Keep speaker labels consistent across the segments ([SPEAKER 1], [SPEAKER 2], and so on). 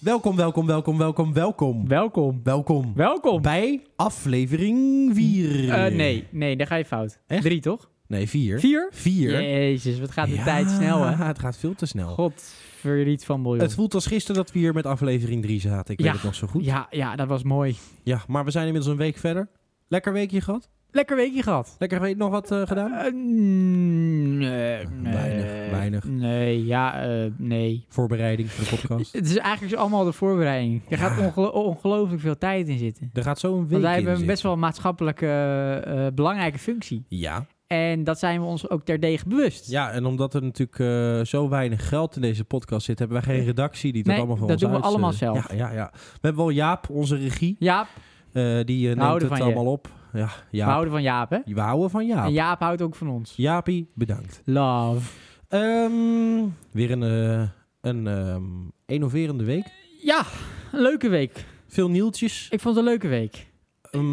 [SPEAKER 1] Welkom, welkom, welkom, welkom, welkom.
[SPEAKER 2] Welkom.
[SPEAKER 1] Welkom
[SPEAKER 2] Welkom.
[SPEAKER 1] bij aflevering 4.
[SPEAKER 2] Eh, nee, nee, daar ga je fout.
[SPEAKER 1] Echt?
[SPEAKER 2] Drie, toch?
[SPEAKER 1] Nee, 4.
[SPEAKER 2] Vier?
[SPEAKER 1] 4.
[SPEAKER 2] Jezus, wat gaat de tijd snel, hè?
[SPEAKER 1] Het gaat veel te snel.
[SPEAKER 2] Godverdiet van miljoen.
[SPEAKER 1] Het voelt als gisteren dat we hier met aflevering 3 zaten. Ik
[SPEAKER 2] Ja.
[SPEAKER 1] weet het nog zo goed. Ja.
[SPEAKER 2] Ja, ja, dat was mooi.
[SPEAKER 1] maar we zijn inmiddels een week verder. Lekker weekje gehad?
[SPEAKER 2] Lekker weekje gehad.
[SPEAKER 1] Lekker week nog wat eh, gedaan?
[SPEAKER 2] Eh, mm, nee, nee.
[SPEAKER 1] Weinig, weinig.
[SPEAKER 2] Nee, ja, eh, nee.
[SPEAKER 1] Voorbereiding voor de podcast.
[SPEAKER 2] Het is eigenlijk allemaal de voorbereiding. Er gaat ongelo- ongelooflijk veel tijd in zitten.
[SPEAKER 1] Er gaat zo een week
[SPEAKER 2] Want wij
[SPEAKER 1] in
[SPEAKER 2] hebben
[SPEAKER 1] zitten.
[SPEAKER 2] best wel een maatschappelijke eh, eh, belangrijke functie.
[SPEAKER 1] Ja.
[SPEAKER 2] En dat zijn we ons ook terdege bewust.
[SPEAKER 1] ja, en omdat er natuurlijk eh, zo weinig geld in deze podcast zit, hebben wij geen redactie die dat
[SPEAKER 2] Nee,
[SPEAKER 1] allemaal voor
[SPEAKER 2] dat
[SPEAKER 1] ons
[SPEAKER 2] doen we
[SPEAKER 1] uit,
[SPEAKER 2] allemaal
[SPEAKER 1] eh,
[SPEAKER 2] zelf.
[SPEAKER 1] Ja, ja, ja. We hebben wel Jaap, onze regie.
[SPEAKER 2] Jaap,
[SPEAKER 1] Eh, die eh, neemt
[SPEAKER 2] houden
[SPEAKER 1] het
[SPEAKER 2] van je.
[SPEAKER 1] allemaal op. Ja,
[SPEAKER 2] we
[SPEAKER 1] Jaap.
[SPEAKER 2] houden van Jaap, hè?
[SPEAKER 1] We houden van Jaap.
[SPEAKER 2] En Jaap houdt ook van ons.
[SPEAKER 1] Jaapie, bedankt.
[SPEAKER 2] Love.
[SPEAKER 1] Ehm, weer een, eh, een ehm, innoverende week.
[SPEAKER 2] Ja, een leuke week.
[SPEAKER 1] Veel nieuwtjes.
[SPEAKER 2] Ik vond het een leuke week.
[SPEAKER 1] Ehm,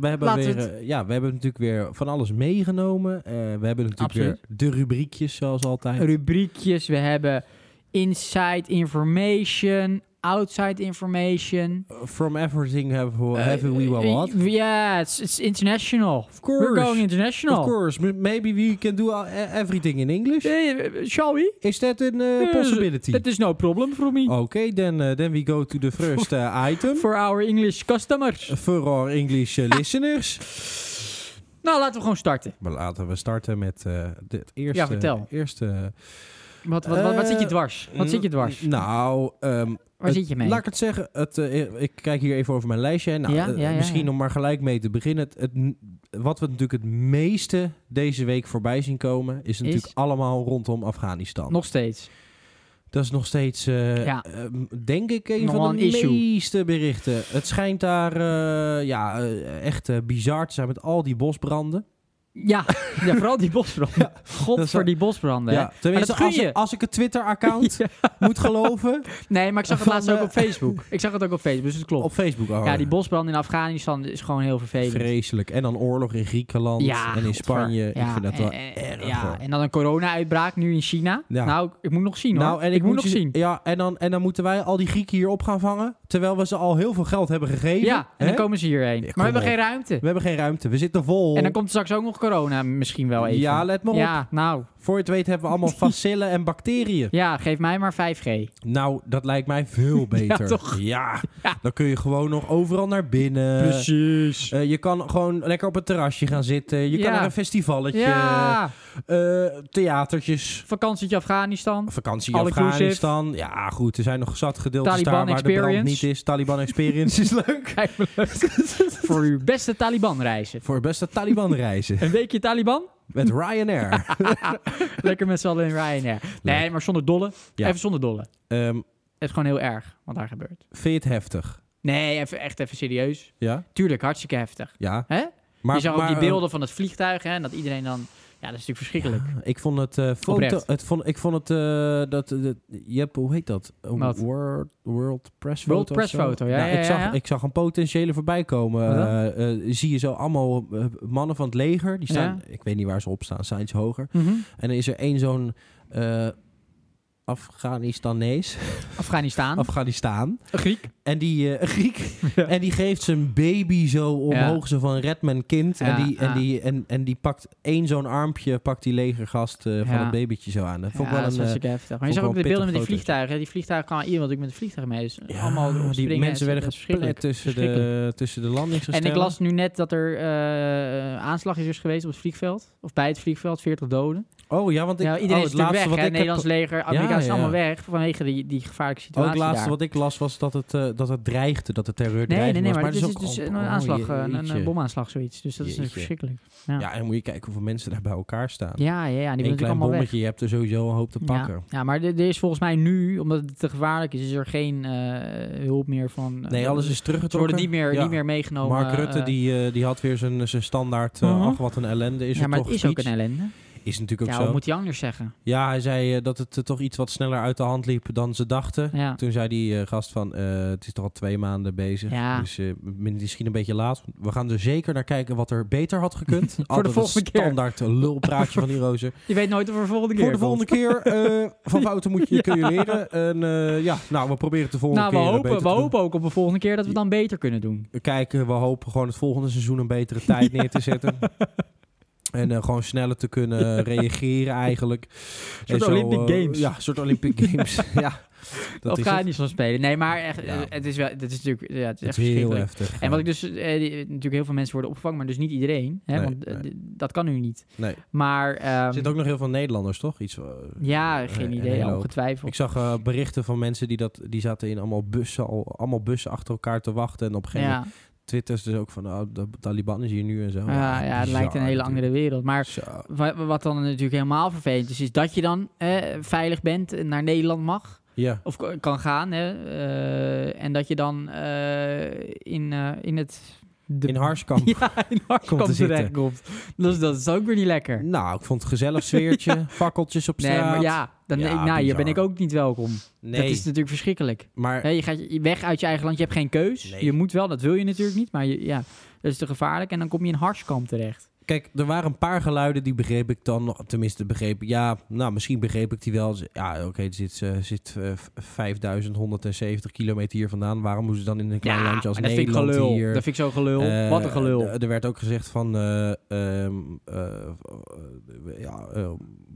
[SPEAKER 1] we, hebben
[SPEAKER 2] Laten we
[SPEAKER 1] weer, eh, ja, we hebben natuurlijk weer van alles meegenomen. Eh, we hebben natuurlijk
[SPEAKER 2] Absoluut.
[SPEAKER 1] weer de rubriekjes zoals altijd.
[SPEAKER 2] Rubriekjes, we hebben inside information, outside information.
[SPEAKER 1] From everything have, we- have we
[SPEAKER 2] Eh,
[SPEAKER 1] what?
[SPEAKER 2] eh, Ja, it's, it's international.
[SPEAKER 1] Of
[SPEAKER 2] We're going
[SPEAKER 1] course.
[SPEAKER 2] international.
[SPEAKER 1] Of course. M- Maybe we can do all- e- everything in English.
[SPEAKER 2] Eh, shall we?
[SPEAKER 1] Is that an eh,
[SPEAKER 2] Yes,
[SPEAKER 1] possibility?
[SPEAKER 2] That is no problem for me.
[SPEAKER 1] Oké, then, eh, then we go to the first eh, item.
[SPEAKER 2] For our English customers.
[SPEAKER 1] Voor our English eh, listeners.
[SPEAKER 2] Nou, laten we gewoon starten.
[SPEAKER 1] Maar laten we starten met eh, de- het eerste.
[SPEAKER 2] Ja, vertel.
[SPEAKER 1] Eerste,
[SPEAKER 2] Wat, wat, wat, wat
[SPEAKER 1] Eh,
[SPEAKER 2] zit je dwars? Wat zit je dwars?
[SPEAKER 1] Nou, ehm,
[SPEAKER 2] Waar
[SPEAKER 1] het-
[SPEAKER 2] zit je mee?
[SPEAKER 1] laat ik het zeggen. Het, eh, ik kijk hier even over mijn lijstje. heen. Nou,
[SPEAKER 2] Ja,
[SPEAKER 1] eh,
[SPEAKER 2] ja, ja,
[SPEAKER 1] misschien
[SPEAKER 2] ja.
[SPEAKER 1] om maar gelijk mee te beginnen. Het, het, wat we natuurlijk het meeste deze week voorbij zien komen... is natuurlijk allemaal rondom Afghanistan.
[SPEAKER 2] Nog steeds.
[SPEAKER 1] Dat is nog steeds, eh,
[SPEAKER 2] Ja.
[SPEAKER 1] ehm, denk ik, een
[SPEAKER 2] Nog wel
[SPEAKER 1] van
[SPEAKER 2] een
[SPEAKER 1] de
[SPEAKER 2] issue.
[SPEAKER 1] meeste berichten. Het schijnt daar eh, ja, eh, echt eh, bizar te zijn met al die bosbranden.
[SPEAKER 2] Ja, ja vooral die bosbranden. God
[SPEAKER 1] dat is
[SPEAKER 2] voor
[SPEAKER 1] wel-
[SPEAKER 2] die bosbranden. hè.
[SPEAKER 1] Ja, tenminste,
[SPEAKER 2] dat gun
[SPEAKER 1] als,
[SPEAKER 2] je.
[SPEAKER 1] ik- als ik het Twitter-account moet geloven...
[SPEAKER 2] Nee, maar ik zag het
[SPEAKER 1] Van,
[SPEAKER 2] laatst ook
[SPEAKER 1] eh,
[SPEAKER 2] op Facebook. Ik zag het ook op Facebook, dus het klopt.
[SPEAKER 1] Op Facebook al.
[SPEAKER 2] ja, die bosbrand in Afghanistan is gewoon heel vervelend.
[SPEAKER 1] Vreselijk. En dan oorlog in Griekenland
[SPEAKER 2] ja,
[SPEAKER 1] en in
[SPEAKER 2] godver.
[SPEAKER 1] Spanje.
[SPEAKER 2] Ja, eh,
[SPEAKER 1] ik vind dat
[SPEAKER 2] en-
[SPEAKER 1] wel
[SPEAKER 2] en-
[SPEAKER 1] erg
[SPEAKER 2] Ja,
[SPEAKER 1] hoor.
[SPEAKER 2] en dan een corona-uitbraak nu in China.
[SPEAKER 1] Ja.
[SPEAKER 2] Nou, ik- ik moet nog zien hoor.
[SPEAKER 1] Nou, en
[SPEAKER 2] ik,
[SPEAKER 1] ik,
[SPEAKER 2] moet nog
[SPEAKER 1] je-
[SPEAKER 2] zien.
[SPEAKER 1] Ja, en dan, en dan moeten wij al die Grieken hier op gaan vangen. Terwijl we ze al heel veel geld hebben gegeven.
[SPEAKER 2] ja, en dan
[SPEAKER 1] Hè?
[SPEAKER 2] komen ze hierheen.
[SPEAKER 1] Ja,
[SPEAKER 2] maar we
[SPEAKER 1] kom
[SPEAKER 2] hebben geen ruimte.
[SPEAKER 1] We hebben geen ruimte. We zitten vol.
[SPEAKER 2] En dan komt er straks ook nog corona misschien wel even.
[SPEAKER 1] Ja, let maar op.
[SPEAKER 2] Ja, nou.
[SPEAKER 1] Voor je het weet hebben we allemaal facillen en bacteriën.
[SPEAKER 2] Ja, geef mij maar Eh, 5G.
[SPEAKER 1] Nou, dat lijkt mij veel beter.
[SPEAKER 2] toch?
[SPEAKER 1] Ja. dan kun je gewoon nog overal naar binnen.
[SPEAKER 2] Precies.
[SPEAKER 1] Eh, je kan gewoon lekker op het terrasje gaan zitten. Je
[SPEAKER 2] Ja.
[SPEAKER 1] kan naar een festivalletje.
[SPEAKER 2] ja,
[SPEAKER 1] Eh, theatertjes.
[SPEAKER 2] vakantietje Afghanistan.
[SPEAKER 1] Vakantie in
[SPEAKER 2] All inclusive.
[SPEAKER 1] Afghanistan. Ja, goed. Er zijn nog zat gedeeltes
[SPEAKER 2] Taliban
[SPEAKER 1] daar waar de brand
[SPEAKER 2] experience.
[SPEAKER 1] niet is. Taliban Experience is leuk.
[SPEAKER 2] Kijk maar leuk. voor uw beste Taliban reizen.
[SPEAKER 1] Voor het beste Taliban reizen.
[SPEAKER 2] Een weekje Taliban?
[SPEAKER 1] Met Ryanair.
[SPEAKER 2] Lekker met z'n allen in Ryanair. Nee, maar zonder dolle.
[SPEAKER 1] Ja.
[SPEAKER 2] Even zonder dolle.
[SPEAKER 1] Ehm
[SPEAKER 2] Het is gewoon heel erg wat daar gebeurt.
[SPEAKER 1] vind je het heftig?
[SPEAKER 2] Nee, even, echt even serieus.
[SPEAKER 1] Ja?
[SPEAKER 2] Tuurlijk, hartstikke heftig.
[SPEAKER 1] Ja.
[SPEAKER 2] Hè?
[SPEAKER 1] Maar,
[SPEAKER 2] je zag ook
[SPEAKER 1] maar,
[SPEAKER 2] die
[SPEAKER 1] eh,
[SPEAKER 2] beelden van het vliegtuig hè, en dat iedereen dan... Ja, dat is natuurlijk verschrikkelijk.
[SPEAKER 1] ik vond het... eh foto,
[SPEAKER 2] Oprecht.
[SPEAKER 1] het vond, ik vond het... eh, dat, dat- je hebt, hoe heet dat? Een
[SPEAKER 2] Wat?
[SPEAKER 1] World, world Press Foto.
[SPEAKER 2] World
[SPEAKER 1] of
[SPEAKER 2] press
[SPEAKER 1] zo? Nou,
[SPEAKER 2] foto, ja, ja,
[SPEAKER 1] ik,
[SPEAKER 2] ja,
[SPEAKER 1] zag,
[SPEAKER 2] ja.
[SPEAKER 1] ik zag een potentiële voorbij komen.
[SPEAKER 2] Wat dan?
[SPEAKER 1] Eh, eh, zie je zo allemaal eh, mannen van het leger. Die staan... Ik weet niet waar ze op staan. Zijn iets hoger. En dan is er één zo'n eh Afghanistanees,
[SPEAKER 2] Afghanistan.
[SPEAKER 1] Afghanistan,
[SPEAKER 2] Griek.
[SPEAKER 1] en die eh, een Griek,
[SPEAKER 2] Ja.
[SPEAKER 1] en die geeft zijn baby zo omhoog, zo van red mijn kind.
[SPEAKER 2] Ja,
[SPEAKER 1] en, die,
[SPEAKER 2] ja.
[SPEAKER 1] en, die, en, en die pakt één zo'n armpje, pakt die legergast eh, van
[SPEAKER 2] Ja.
[SPEAKER 1] het babytje zo aan. Dat vond
[SPEAKER 2] Ja,
[SPEAKER 1] ik wel
[SPEAKER 2] dat is
[SPEAKER 1] een... eh,
[SPEAKER 2] hartstikke heftig. Maar
[SPEAKER 1] vond
[SPEAKER 2] je zag
[SPEAKER 1] ik
[SPEAKER 2] ook de
[SPEAKER 1] wel een
[SPEAKER 2] beelden met
[SPEAKER 1] pittig
[SPEAKER 2] die vliegtuigen. hè. Die vliegtuigen kan iedereen natuurlijk met de vliegtuig mee. Dus
[SPEAKER 1] ja,
[SPEAKER 2] allemaal erop
[SPEAKER 1] die
[SPEAKER 2] springen,
[SPEAKER 1] mensen
[SPEAKER 2] dat is-
[SPEAKER 1] werden
[SPEAKER 2] dat is verschrikkelijk.
[SPEAKER 1] geplet tussen
[SPEAKER 2] Verschrikkelijk.
[SPEAKER 1] de, tussen de
[SPEAKER 2] En
[SPEAKER 1] landingsgestellen.
[SPEAKER 2] ik las nu net dat er eh, aanslag is dus geweest op het vliegveld. Of bij het vliegveld, 40 doden.
[SPEAKER 1] Oh ja, want ik...
[SPEAKER 2] Ja,
[SPEAKER 1] oh,
[SPEAKER 2] Nou, iedereen
[SPEAKER 1] het
[SPEAKER 2] is natuurlijk
[SPEAKER 1] laatste
[SPEAKER 2] weg.
[SPEAKER 1] wat
[SPEAKER 2] Hè?
[SPEAKER 1] ik heb-
[SPEAKER 2] Nederlands leger, Amerikaans
[SPEAKER 1] ja.
[SPEAKER 2] allemaal weg vanwege die, die gevaarlijke
[SPEAKER 1] Ook
[SPEAKER 2] situatie
[SPEAKER 1] oh, het laatste
[SPEAKER 2] daar.
[SPEAKER 1] wat ik las was dat het, eh, dat het dreigde, dat de terreur
[SPEAKER 2] nee, nee,
[SPEAKER 1] dreigde.
[SPEAKER 2] nee, maar, dit is,
[SPEAKER 1] ook
[SPEAKER 2] dus
[SPEAKER 1] al-
[SPEAKER 2] een
[SPEAKER 1] oh,
[SPEAKER 2] aanslag, eh, een, een
[SPEAKER 1] jeetje.
[SPEAKER 2] bomaanslag, zoiets. Dus dat is
[SPEAKER 1] Jeetje.
[SPEAKER 2] natuurlijk verschrikkelijk.
[SPEAKER 1] Ja, en moet je kijken hoeveel mensen daar bij elkaar staan.
[SPEAKER 2] Ja, ja, ja.
[SPEAKER 1] Een
[SPEAKER 2] Die willen natuurlijk
[SPEAKER 1] klein
[SPEAKER 2] allemaal
[SPEAKER 1] bommetje,
[SPEAKER 2] weg.
[SPEAKER 1] je hebt er sowieso een hoop te pakken.
[SPEAKER 2] Ja, ja, maar er er is volgens mij nu, omdat het te gevaarlijk is, is er geen eh, hulp meer van... eh,
[SPEAKER 1] Nee, alles is
[SPEAKER 2] Ze
[SPEAKER 1] teruggetrokken.
[SPEAKER 2] worden niet meer,
[SPEAKER 1] Ja.
[SPEAKER 2] niet meer meegenomen.
[SPEAKER 1] Mark Rutte,
[SPEAKER 2] eh,
[SPEAKER 1] die, eh, die had weer zijn, zijn standaard, eh,
[SPEAKER 2] Mhm.
[SPEAKER 1] ach wat een ellende is
[SPEAKER 2] ja,
[SPEAKER 1] er
[SPEAKER 2] maar
[SPEAKER 1] toch
[SPEAKER 2] het is ook een
[SPEAKER 1] speech.
[SPEAKER 2] ellende.
[SPEAKER 1] Is natuurlijk ook
[SPEAKER 2] Ja,
[SPEAKER 1] zo.
[SPEAKER 2] wat moet hij anders zeggen?
[SPEAKER 1] Ja, hij zei eh, dat het eh, toch iets wat sneller uit de hand liep dan ze dachten.
[SPEAKER 2] Ja.
[SPEAKER 1] Toen zei die eh, gast van, eh, het is toch al twee maanden bezig.
[SPEAKER 2] Ja.
[SPEAKER 1] Dus eh, misschien een beetje laat. We gaan er zeker naar kijken wat er beter had gekund. Voor
[SPEAKER 2] volgende keer.
[SPEAKER 1] standaard lulpraatje van die rozer.
[SPEAKER 2] Je weet nooit of er volgende keer
[SPEAKER 1] Voor de volgende keer. eh, van fouten moet je, kun je leren. En eh, ja, nou, we proberen het de volgende
[SPEAKER 2] Nou, we
[SPEAKER 1] keer eh,
[SPEAKER 2] hopen,
[SPEAKER 1] beter
[SPEAKER 2] we
[SPEAKER 1] te doen.
[SPEAKER 2] hopen ook op de volgende keer dat we het dan beter kunnen doen.
[SPEAKER 1] We kijken, we hopen gewoon het volgende seizoen een betere tijd neer te zetten. En eh, gewoon sneller te kunnen reageren eigenlijk. En zo,
[SPEAKER 2] Olympic
[SPEAKER 1] eh,
[SPEAKER 2] Games.
[SPEAKER 1] Ja, een soort Olympic Games. ja, dat
[SPEAKER 2] of
[SPEAKER 1] is
[SPEAKER 2] ga je
[SPEAKER 1] het.
[SPEAKER 2] niet zo spelen. Nee, maar echt,
[SPEAKER 1] Ja.
[SPEAKER 2] eh, het is wel, dat is natuurlijk, ja, het is
[SPEAKER 1] Het
[SPEAKER 2] echt
[SPEAKER 1] is heel
[SPEAKER 2] verschrikkelijk.
[SPEAKER 1] heftig.
[SPEAKER 2] En wat ik dus, eh, die- natuurlijk heel veel mensen worden opgevangen, maar dus niet iedereen. Hè,
[SPEAKER 1] Nee,
[SPEAKER 2] want eh,
[SPEAKER 1] nee.
[SPEAKER 2] d- dat kan nu niet.
[SPEAKER 1] Nee.
[SPEAKER 2] Maar, ehm,
[SPEAKER 1] Er zitten ook nog heel veel Nederlanders, toch? Iets, eh,
[SPEAKER 2] ja,
[SPEAKER 1] een-
[SPEAKER 2] geen
[SPEAKER 1] een
[SPEAKER 2] idee,
[SPEAKER 1] hele hoop.
[SPEAKER 2] ongetwijfeld.
[SPEAKER 1] Ik zag eh, berichten van mensen die, dat, die zaten in allemaal bussen, al, allemaal bussen achter elkaar te wachten. En op een gegeven moment
[SPEAKER 2] Ja,
[SPEAKER 1] twitters dus ook van, oh, de Taliban is hier nu en zo.
[SPEAKER 2] ja, ja, het
[SPEAKER 1] bizar
[SPEAKER 2] lijkt een hele
[SPEAKER 1] natuurlijk.
[SPEAKER 2] andere wereld. Maar
[SPEAKER 1] Zo.
[SPEAKER 2] Wa- Wat dan natuurlijk helemaal vervelend is, is dat je dan eh, veilig bent en naar Nederland mag.
[SPEAKER 1] Ja,
[SPEAKER 2] Of k- kan gaan. Hè, eh, en dat je dan eh, in, eh, in het... de-
[SPEAKER 1] in Harskamp.
[SPEAKER 2] Ja, in Harskamp
[SPEAKER 1] te zitten.
[SPEAKER 2] terechtkomt. Dus dat is ook weer niet lekker.
[SPEAKER 1] Nou, ik vond het een gezellig sfeertje. Fakkeltjes op
[SPEAKER 2] Nee,
[SPEAKER 1] straat.
[SPEAKER 2] maar ja, dan,
[SPEAKER 1] Ja,
[SPEAKER 2] nou, hier ben ik
[SPEAKER 1] bizar.
[SPEAKER 2] ook niet welkom.
[SPEAKER 1] Nee,
[SPEAKER 2] Dat is natuurlijk verschrikkelijk.
[SPEAKER 1] maar
[SPEAKER 2] Hè, je gaat je- weg uit je eigen land, je hebt geen keus.
[SPEAKER 1] Nee.
[SPEAKER 2] Je moet wel, dat wil je natuurlijk niet, maar je, ja, dat is te gevaarlijk. En dan kom je in Harskamp terecht.
[SPEAKER 1] kijk, er waren een paar geluiden die begreep ik dan nog. Tenminste, begreep ik. Ja, nou, misschien begreep ik die wel. Ja, oké, er zit, eh, zit eh, v- 5170 kilometer hier vandaan. Waarom moeten ze dan in een klein
[SPEAKER 2] ja,
[SPEAKER 1] landje als
[SPEAKER 2] maar dat vind ik
[SPEAKER 1] Nederland
[SPEAKER 2] gelul.
[SPEAKER 1] hier...
[SPEAKER 2] Dat vind ik zo gelul.
[SPEAKER 1] Eh,
[SPEAKER 2] Wat een gelul.
[SPEAKER 1] d- Er werd ook gezegd van, eh, ehm, eh, eh, ja, eh,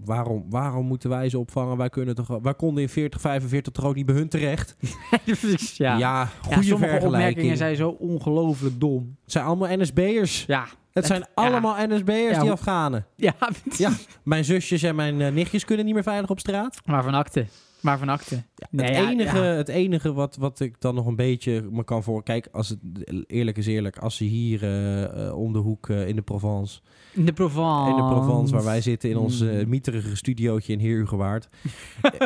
[SPEAKER 1] waarom, waarom moeten wij ze opvangen? Wij, kunnen toch, wij konden in 40, 45 toch ook niet bij hun terecht?
[SPEAKER 2] ja.
[SPEAKER 1] goede
[SPEAKER 2] Ja, sommige
[SPEAKER 1] vergelijking.
[SPEAKER 2] opmerkingen
[SPEAKER 1] Zijn...
[SPEAKER 2] zijn zo ongelooflijk dom.
[SPEAKER 1] Het zijn allemaal NSB'ers.
[SPEAKER 2] Ja.
[SPEAKER 1] Het zijn allemaal NSB'ers,
[SPEAKER 2] Ja,
[SPEAKER 1] die
[SPEAKER 2] hoe-
[SPEAKER 1] Afghanen.
[SPEAKER 2] Ja,
[SPEAKER 1] Ja. Mijn zusjes en mijn eh, nichtjes kunnen niet meer veilig op straat.
[SPEAKER 2] maar van akte. Maar van akte. Nee,
[SPEAKER 1] het,
[SPEAKER 2] ja,
[SPEAKER 1] enige,
[SPEAKER 2] ja.
[SPEAKER 1] het enige wat, wat ik dan nog een beetje me kan voor... Kijk, als het, eerlijk is eerlijk, als ze hier eh, eh, om de hoek eh, in de Provence...
[SPEAKER 2] In de Provence.
[SPEAKER 1] in de Provence, waar wij zitten in ons
[SPEAKER 2] Mm.
[SPEAKER 1] eh, mieterige studiootje in Heerhugowaard.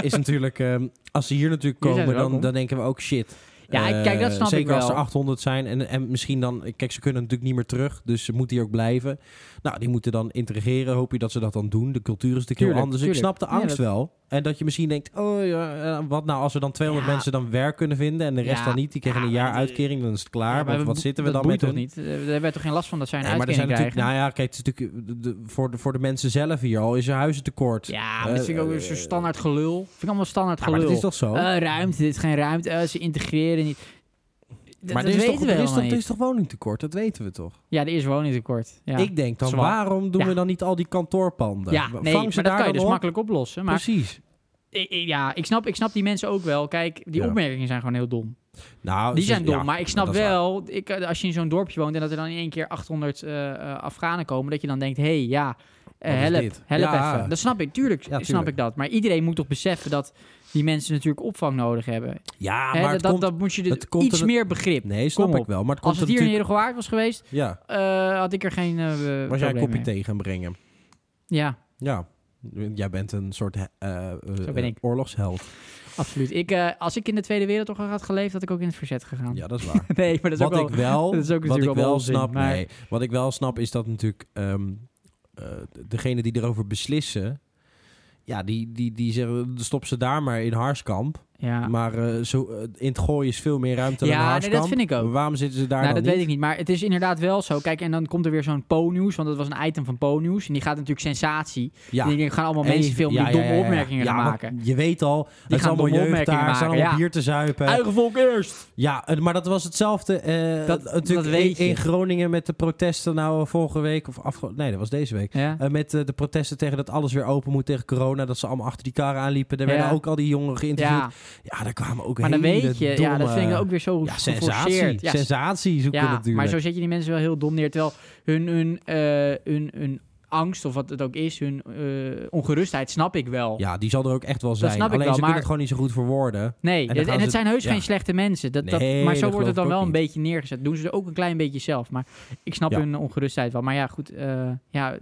[SPEAKER 1] is natuurlijk, ehm, als ze hier natuurlijk
[SPEAKER 2] Hier zijn
[SPEAKER 1] komen,
[SPEAKER 2] ze
[SPEAKER 1] dan,
[SPEAKER 2] welkom.
[SPEAKER 1] dan denken we ook shit.
[SPEAKER 2] Ja,
[SPEAKER 1] Eh,
[SPEAKER 2] kijk, dat snap
[SPEAKER 1] zeker
[SPEAKER 2] ik wel.
[SPEAKER 1] als er 800 zijn. En, en misschien dan, kijk, ze kunnen natuurlijk niet meer terug, dus ze moeten hier ook blijven. Nou, die moeten dan interageren. Hoop je dat ze dat dan doen? De cultuur is natuurlijk heel
[SPEAKER 2] Tuurlijk,
[SPEAKER 1] anders. Ik
[SPEAKER 2] tuurlijk.
[SPEAKER 1] snap de
[SPEAKER 2] Ja,
[SPEAKER 1] angst
[SPEAKER 2] dat-
[SPEAKER 1] wel. En dat je misschien denkt, oh ja, eh, wat nou als er dan 200
[SPEAKER 2] Ja.
[SPEAKER 1] mensen dan werk kunnen vinden en de rest
[SPEAKER 2] Ja.
[SPEAKER 1] dan niet? Die krijgen
[SPEAKER 2] Ja,
[SPEAKER 1] een jaar
[SPEAKER 2] maar dat-
[SPEAKER 1] uitkering, dan is het klaar.
[SPEAKER 2] Ja, maar
[SPEAKER 1] wat,
[SPEAKER 2] we-
[SPEAKER 1] wat zitten we
[SPEAKER 2] dat
[SPEAKER 1] dan met
[SPEAKER 2] boeit toch
[SPEAKER 1] hun?
[SPEAKER 2] niet? Eh, We hebben toch geen last van dat zij een
[SPEAKER 1] Nee, maar er zijn
[SPEAKER 2] uitkering
[SPEAKER 1] natuurlijk,
[SPEAKER 2] krijgen?
[SPEAKER 1] nou ja, kijk, het is natuurlijk de, de- voor, de, voor de mensen zelf hier al is er huizentekort.
[SPEAKER 2] Ja, maar dat vind ik ook weer zo'n
[SPEAKER 1] Eh,
[SPEAKER 2] standaard gelul. Vind ik allemaal standaard
[SPEAKER 1] Ja, maar
[SPEAKER 2] gelul.
[SPEAKER 1] dat is toch zo?
[SPEAKER 2] Eh, ruimte, dit is geen ruimte. eh, ze integreren niet. D-
[SPEAKER 1] maar
[SPEAKER 2] dat
[SPEAKER 1] er is
[SPEAKER 2] weten
[SPEAKER 1] toch,
[SPEAKER 2] we
[SPEAKER 1] er is, toch,
[SPEAKER 2] helemaal
[SPEAKER 1] er is
[SPEAKER 2] niet.
[SPEAKER 1] toch woningtekort? Dat weten we toch?
[SPEAKER 2] Ja, er is woningtekort. Ja,
[SPEAKER 1] Ik denk dan,
[SPEAKER 2] Zwaar.
[SPEAKER 1] waarom doen
[SPEAKER 2] Ja.
[SPEAKER 1] we dan niet al die kantoorpanden?
[SPEAKER 2] ja
[SPEAKER 1] Vang
[SPEAKER 2] nee, maar
[SPEAKER 1] ze
[SPEAKER 2] dat
[SPEAKER 1] daar
[SPEAKER 2] kan je
[SPEAKER 1] dan
[SPEAKER 2] dus
[SPEAKER 1] op?
[SPEAKER 2] makkelijk oplossen. Maar
[SPEAKER 1] Precies.
[SPEAKER 2] ik- ik- ja, ik snap, ik snap die mensen ook wel. Kijk, die
[SPEAKER 1] Ja.
[SPEAKER 2] opmerkingen zijn gewoon heel dom.
[SPEAKER 1] Nou,
[SPEAKER 2] Die
[SPEAKER 1] ze-
[SPEAKER 2] zijn dom,
[SPEAKER 1] ja,
[SPEAKER 2] maar ik snap
[SPEAKER 1] dat is waar.
[SPEAKER 2] wel, ik, eh, als je in zo'n dorpje woont en dat er dan in één keer 800 eh, eh, Afghanen komen, dat je dan denkt, hé, hey, ja, eh,
[SPEAKER 1] Wat is
[SPEAKER 2] help,
[SPEAKER 1] dit?
[SPEAKER 2] help
[SPEAKER 1] Ja.
[SPEAKER 2] even. Dat snap ik, tuurlijk,
[SPEAKER 1] Ja,
[SPEAKER 2] snap
[SPEAKER 1] tuurlijk.
[SPEAKER 2] ik dat. Maar iedereen moet toch beseffen dat die mensen natuurlijk opvang nodig hebben.
[SPEAKER 1] Ja,
[SPEAKER 2] Hè,
[SPEAKER 1] Ah, maar
[SPEAKER 2] dat,
[SPEAKER 1] het
[SPEAKER 2] dat,
[SPEAKER 1] komt...
[SPEAKER 2] dat moet je dus
[SPEAKER 1] het komt
[SPEAKER 2] iets
[SPEAKER 1] er-
[SPEAKER 2] meer begrip.
[SPEAKER 1] Nee, snap
[SPEAKER 2] Kom
[SPEAKER 1] ik
[SPEAKER 2] op.
[SPEAKER 1] wel. Maar het
[SPEAKER 2] Als
[SPEAKER 1] komt
[SPEAKER 2] het
[SPEAKER 1] er
[SPEAKER 2] hier in
[SPEAKER 1] natuurlijk...
[SPEAKER 2] Heerdegewaard was geweest,
[SPEAKER 1] Ja,
[SPEAKER 2] eh, had ik er geen eh, eh,
[SPEAKER 1] was jij een
[SPEAKER 2] probleem
[SPEAKER 1] kopje
[SPEAKER 2] mee.
[SPEAKER 1] thee gaan brengen?
[SPEAKER 2] Ja,
[SPEAKER 1] Ja. Jij bent een soort eh, eh, eh,
[SPEAKER 2] ben ik.
[SPEAKER 1] oorlogsheld.
[SPEAKER 2] absoluut. Ik, eh, als ik in de Tweede Wereldoorlog had geleefd, had ik ook in het verzet gegaan.
[SPEAKER 1] Ja, dat is waar.
[SPEAKER 2] Nee, maar dat is
[SPEAKER 1] wat
[SPEAKER 2] ook
[SPEAKER 1] ik
[SPEAKER 2] wel...
[SPEAKER 1] wel,
[SPEAKER 2] dat is ook
[SPEAKER 1] wat ik wel
[SPEAKER 2] natuurlijk allemaal onzin,
[SPEAKER 1] snap,
[SPEAKER 2] maar-
[SPEAKER 1] nee, wat ik wel snap is dat natuurlijk ehm, eh, degene die erover beslissen, ja, die, die, die zeggen stop ze daar maar in Harskamp.
[SPEAKER 2] Ja.
[SPEAKER 1] Maar eh, zo, eh, in het gooien is veel meer ruimte
[SPEAKER 2] Ja,
[SPEAKER 1] dan in
[SPEAKER 2] nee,
[SPEAKER 1] Harskamp.
[SPEAKER 2] dat vind ik ook.
[SPEAKER 1] Waarom zitten ze daar
[SPEAKER 2] nou,
[SPEAKER 1] dan
[SPEAKER 2] dat
[SPEAKER 1] niet?
[SPEAKER 2] weet ik niet. Maar het is inderdaad wel zo. Kijk, en dan komt er weer zo'n Po-nieuws. Want dat was een item van Po-nieuws. En die gaat natuurlijk sensatie.
[SPEAKER 1] Ja.
[SPEAKER 2] Die denken, gaan allemaal
[SPEAKER 1] Even-
[SPEAKER 2] mensen filmen
[SPEAKER 1] ja,
[SPEAKER 2] die
[SPEAKER 1] ja,
[SPEAKER 2] domme
[SPEAKER 1] ja, ja.
[SPEAKER 2] opmerkingen
[SPEAKER 1] Ja,
[SPEAKER 2] gaan
[SPEAKER 1] want
[SPEAKER 2] maken.
[SPEAKER 1] Je weet al, het is
[SPEAKER 2] gaan
[SPEAKER 1] allemaal
[SPEAKER 2] domme
[SPEAKER 1] jeugd
[SPEAKER 2] opmerkingen
[SPEAKER 1] daar, ze zijn
[SPEAKER 2] maken,
[SPEAKER 1] allemaal
[SPEAKER 2] ja.
[SPEAKER 1] bier te zuipen.
[SPEAKER 2] Eigen volk eerst!
[SPEAKER 1] Ja, eh, maar dat was hetzelfde. eh,
[SPEAKER 2] Dat-
[SPEAKER 1] natuurlijk
[SPEAKER 2] dat weet
[SPEAKER 1] in, in
[SPEAKER 2] je.
[SPEAKER 1] Groningen met de protesten nou eh, vorige week of afge... Nee, dat was deze week.
[SPEAKER 2] Ja.
[SPEAKER 1] Eh, met eh, de protesten tegen dat alles weer open moet tegen corona. Dat ze allemaal achter die karren aanliepen. Daar
[SPEAKER 2] Ja.
[SPEAKER 1] werden ook al die jongeren geïnterviewd. Ja,
[SPEAKER 2] ja,
[SPEAKER 1] daar kwamen ook
[SPEAKER 2] maar dan
[SPEAKER 1] hele
[SPEAKER 2] weet je.
[SPEAKER 1] domme...
[SPEAKER 2] Ja, dat vind ik ook weer zo
[SPEAKER 1] Ja, sensatie.
[SPEAKER 2] geforceerd. Ja,
[SPEAKER 1] Sensatie zoeken
[SPEAKER 2] ja,
[SPEAKER 1] natuurlijk.
[SPEAKER 2] maar zo zet je die mensen wel heel dom neer. Terwijl hun, hun, eh, hun, hun angst, of wat het ook is, hun eh, ongerustheid, snap ik wel.
[SPEAKER 1] Ja, die zal er ook echt wel zijn.
[SPEAKER 2] snap ik
[SPEAKER 1] Alleen
[SPEAKER 2] wel,
[SPEAKER 1] ze kunnen
[SPEAKER 2] maar-
[SPEAKER 1] het gewoon niet zo goed verwoorden.
[SPEAKER 2] Nee,
[SPEAKER 1] dan
[SPEAKER 2] en,
[SPEAKER 1] gaan
[SPEAKER 2] en
[SPEAKER 1] ze-
[SPEAKER 2] het zijn heus
[SPEAKER 1] ja.
[SPEAKER 2] geen slechte mensen. Dat, dat,
[SPEAKER 1] Nee,
[SPEAKER 2] maar
[SPEAKER 1] dat
[SPEAKER 2] zo wordt
[SPEAKER 1] geloof
[SPEAKER 2] het dan
[SPEAKER 1] ik
[SPEAKER 2] wel
[SPEAKER 1] ook
[SPEAKER 2] een
[SPEAKER 1] niet.
[SPEAKER 2] beetje neergezet. Doen ze er ook een klein beetje zelf. Maar ik snap
[SPEAKER 1] Ja.
[SPEAKER 2] hun ongerustheid wel. Maar ja, goed. eh, ja, eh,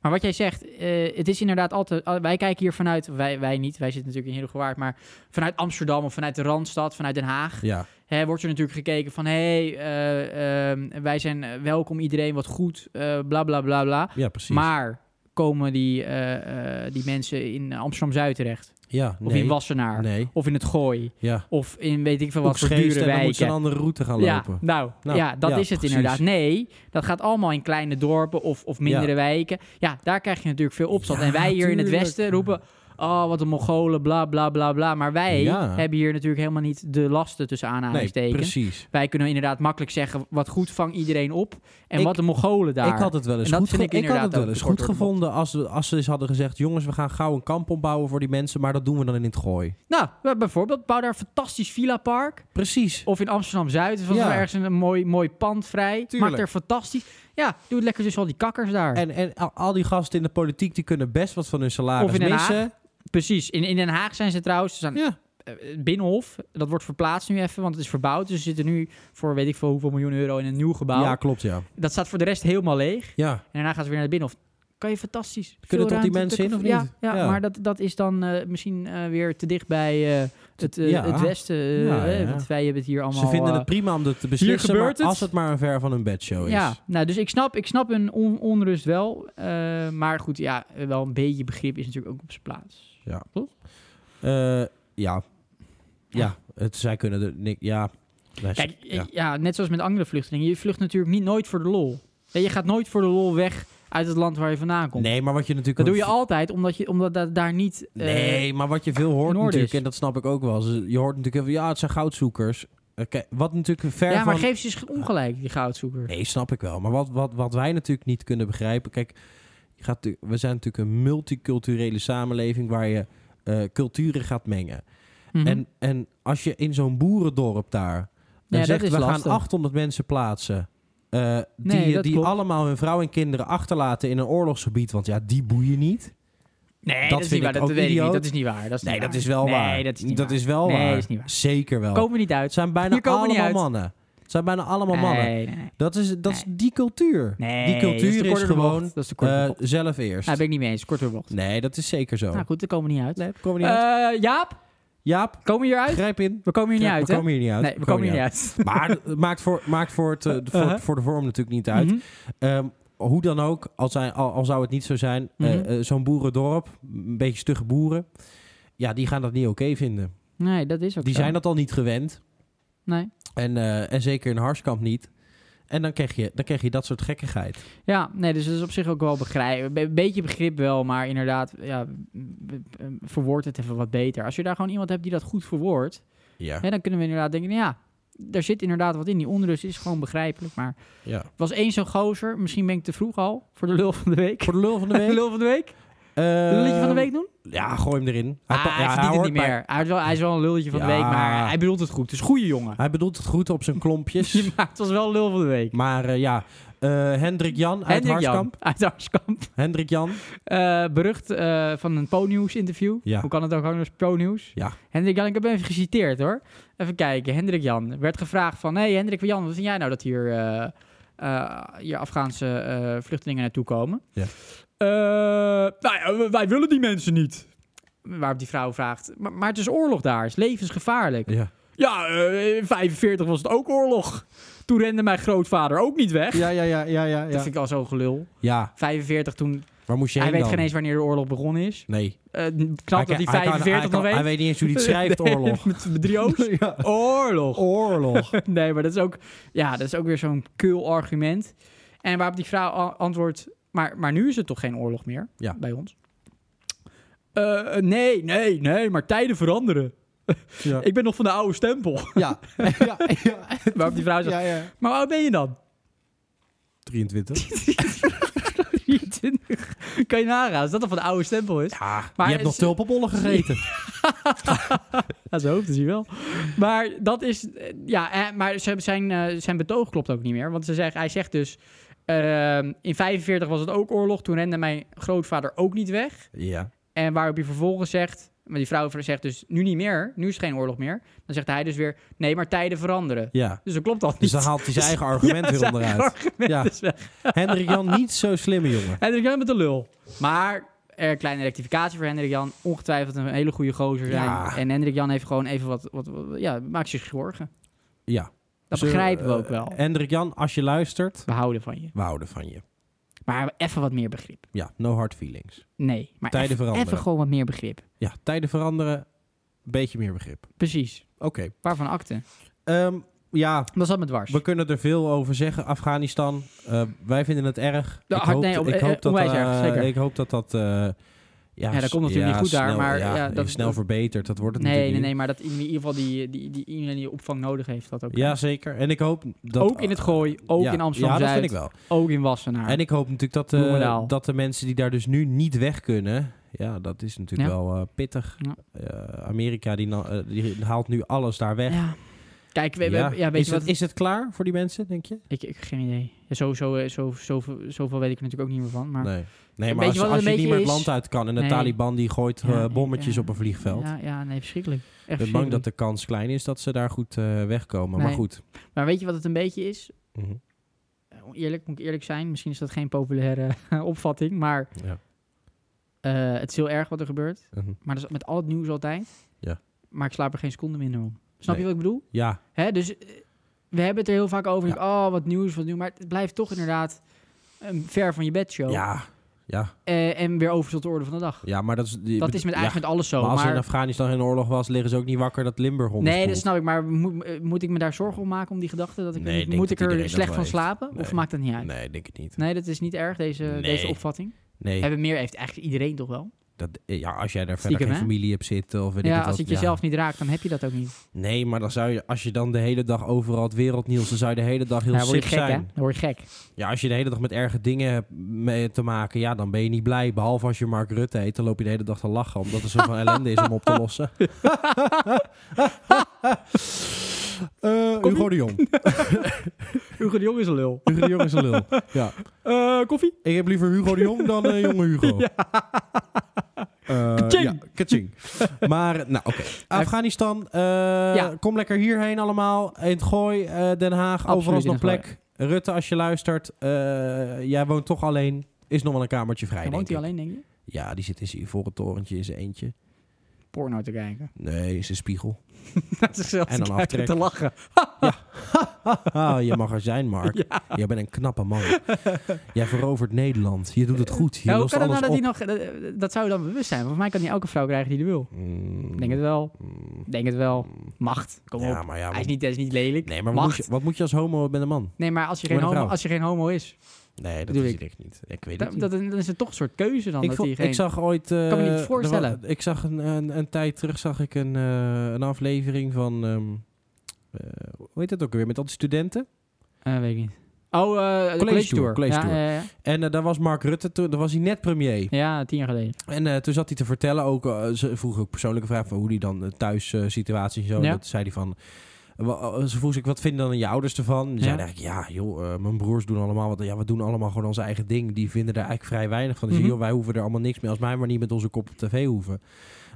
[SPEAKER 2] maar wat jij zegt, eh, het is inderdaad altijd... al- wij kijken hier vanuit... Wij, wij niet, wij zitten natuurlijk in Heerdegewaard. Maar vanuit Amsterdam of vanuit de Randstad, vanuit Den Haag...
[SPEAKER 1] Ja,
[SPEAKER 2] hè, wordt er natuurlijk gekeken van... Hé, hey, eh, ehm, wij zijn eh, welkom iedereen, wat goed, eh, bla bla bla bla.
[SPEAKER 1] ja precies.
[SPEAKER 2] Maar komen die, eh, eh, die mensen in Amsterdam-Zuid terecht?
[SPEAKER 1] Ja,
[SPEAKER 2] Of
[SPEAKER 1] nee.
[SPEAKER 2] in Wassenaar?
[SPEAKER 1] Nee.
[SPEAKER 2] Of in het Gooi?
[SPEAKER 1] Ja.
[SPEAKER 2] Of in weet ik veel wat
[SPEAKER 1] Ook
[SPEAKER 2] voor
[SPEAKER 1] Scheest
[SPEAKER 2] dure
[SPEAKER 1] en dan moet ze een
[SPEAKER 2] wijken?
[SPEAKER 1] andere route gaan
[SPEAKER 2] Ja,
[SPEAKER 1] lopen.
[SPEAKER 2] nou,
[SPEAKER 1] Nou,
[SPEAKER 2] ja, dat
[SPEAKER 1] ja,
[SPEAKER 2] is het
[SPEAKER 1] precies.
[SPEAKER 2] inderdaad. Nee, dat gaat allemaal in kleine dorpen of, of mindere wijken. Ja, daar krijg je natuurlijk veel opstand.
[SPEAKER 1] Ja,
[SPEAKER 2] en wij hier in het
[SPEAKER 1] tuurlijk.
[SPEAKER 2] Westen roepen... Oh, wat een Mongolen, bla, bla, bla, bla. Maar wij
[SPEAKER 1] Ja.
[SPEAKER 2] hebben hier natuurlijk helemaal niet de lasten tussen
[SPEAKER 1] nee,
[SPEAKER 2] aanhalingstekens.
[SPEAKER 1] precies.
[SPEAKER 2] wij kunnen inderdaad makkelijk zeggen... wat goed, vang iedereen op. En
[SPEAKER 1] Ik-
[SPEAKER 2] wat de Mongolen daar.
[SPEAKER 1] Ik had het wel eens
[SPEAKER 2] En dat
[SPEAKER 1] goed,
[SPEAKER 2] vind
[SPEAKER 1] ge-
[SPEAKER 2] ik
[SPEAKER 1] ik had
[SPEAKER 2] inderdaad
[SPEAKER 1] het wel
[SPEAKER 2] ook
[SPEAKER 1] eens
[SPEAKER 2] tekort
[SPEAKER 1] goed
[SPEAKER 2] door de bocht.
[SPEAKER 1] gevonden als, we- als ze eens hadden gezegd... jongens, we gaan gauw een kamp opbouwen voor die mensen... maar dat doen we dan in het gooi.
[SPEAKER 2] Nou, we- bijvoorbeeld, bouw daar een fantastisch villa-park.
[SPEAKER 1] Precies.
[SPEAKER 2] Of in Amsterdam-Zuid. Dus was
[SPEAKER 1] Ja.
[SPEAKER 2] er ergens een, een mooi, mooi pand vrij.
[SPEAKER 1] Tuurlijk.
[SPEAKER 2] Maak er fantastisch. Ja, doe het lekker tussen al die kakkers daar.
[SPEAKER 1] En, en al- al die gasten in de politiek... die kunnen best wat van hun salaris
[SPEAKER 2] Of in Den Haag.
[SPEAKER 1] missen.
[SPEAKER 2] Precies. In, in Den Haag zijn ze trouwens. Ze zijn
[SPEAKER 1] Ja.
[SPEAKER 2] eh, Binnenhof, dat wordt verplaatst nu even, want het is verbouwd. Dus ze zitten nu voor weet ik veel hoeveel miljoen euro in een nieuw gebouw.
[SPEAKER 1] ja, klopt, ja.
[SPEAKER 2] Dat staat voor de rest helemaal leeg. En
[SPEAKER 1] Ja,
[SPEAKER 2] daarna gaan ze weer naar de Binnenhof. Kan je fantastisch.
[SPEAKER 1] Kunnen
[SPEAKER 2] Veel
[SPEAKER 1] tot die
[SPEAKER 2] ruimte,
[SPEAKER 1] mensen in,
[SPEAKER 2] tukken-
[SPEAKER 1] of niet?
[SPEAKER 2] Ja, ja,
[SPEAKER 1] Ja.
[SPEAKER 2] maar dat, dat is dan eh, misschien eh, weer te dicht bij eh, het, eh,
[SPEAKER 1] Ja.
[SPEAKER 2] het Westen. eh,
[SPEAKER 1] Ja, ja,
[SPEAKER 2] eh,
[SPEAKER 1] ja.
[SPEAKER 2] Want wij hebben het hier allemaal...
[SPEAKER 1] ze vinden
[SPEAKER 2] eh,
[SPEAKER 1] het prima om dat te beslissen...
[SPEAKER 2] gebeurt
[SPEAKER 1] maar
[SPEAKER 2] het.
[SPEAKER 1] als het maar een ver van hun bedshow is.
[SPEAKER 2] Ja, nou, dus ik snap, ik snap hun on- onrust wel. eh, maar goed, ja, wel een beetje begrip is natuurlijk ook op zijn plaats.
[SPEAKER 1] Eh, ja. Ja, het, zij kunnen er niks... Ja. Nee,
[SPEAKER 2] Ah. Kijk, eh, ja.
[SPEAKER 1] ja.
[SPEAKER 2] net zoals met andere vluchtelingen. Je vlucht natuurlijk niet, nooit voor de lol. Ja, je gaat nooit voor de lol weg uit het land waar je vandaan komt.
[SPEAKER 1] Nee, maar wat je natuurlijk...
[SPEAKER 2] Dat doe je altijd omdat, je, omdat dat daar niet... eh,
[SPEAKER 1] Nee, maar wat je veel
[SPEAKER 2] in
[SPEAKER 1] hoort
[SPEAKER 2] orde
[SPEAKER 1] natuurlijk,
[SPEAKER 2] is.
[SPEAKER 1] en dat snap ik ook wel. ze- Je hoort natuurlijk even, ja, het zijn goudzoekers. Eh, kijk, wat natuurlijk ver
[SPEAKER 2] ja, maar
[SPEAKER 1] van...
[SPEAKER 2] geef ze eens ongelijk, die goudzoekers.
[SPEAKER 1] Nee, snap ik wel. Maar wat, wat, wat wij natuurlijk niet kunnen begrijpen... Kijk, je gaat, tu- we zijn natuurlijk een multiculturele samenleving... waar je eh, culturen gaat mengen.
[SPEAKER 2] Mhm.
[SPEAKER 1] En, en als je in zo'n boerendorp daar... Dan
[SPEAKER 2] Ja, dat
[SPEAKER 1] zegt,
[SPEAKER 2] is
[SPEAKER 1] we
[SPEAKER 2] lastig.
[SPEAKER 1] gaan 800 mensen plaatsen... eh, die
[SPEAKER 2] Nee, dat
[SPEAKER 1] die
[SPEAKER 2] klopt.
[SPEAKER 1] allemaal hun vrouw en kinderen achterlaten in een oorlogsgebied. Want ja, die boeien niet.
[SPEAKER 2] nee, dat,
[SPEAKER 1] dat
[SPEAKER 2] is
[SPEAKER 1] vind
[SPEAKER 2] niet waar.
[SPEAKER 1] ik
[SPEAKER 2] Dat
[SPEAKER 1] ook
[SPEAKER 2] weet ik niet.
[SPEAKER 1] idioot.
[SPEAKER 2] Dat is niet waar. Dat is
[SPEAKER 1] Nee,
[SPEAKER 2] niet
[SPEAKER 1] dat
[SPEAKER 2] waar.
[SPEAKER 1] is wel
[SPEAKER 2] nee,
[SPEAKER 1] waar.
[SPEAKER 2] Dat is, niet waar.
[SPEAKER 1] wel
[SPEAKER 2] Nee,
[SPEAKER 1] waar.
[SPEAKER 2] is niet waar.
[SPEAKER 1] Zeker wel.
[SPEAKER 2] Komen we niet uit.
[SPEAKER 1] Het zijn bijna
[SPEAKER 2] Hier komen we niet
[SPEAKER 1] allemaal
[SPEAKER 2] uit.
[SPEAKER 1] mannen. Het zijn bijna allemaal mannen.
[SPEAKER 2] Nee, nee, nee.
[SPEAKER 1] Dat is, dat is die cultuur.
[SPEAKER 2] Nee,
[SPEAKER 1] die
[SPEAKER 2] dat is,
[SPEAKER 1] cultuur
[SPEAKER 2] te
[SPEAKER 1] is,
[SPEAKER 2] kort door de bocht.
[SPEAKER 1] gewoon
[SPEAKER 2] Dat is te kort door de
[SPEAKER 1] eh,
[SPEAKER 2] bocht.
[SPEAKER 1] zelf eerst.
[SPEAKER 2] Nou, ben ik niet mee eens. Kort door de bocht.
[SPEAKER 1] Nee, dat is zeker zo.
[SPEAKER 2] Nou goed, daar komen we niet uit.
[SPEAKER 1] nee, komen we niet uit.
[SPEAKER 2] Eh, Jaap,
[SPEAKER 1] Jaap,
[SPEAKER 2] komen we hieruit?
[SPEAKER 1] grijp in.
[SPEAKER 2] We komen hier niet
[SPEAKER 1] Grijp-
[SPEAKER 2] uit,
[SPEAKER 1] we
[SPEAKER 2] hè?
[SPEAKER 1] komen hier niet uit.
[SPEAKER 2] Nee, we komen hier niet uit.
[SPEAKER 1] uit. Maar het maakt voor, maakt voor, het, eh, de- voor,
[SPEAKER 2] Uh-huh.
[SPEAKER 1] voor de vorm natuurlijk niet uit.
[SPEAKER 2] Mhm.
[SPEAKER 1] Ehm, hoe dan ook, al, zijn, al, al zou het niet zo zijn, eh,
[SPEAKER 2] Mhm.
[SPEAKER 1] eh, zo'n boerendorp, een beetje stugge boeren, ja, die gaan dat niet oké vinden.
[SPEAKER 2] Nee, dat is ook
[SPEAKER 1] Die
[SPEAKER 2] zo.
[SPEAKER 1] zijn dat al niet gewend.
[SPEAKER 2] Nee.
[SPEAKER 1] En, eh, en zeker in Harskamp niet. En dan krijg, je, dan krijg je dat soort gekkigheid.
[SPEAKER 2] Ja, nee, dus dat is op zich ook wel begrijp. Een beetje begrip wel, maar inderdaad, ja, m- m- verwoord het even wat beter. Als je daar gewoon iemand hebt die dat goed verwoordt,
[SPEAKER 1] Ja.
[SPEAKER 2] hè, dan kunnen we inderdaad denken, nou ja, daar zit inderdaad wat in. Die onrust is gewoon begrijpelijk, maar
[SPEAKER 1] ja.
[SPEAKER 2] er was één zo'n gozer, misschien ben ik te vroeg al, voor de lul van de week.
[SPEAKER 1] Voor de lul van de
[SPEAKER 2] De
[SPEAKER 1] week.
[SPEAKER 2] lul van de week? Een
[SPEAKER 1] Eh,
[SPEAKER 2] liedje van de week doen?
[SPEAKER 1] Ja, gooi hem erin.
[SPEAKER 2] Ah,
[SPEAKER 1] pa-
[SPEAKER 2] hij
[SPEAKER 1] ja,
[SPEAKER 2] verdient het
[SPEAKER 1] hoort
[SPEAKER 2] niet
[SPEAKER 1] bij-
[SPEAKER 2] meer. Hij is, wel, hij is wel een lulletje van de
[SPEAKER 1] Ja.
[SPEAKER 2] week, maar hij bedoelt het goed. Dus goede jongen.
[SPEAKER 1] Hij bedoelt het goed op zijn klompjes.
[SPEAKER 2] Maar het was wel lul van de week.
[SPEAKER 1] maar eh, ja, Eh, Hendrik Jan uit
[SPEAKER 2] Hendrik Jan,
[SPEAKER 1] Harskamp.
[SPEAKER 2] uit Harskamp.
[SPEAKER 1] Hendrik Jan.
[SPEAKER 2] Eh, berucht eh, van een Po-nieuws interview.
[SPEAKER 1] Ja.
[SPEAKER 2] Hoe kan het ook anders? Po-nieuws.
[SPEAKER 1] Ja.
[SPEAKER 2] Hendrik Jan, ik heb hem even geciteerd hoor. Even kijken. Hendrik Jan werd gevraagd van... hey, Hendrik Jan, wat vind jij nou dat hier, eh, eh, hier Afghaanse eh, vluchtelingen naartoe komen?
[SPEAKER 1] Ja.
[SPEAKER 2] Eh, nou ja, wij willen die mensen niet. Waarop die vrouw vraagt... Maar, maar het is oorlog daar. Het is levensgevaarlijk.
[SPEAKER 1] Ja.
[SPEAKER 2] Ja, eh, in 45 was het ook oorlog. Toen rende mijn grootvader ook niet weg.
[SPEAKER 1] Ja, ja, ja, ja, ja.
[SPEAKER 2] Dat
[SPEAKER 1] Ja,
[SPEAKER 2] vind ik al zo gelul. 45 toen...
[SPEAKER 1] waar moest je
[SPEAKER 2] Hij
[SPEAKER 1] heen
[SPEAKER 2] weet
[SPEAKER 1] dan?
[SPEAKER 2] geen eens wanneer de oorlog begonnen is.
[SPEAKER 1] Nee.
[SPEAKER 2] Eh,
[SPEAKER 1] kan-
[SPEAKER 2] knap dat hij
[SPEAKER 1] kan-
[SPEAKER 2] 45
[SPEAKER 1] kan-
[SPEAKER 2] nog weet.
[SPEAKER 1] Hij weet niet eens hoe hij het schrijft,
[SPEAKER 2] Nee,
[SPEAKER 1] oorlog.
[SPEAKER 2] Met, met drie O's.
[SPEAKER 1] Ja.
[SPEAKER 2] Oorlog.
[SPEAKER 1] Oorlog.
[SPEAKER 2] Nee, maar dat is ook, ja, dat is ook weer zo'n keul argument. En waarop die vrouw a- antwoordt... Maar, maar nu is het toch geen oorlog meer
[SPEAKER 1] Ja.
[SPEAKER 2] bij ons? Eh, nee, nee, nee, maar tijden veranderen.
[SPEAKER 1] Ja.
[SPEAKER 2] Ik ben nog van de oude stempel.
[SPEAKER 1] Ja. ja, ja,
[SPEAKER 2] Waarop die vrouw zegt,
[SPEAKER 1] ja, ja.
[SPEAKER 2] maar hoe oud ben je dan?
[SPEAKER 1] 23.
[SPEAKER 2] 23. kan je nagaan, als dat dan van de oude stempel is.
[SPEAKER 1] Ja,
[SPEAKER 2] Maar
[SPEAKER 1] je hebt nog
[SPEAKER 2] is-
[SPEAKER 1] tulpenbollen gegeten.
[SPEAKER 2] Ja, zijn hoofd is hij wel. Maar dat is... eh, Ja, eh, maar ze- zijn, eh, zijn betoog klopt ook niet meer. Want ze zegt, hij zegt dus... ehm, in 45 was het ook oorlog. Toen rende mijn grootvader ook niet weg.
[SPEAKER 1] Ja.
[SPEAKER 2] En waarop hij vervolgens zegt... Maar die vrouw zegt dus, nu niet meer. Nu is het geen oorlog meer. Dan zegt hij dus weer, nee, maar tijden veranderen.
[SPEAKER 1] Ja.
[SPEAKER 2] Dus dat klopt al niet.
[SPEAKER 1] Dus dan haalt hij zijn eigen argument weer
[SPEAKER 2] zijn
[SPEAKER 1] onderuit.
[SPEAKER 2] argument
[SPEAKER 1] Ja.
[SPEAKER 2] is weg.
[SPEAKER 1] Hendrik Jan, niet zo slimme jongen.
[SPEAKER 2] Hendrik Jan met de lul. Maar er kleine rectificatie voor Hendrik Jan. Ongetwijfeld een hele goede gozer zijn.
[SPEAKER 1] Ja.
[SPEAKER 2] En Hendrik Jan heeft gewoon even wat... wat, wat- ja, maakt zich zorgen.
[SPEAKER 1] Ja.
[SPEAKER 2] Dat
[SPEAKER 1] Ze-
[SPEAKER 2] begrijpen we ook
[SPEAKER 1] eh,
[SPEAKER 2] wel.
[SPEAKER 1] Hendrik Jan, als je luistert,
[SPEAKER 2] We houden van je.
[SPEAKER 1] we houden van je.
[SPEAKER 2] Maar even wat meer begrip.
[SPEAKER 1] Ja, no hard feelings.
[SPEAKER 2] Nee, maar
[SPEAKER 1] Tijden
[SPEAKER 2] even,
[SPEAKER 1] veranderen.
[SPEAKER 2] even gewoon wat meer begrip.
[SPEAKER 1] Ja, tijden veranderen. beetje meer begrip.
[SPEAKER 2] Precies.
[SPEAKER 1] Oké.
[SPEAKER 2] Waarvan akte?
[SPEAKER 1] Ehm, ja,
[SPEAKER 2] Dat zat me dwars.
[SPEAKER 1] we kunnen er veel over zeggen. Afghanistan. Eh, wij vinden het erg.
[SPEAKER 2] Ja,
[SPEAKER 1] ik,
[SPEAKER 2] hard-
[SPEAKER 1] hoop,
[SPEAKER 2] nee, op-
[SPEAKER 1] ik
[SPEAKER 2] eh,
[SPEAKER 1] hoop
[SPEAKER 2] eh,
[SPEAKER 1] dat,
[SPEAKER 2] onwijs
[SPEAKER 1] eh,
[SPEAKER 2] erg, zeker.
[SPEAKER 1] ik hoop dat dat... eh, ja,
[SPEAKER 2] Ja, dat komt natuurlijk
[SPEAKER 1] ja,
[SPEAKER 2] niet goed daar,
[SPEAKER 1] snel-
[SPEAKER 2] maar
[SPEAKER 1] Ja,
[SPEAKER 2] ja, dat-
[SPEAKER 1] snel
[SPEAKER 2] dat-
[SPEAKER 1] verbeterd. Dat wordt het
[SPEAKER 2] nee,
[SPEAKER 1] natuurlijk
[SPEAKER 2] nee,
[SPEAKER 1] niet.
[SPEAKER 2] nee, maar dat in ieder geval die, die, die, iedereen die opvang nodig heeft, dat ook.
[SPEAKER 1] Ja, zeker. En ik hoop dat...
[SPEAKER 2] ook in het Gooi, ook
[SPEAKER 1] Ja,
[SPEAKER 2] in Amsterdam
[SPEAKER 1] Ja, dat
[SPEAKER 2] Zuid,
[SPEAKER 1] vind ik wel.
[SPEAKER 2] ook in Wassenaar.
[SPEAKER 1] En ik hoop natuurlijk dat, eh,
[SPEAKER 2] Bloemendaal.
[SPEAKER 1] dat de mensen die daar dus nu niet weg kunnen... Ja, dat is natuurlijk
[SPEAKER 2] Ja.
[SPEAKER 1] wel eh, pittig.
[SPEAKER 2] Ja.
[SPEAKER 1] Eh, Amerika die, na- eh, die haalt nu alles daar weg.
[SPEAKER 2] ja. Kijk, we, we- ja.
[SPEAKER 1] Ja.
[SPEAKER 2] weet
[SPEAKER 1] is,
[SPEAKER 2] je wat?
[SPEAKER 1] het, is het klaar voor die mensen, denk je?
[SPEAKER 2] Ik, ik geen idee. Ja, sowieso, eh, zo, zoveel, zoveel weet ik er natuurlijk ook niet meer van. Maar
[SPEAKER 1] Nee. Nee,
[SPEAKER 2] Weet
[SPEAKER 1] maar
[SPEAKER 2] je
[SPEAKER 1] als,
[SPEAKER 2] wat
[SPEAKER 1] als
[SPEAKER 2] het
[SPEAKER 1] je
[SPEAKER 2] een
[SPEAKER 1] niet meer het
[SPEAKER 2] beetje
[SPEAKER 1] land
[SPEAKER 2] is?
[SPEAKER 1] uit kan... en de
[SPEAKER 2] Nee.
[SPEAKER 1] Taliban die gooit eh,
[SPEAKER 2] Ja, ik-
[SPEAKER 1] bommetjes
[SPEAKER 2] ja.
[SPEAKER 1] op een vliegveld...
[SPEAKER 2] ja, ja, nee, verschrikkelijk. Echt
[SPEAKER 1] Ik ben bang dat
[SPEAKER 2] verschrikkelijk.
[SPEAKER 1] de kans klein is dat ze daar goed eh, wegkomen. Maar
[SPEAKER 2] Nee.
[SPEAKER 1] goed.
[SPEAKER 2] Maar weet je wat het een beetje is?
[SPEAKER 1] Mhm.
[SPEAKER 2] Eh, Eerlijk, moet ik eerlijk zijn, misschien is dat geen populaire opvatting, maar
[SPEAKER 1] Ja.
[SPEAKER 2] eh, het is heel erg wat er gebeurt.
[SPEAKER 1] Mhm.
[SPEAKER 2] Maar dat is met al het nieuws altijd.
[SPEAKER 1] Ja.
[SPEAKER 2] Maar ik slaap er geen seconde minder om. Snap
[SPEAKER 1] Nee.
[SPEAKER 2] je wat ik bedoel?
[SPEAKER 1] ja,
[SPEAKER 2] Hè, dus eh, we hebben het er heel vaak over. Ik denk, oh, wat nieuws, wat nieuws. Maar het blijft toch inderdaad een ver van je bedshow.
[SPEAKER 1] ja, ja,
[SPEAKER 2] Eh, en weer over tot de orde van de dag.
[SPEAKER 1] ja, maar dat is... die-
[SPEAKER 2] Dat is met
[SPEAKER 1] ja,
[SPEAKER 2] eigenlijk met alles zo.
[SPEAKER 1] maar als er in
[SPEAKER 2] Maar,
[SPEAKER 1] Afghanistan geen oorlog was, liggen ze ook niet wakker dat Limburg
[SPEAKER 2] nee, dat
[SPEAKER 1] is
[SPEAKER 2] snap ik. Maar moet, eh, moet ik me daar zorgen om maken om die gedachte? Dat ik,
[SPEAKER 1] Nee, ik denk
[SPEAKER 2] moet
[SPEAKER 1] dat
[SPEAKER 2] ik
[SPEAKER 1] iedereen
[SPEAKER 2] er
[SPEAKER 1] dat
[SPEAKER 2] slecht
[SPEAKER 1] wel
[SPEAKER 2] van
[SPEAKER 1] heeft.
[SPEAKER 2] slapen? Of
[SPEAKER 1] Nee.
[SPEAKER 2] maakt dat niet uit? Nee,
[SPEAKER 1] Nee, ik denk het niet.
[SPEAKER 2] dat is niet erg, deze,
[SPEAKER 1] Nee.
[SPEAKER 2] deze opvatting.
[SPEAKER 1] Nee,
[SPEAKER 2] Hebben meer heeft eigenlijk iedereen toch wel?
[SPEAKER 1] dat, eh, ja, als jij daar verder
[SPEAKER 2] Stiekem,
[SPEAKER 1] geen
[SPEAKER 2] hè?
[SPEAKER 1] familie hebt zitten of weet ik
[SPEAKER 2] ja,
[SPEAKER 1] het
[SPEAKER 2] als
[SPEAKER 1] wat,
[SPEAKER 2] het jezelf niet raakt, dan heb je dat ook niet.
[SPEAKER 1] Nee, maar dan zou je, als je dan de hele dag overal het wereldnieuws, dan zou je de hele dag heel
[SPEAKER 2] Ja, dan word
[SPEAKER 1] sip
[SPEAKER 2] je gek, hè?
[SPEAKER 1] zijn.
[SPEAKER 2] Dan word je gek.
[SPEAKER 1] Ja, als je de hele dag met erge dingen hebt mee te maken, ja, dan ben je niet blij. Behalve als je Mark Rutte heet, dan loop je de hele dag te lachen, omdat er zoveel ellende is om op te lossen. Eh Hugo de Jong.
[SPEAKER 2] Hugo de Jong is een lul.
[SPEAKER 1] Hugo de Jong is een lul. Ja.
[SPEAKER 2] Eh, koffie?
[SPEAKER 1] Ik heb liever Hugo de Jong dan eh, jonge Hugo. Ja.
[SPEAKER 2] Kaching.
[SPEAKER 1] ja, kaching. Maar, nou, oké. Afghanistan, eh,
[SPEAKER 2] Ja.
[SPEAKER 1] kom lekker hierheen allemaal. In het Gooi, eh, Den Haag, overal is
[SPEAKER 2] in
[SPEAKER 1] nog
[SPEAKER 2] het Gooi.
[SPEAKER 1] plek. Rutte, als je luistert, eh, jij woont toch alleen. Is nog wel een kamertje vrij, denk
[SPEAKER 2] woont hij
[SPEAKER 1] ik.
[SPEAKER 2] alleen, denk je?
[SPEAKER 1] Ja, die zit in zijn ivoren torentje in zijn eentje.
[SPEAKER 2] Porno te kijken.
[SPEAKER 1] Nee, in zijn spiegel.
[SPEAKER 2] Dat is zelfs
[SPEAKER 1] En dan
[SPEAKER 2] te kijken,
[SPEAKER 1] aftrekken.
[SPEAKER 2] te lachen.
[SPEAKER 1] Ah, je mag er zijn, Mark. Jij bent een knappe man. Jij verovert Nederland. Je doet het goed. Je
[SPEAKER 2] Ja, hoe
[SPEAKER 1] lost
[SPEAKER 2] kan het
[SPEAKER 1] alles
[SPEAKER 2] nou dat
[SPEAKER 1] op.
[SPEAKER 2] hij nog... Dat, dat zou dan bewust zijn. Volgens mij kan hij elke vrouw krijgen die hij wil.
[SPEAKER 1] Mm,
[SPEAKER 2] Denk het wel.
[SPEAKER 1] mm,
[SPEAKER 2] Denk het wel.
[SPEAKER 1] mm.
[SPEAKER 2] Macht. Kom
[SPEAKER 1] Ja,
[SPEAKER 2] op.
[SPEAKER 1] maar ja,
[SPEAKER 2] Hij is
[SPEAKER 1] wat-
[SPEAKER 2] niet, hij is niet lelijk.
[SPEAKER 1] Nee, maar wat
[SPEAKER 2] Macht.
[SPEAKER 1] moet, je, wat moet je als homo met een man?
[SPEAKER 2] Nee, maar als je,
[SPEAKER 1] Word
[SPEAKER 2] geen
[SPEAKER 1] een
[SPEAKER 2] homo,
[SPEAKER 1] vrouw.
[SPEAKER 2] als je geen homo is,
[SPEAKER 1] Nee, dat
[SPEAKER 2] Bedoel
[SPEAKER 1] is
[SPEAKER 2] ik.
[SPEAKER 1] ik niet. Ik weet
[SPEAKER 2] da-
[SPEAKER 1] het
[SPEAKER 2] dat,
[SPEAKER 1] niet.
[SPEAKER 2] dan is het toch een soort keuze dan.
[SPEAKER 1] ik,
[SPEAKER 2] dat
[SPEAKER 1] vond-
[SPEAKER 2] hij geen...
[SPEAKER 1] ik zag ooit... eh,
[SPEAKER 2] Kan me niet
[SPEAKER 1] er wa-
[SPEAKER 2] voorstellen.
[SPEAKER 1] ik zag een, een, een tijd terug zag ik een, eh, een aflevering van... ehm, eh, hoe heet dat ook weer? Met al die studenten.
[SPEAKER 2] Eh, weet ik niet. Oh, eh de
[SPEAKER 1] College
[SPEAKER 2] college
[SPEAKER 1] tour,
[SPEAKER 2] tour.
[SPEAKER 1] college
[SPEAKER 2] ja,
[SPEAKER 1] tour.
[SPEAKER 2] ja, ja.
[SPEAKER 1] En eh, daar was Mark Rutte toen. Daar was hij net premier.
[SPEAKER 2] Ja, tien jaar geleden.
[SPEAKER 1] En eh, toen zat hij te vertellen, ook, eh, ze vroeg ook persoonlijke vraag van hoe die dan eh, thuis eh, situatie en zo.
[SPEAKER 2] Ja.
[SPEAKER 1] Dat zei hij van. wa- eh, Ze vroeg zich, wat vinden dan je ouders ervan? Die
[SPEAKER 2] Ja.
[SPEAKER 1] zeiden eigenlijk, ja, joh, eh, mijn broers doen allemaal wat. Ja, we doen allemaal gewoon ons eigen ding. Die vinden daar eigenlijk vrij weinig van. Dus
[SPEAKER 2] Mhm.
[SPEAKER 1] joh, wij hoeven er allemaal niks mee. Als wij maar niet met onze kop op tv hoeven.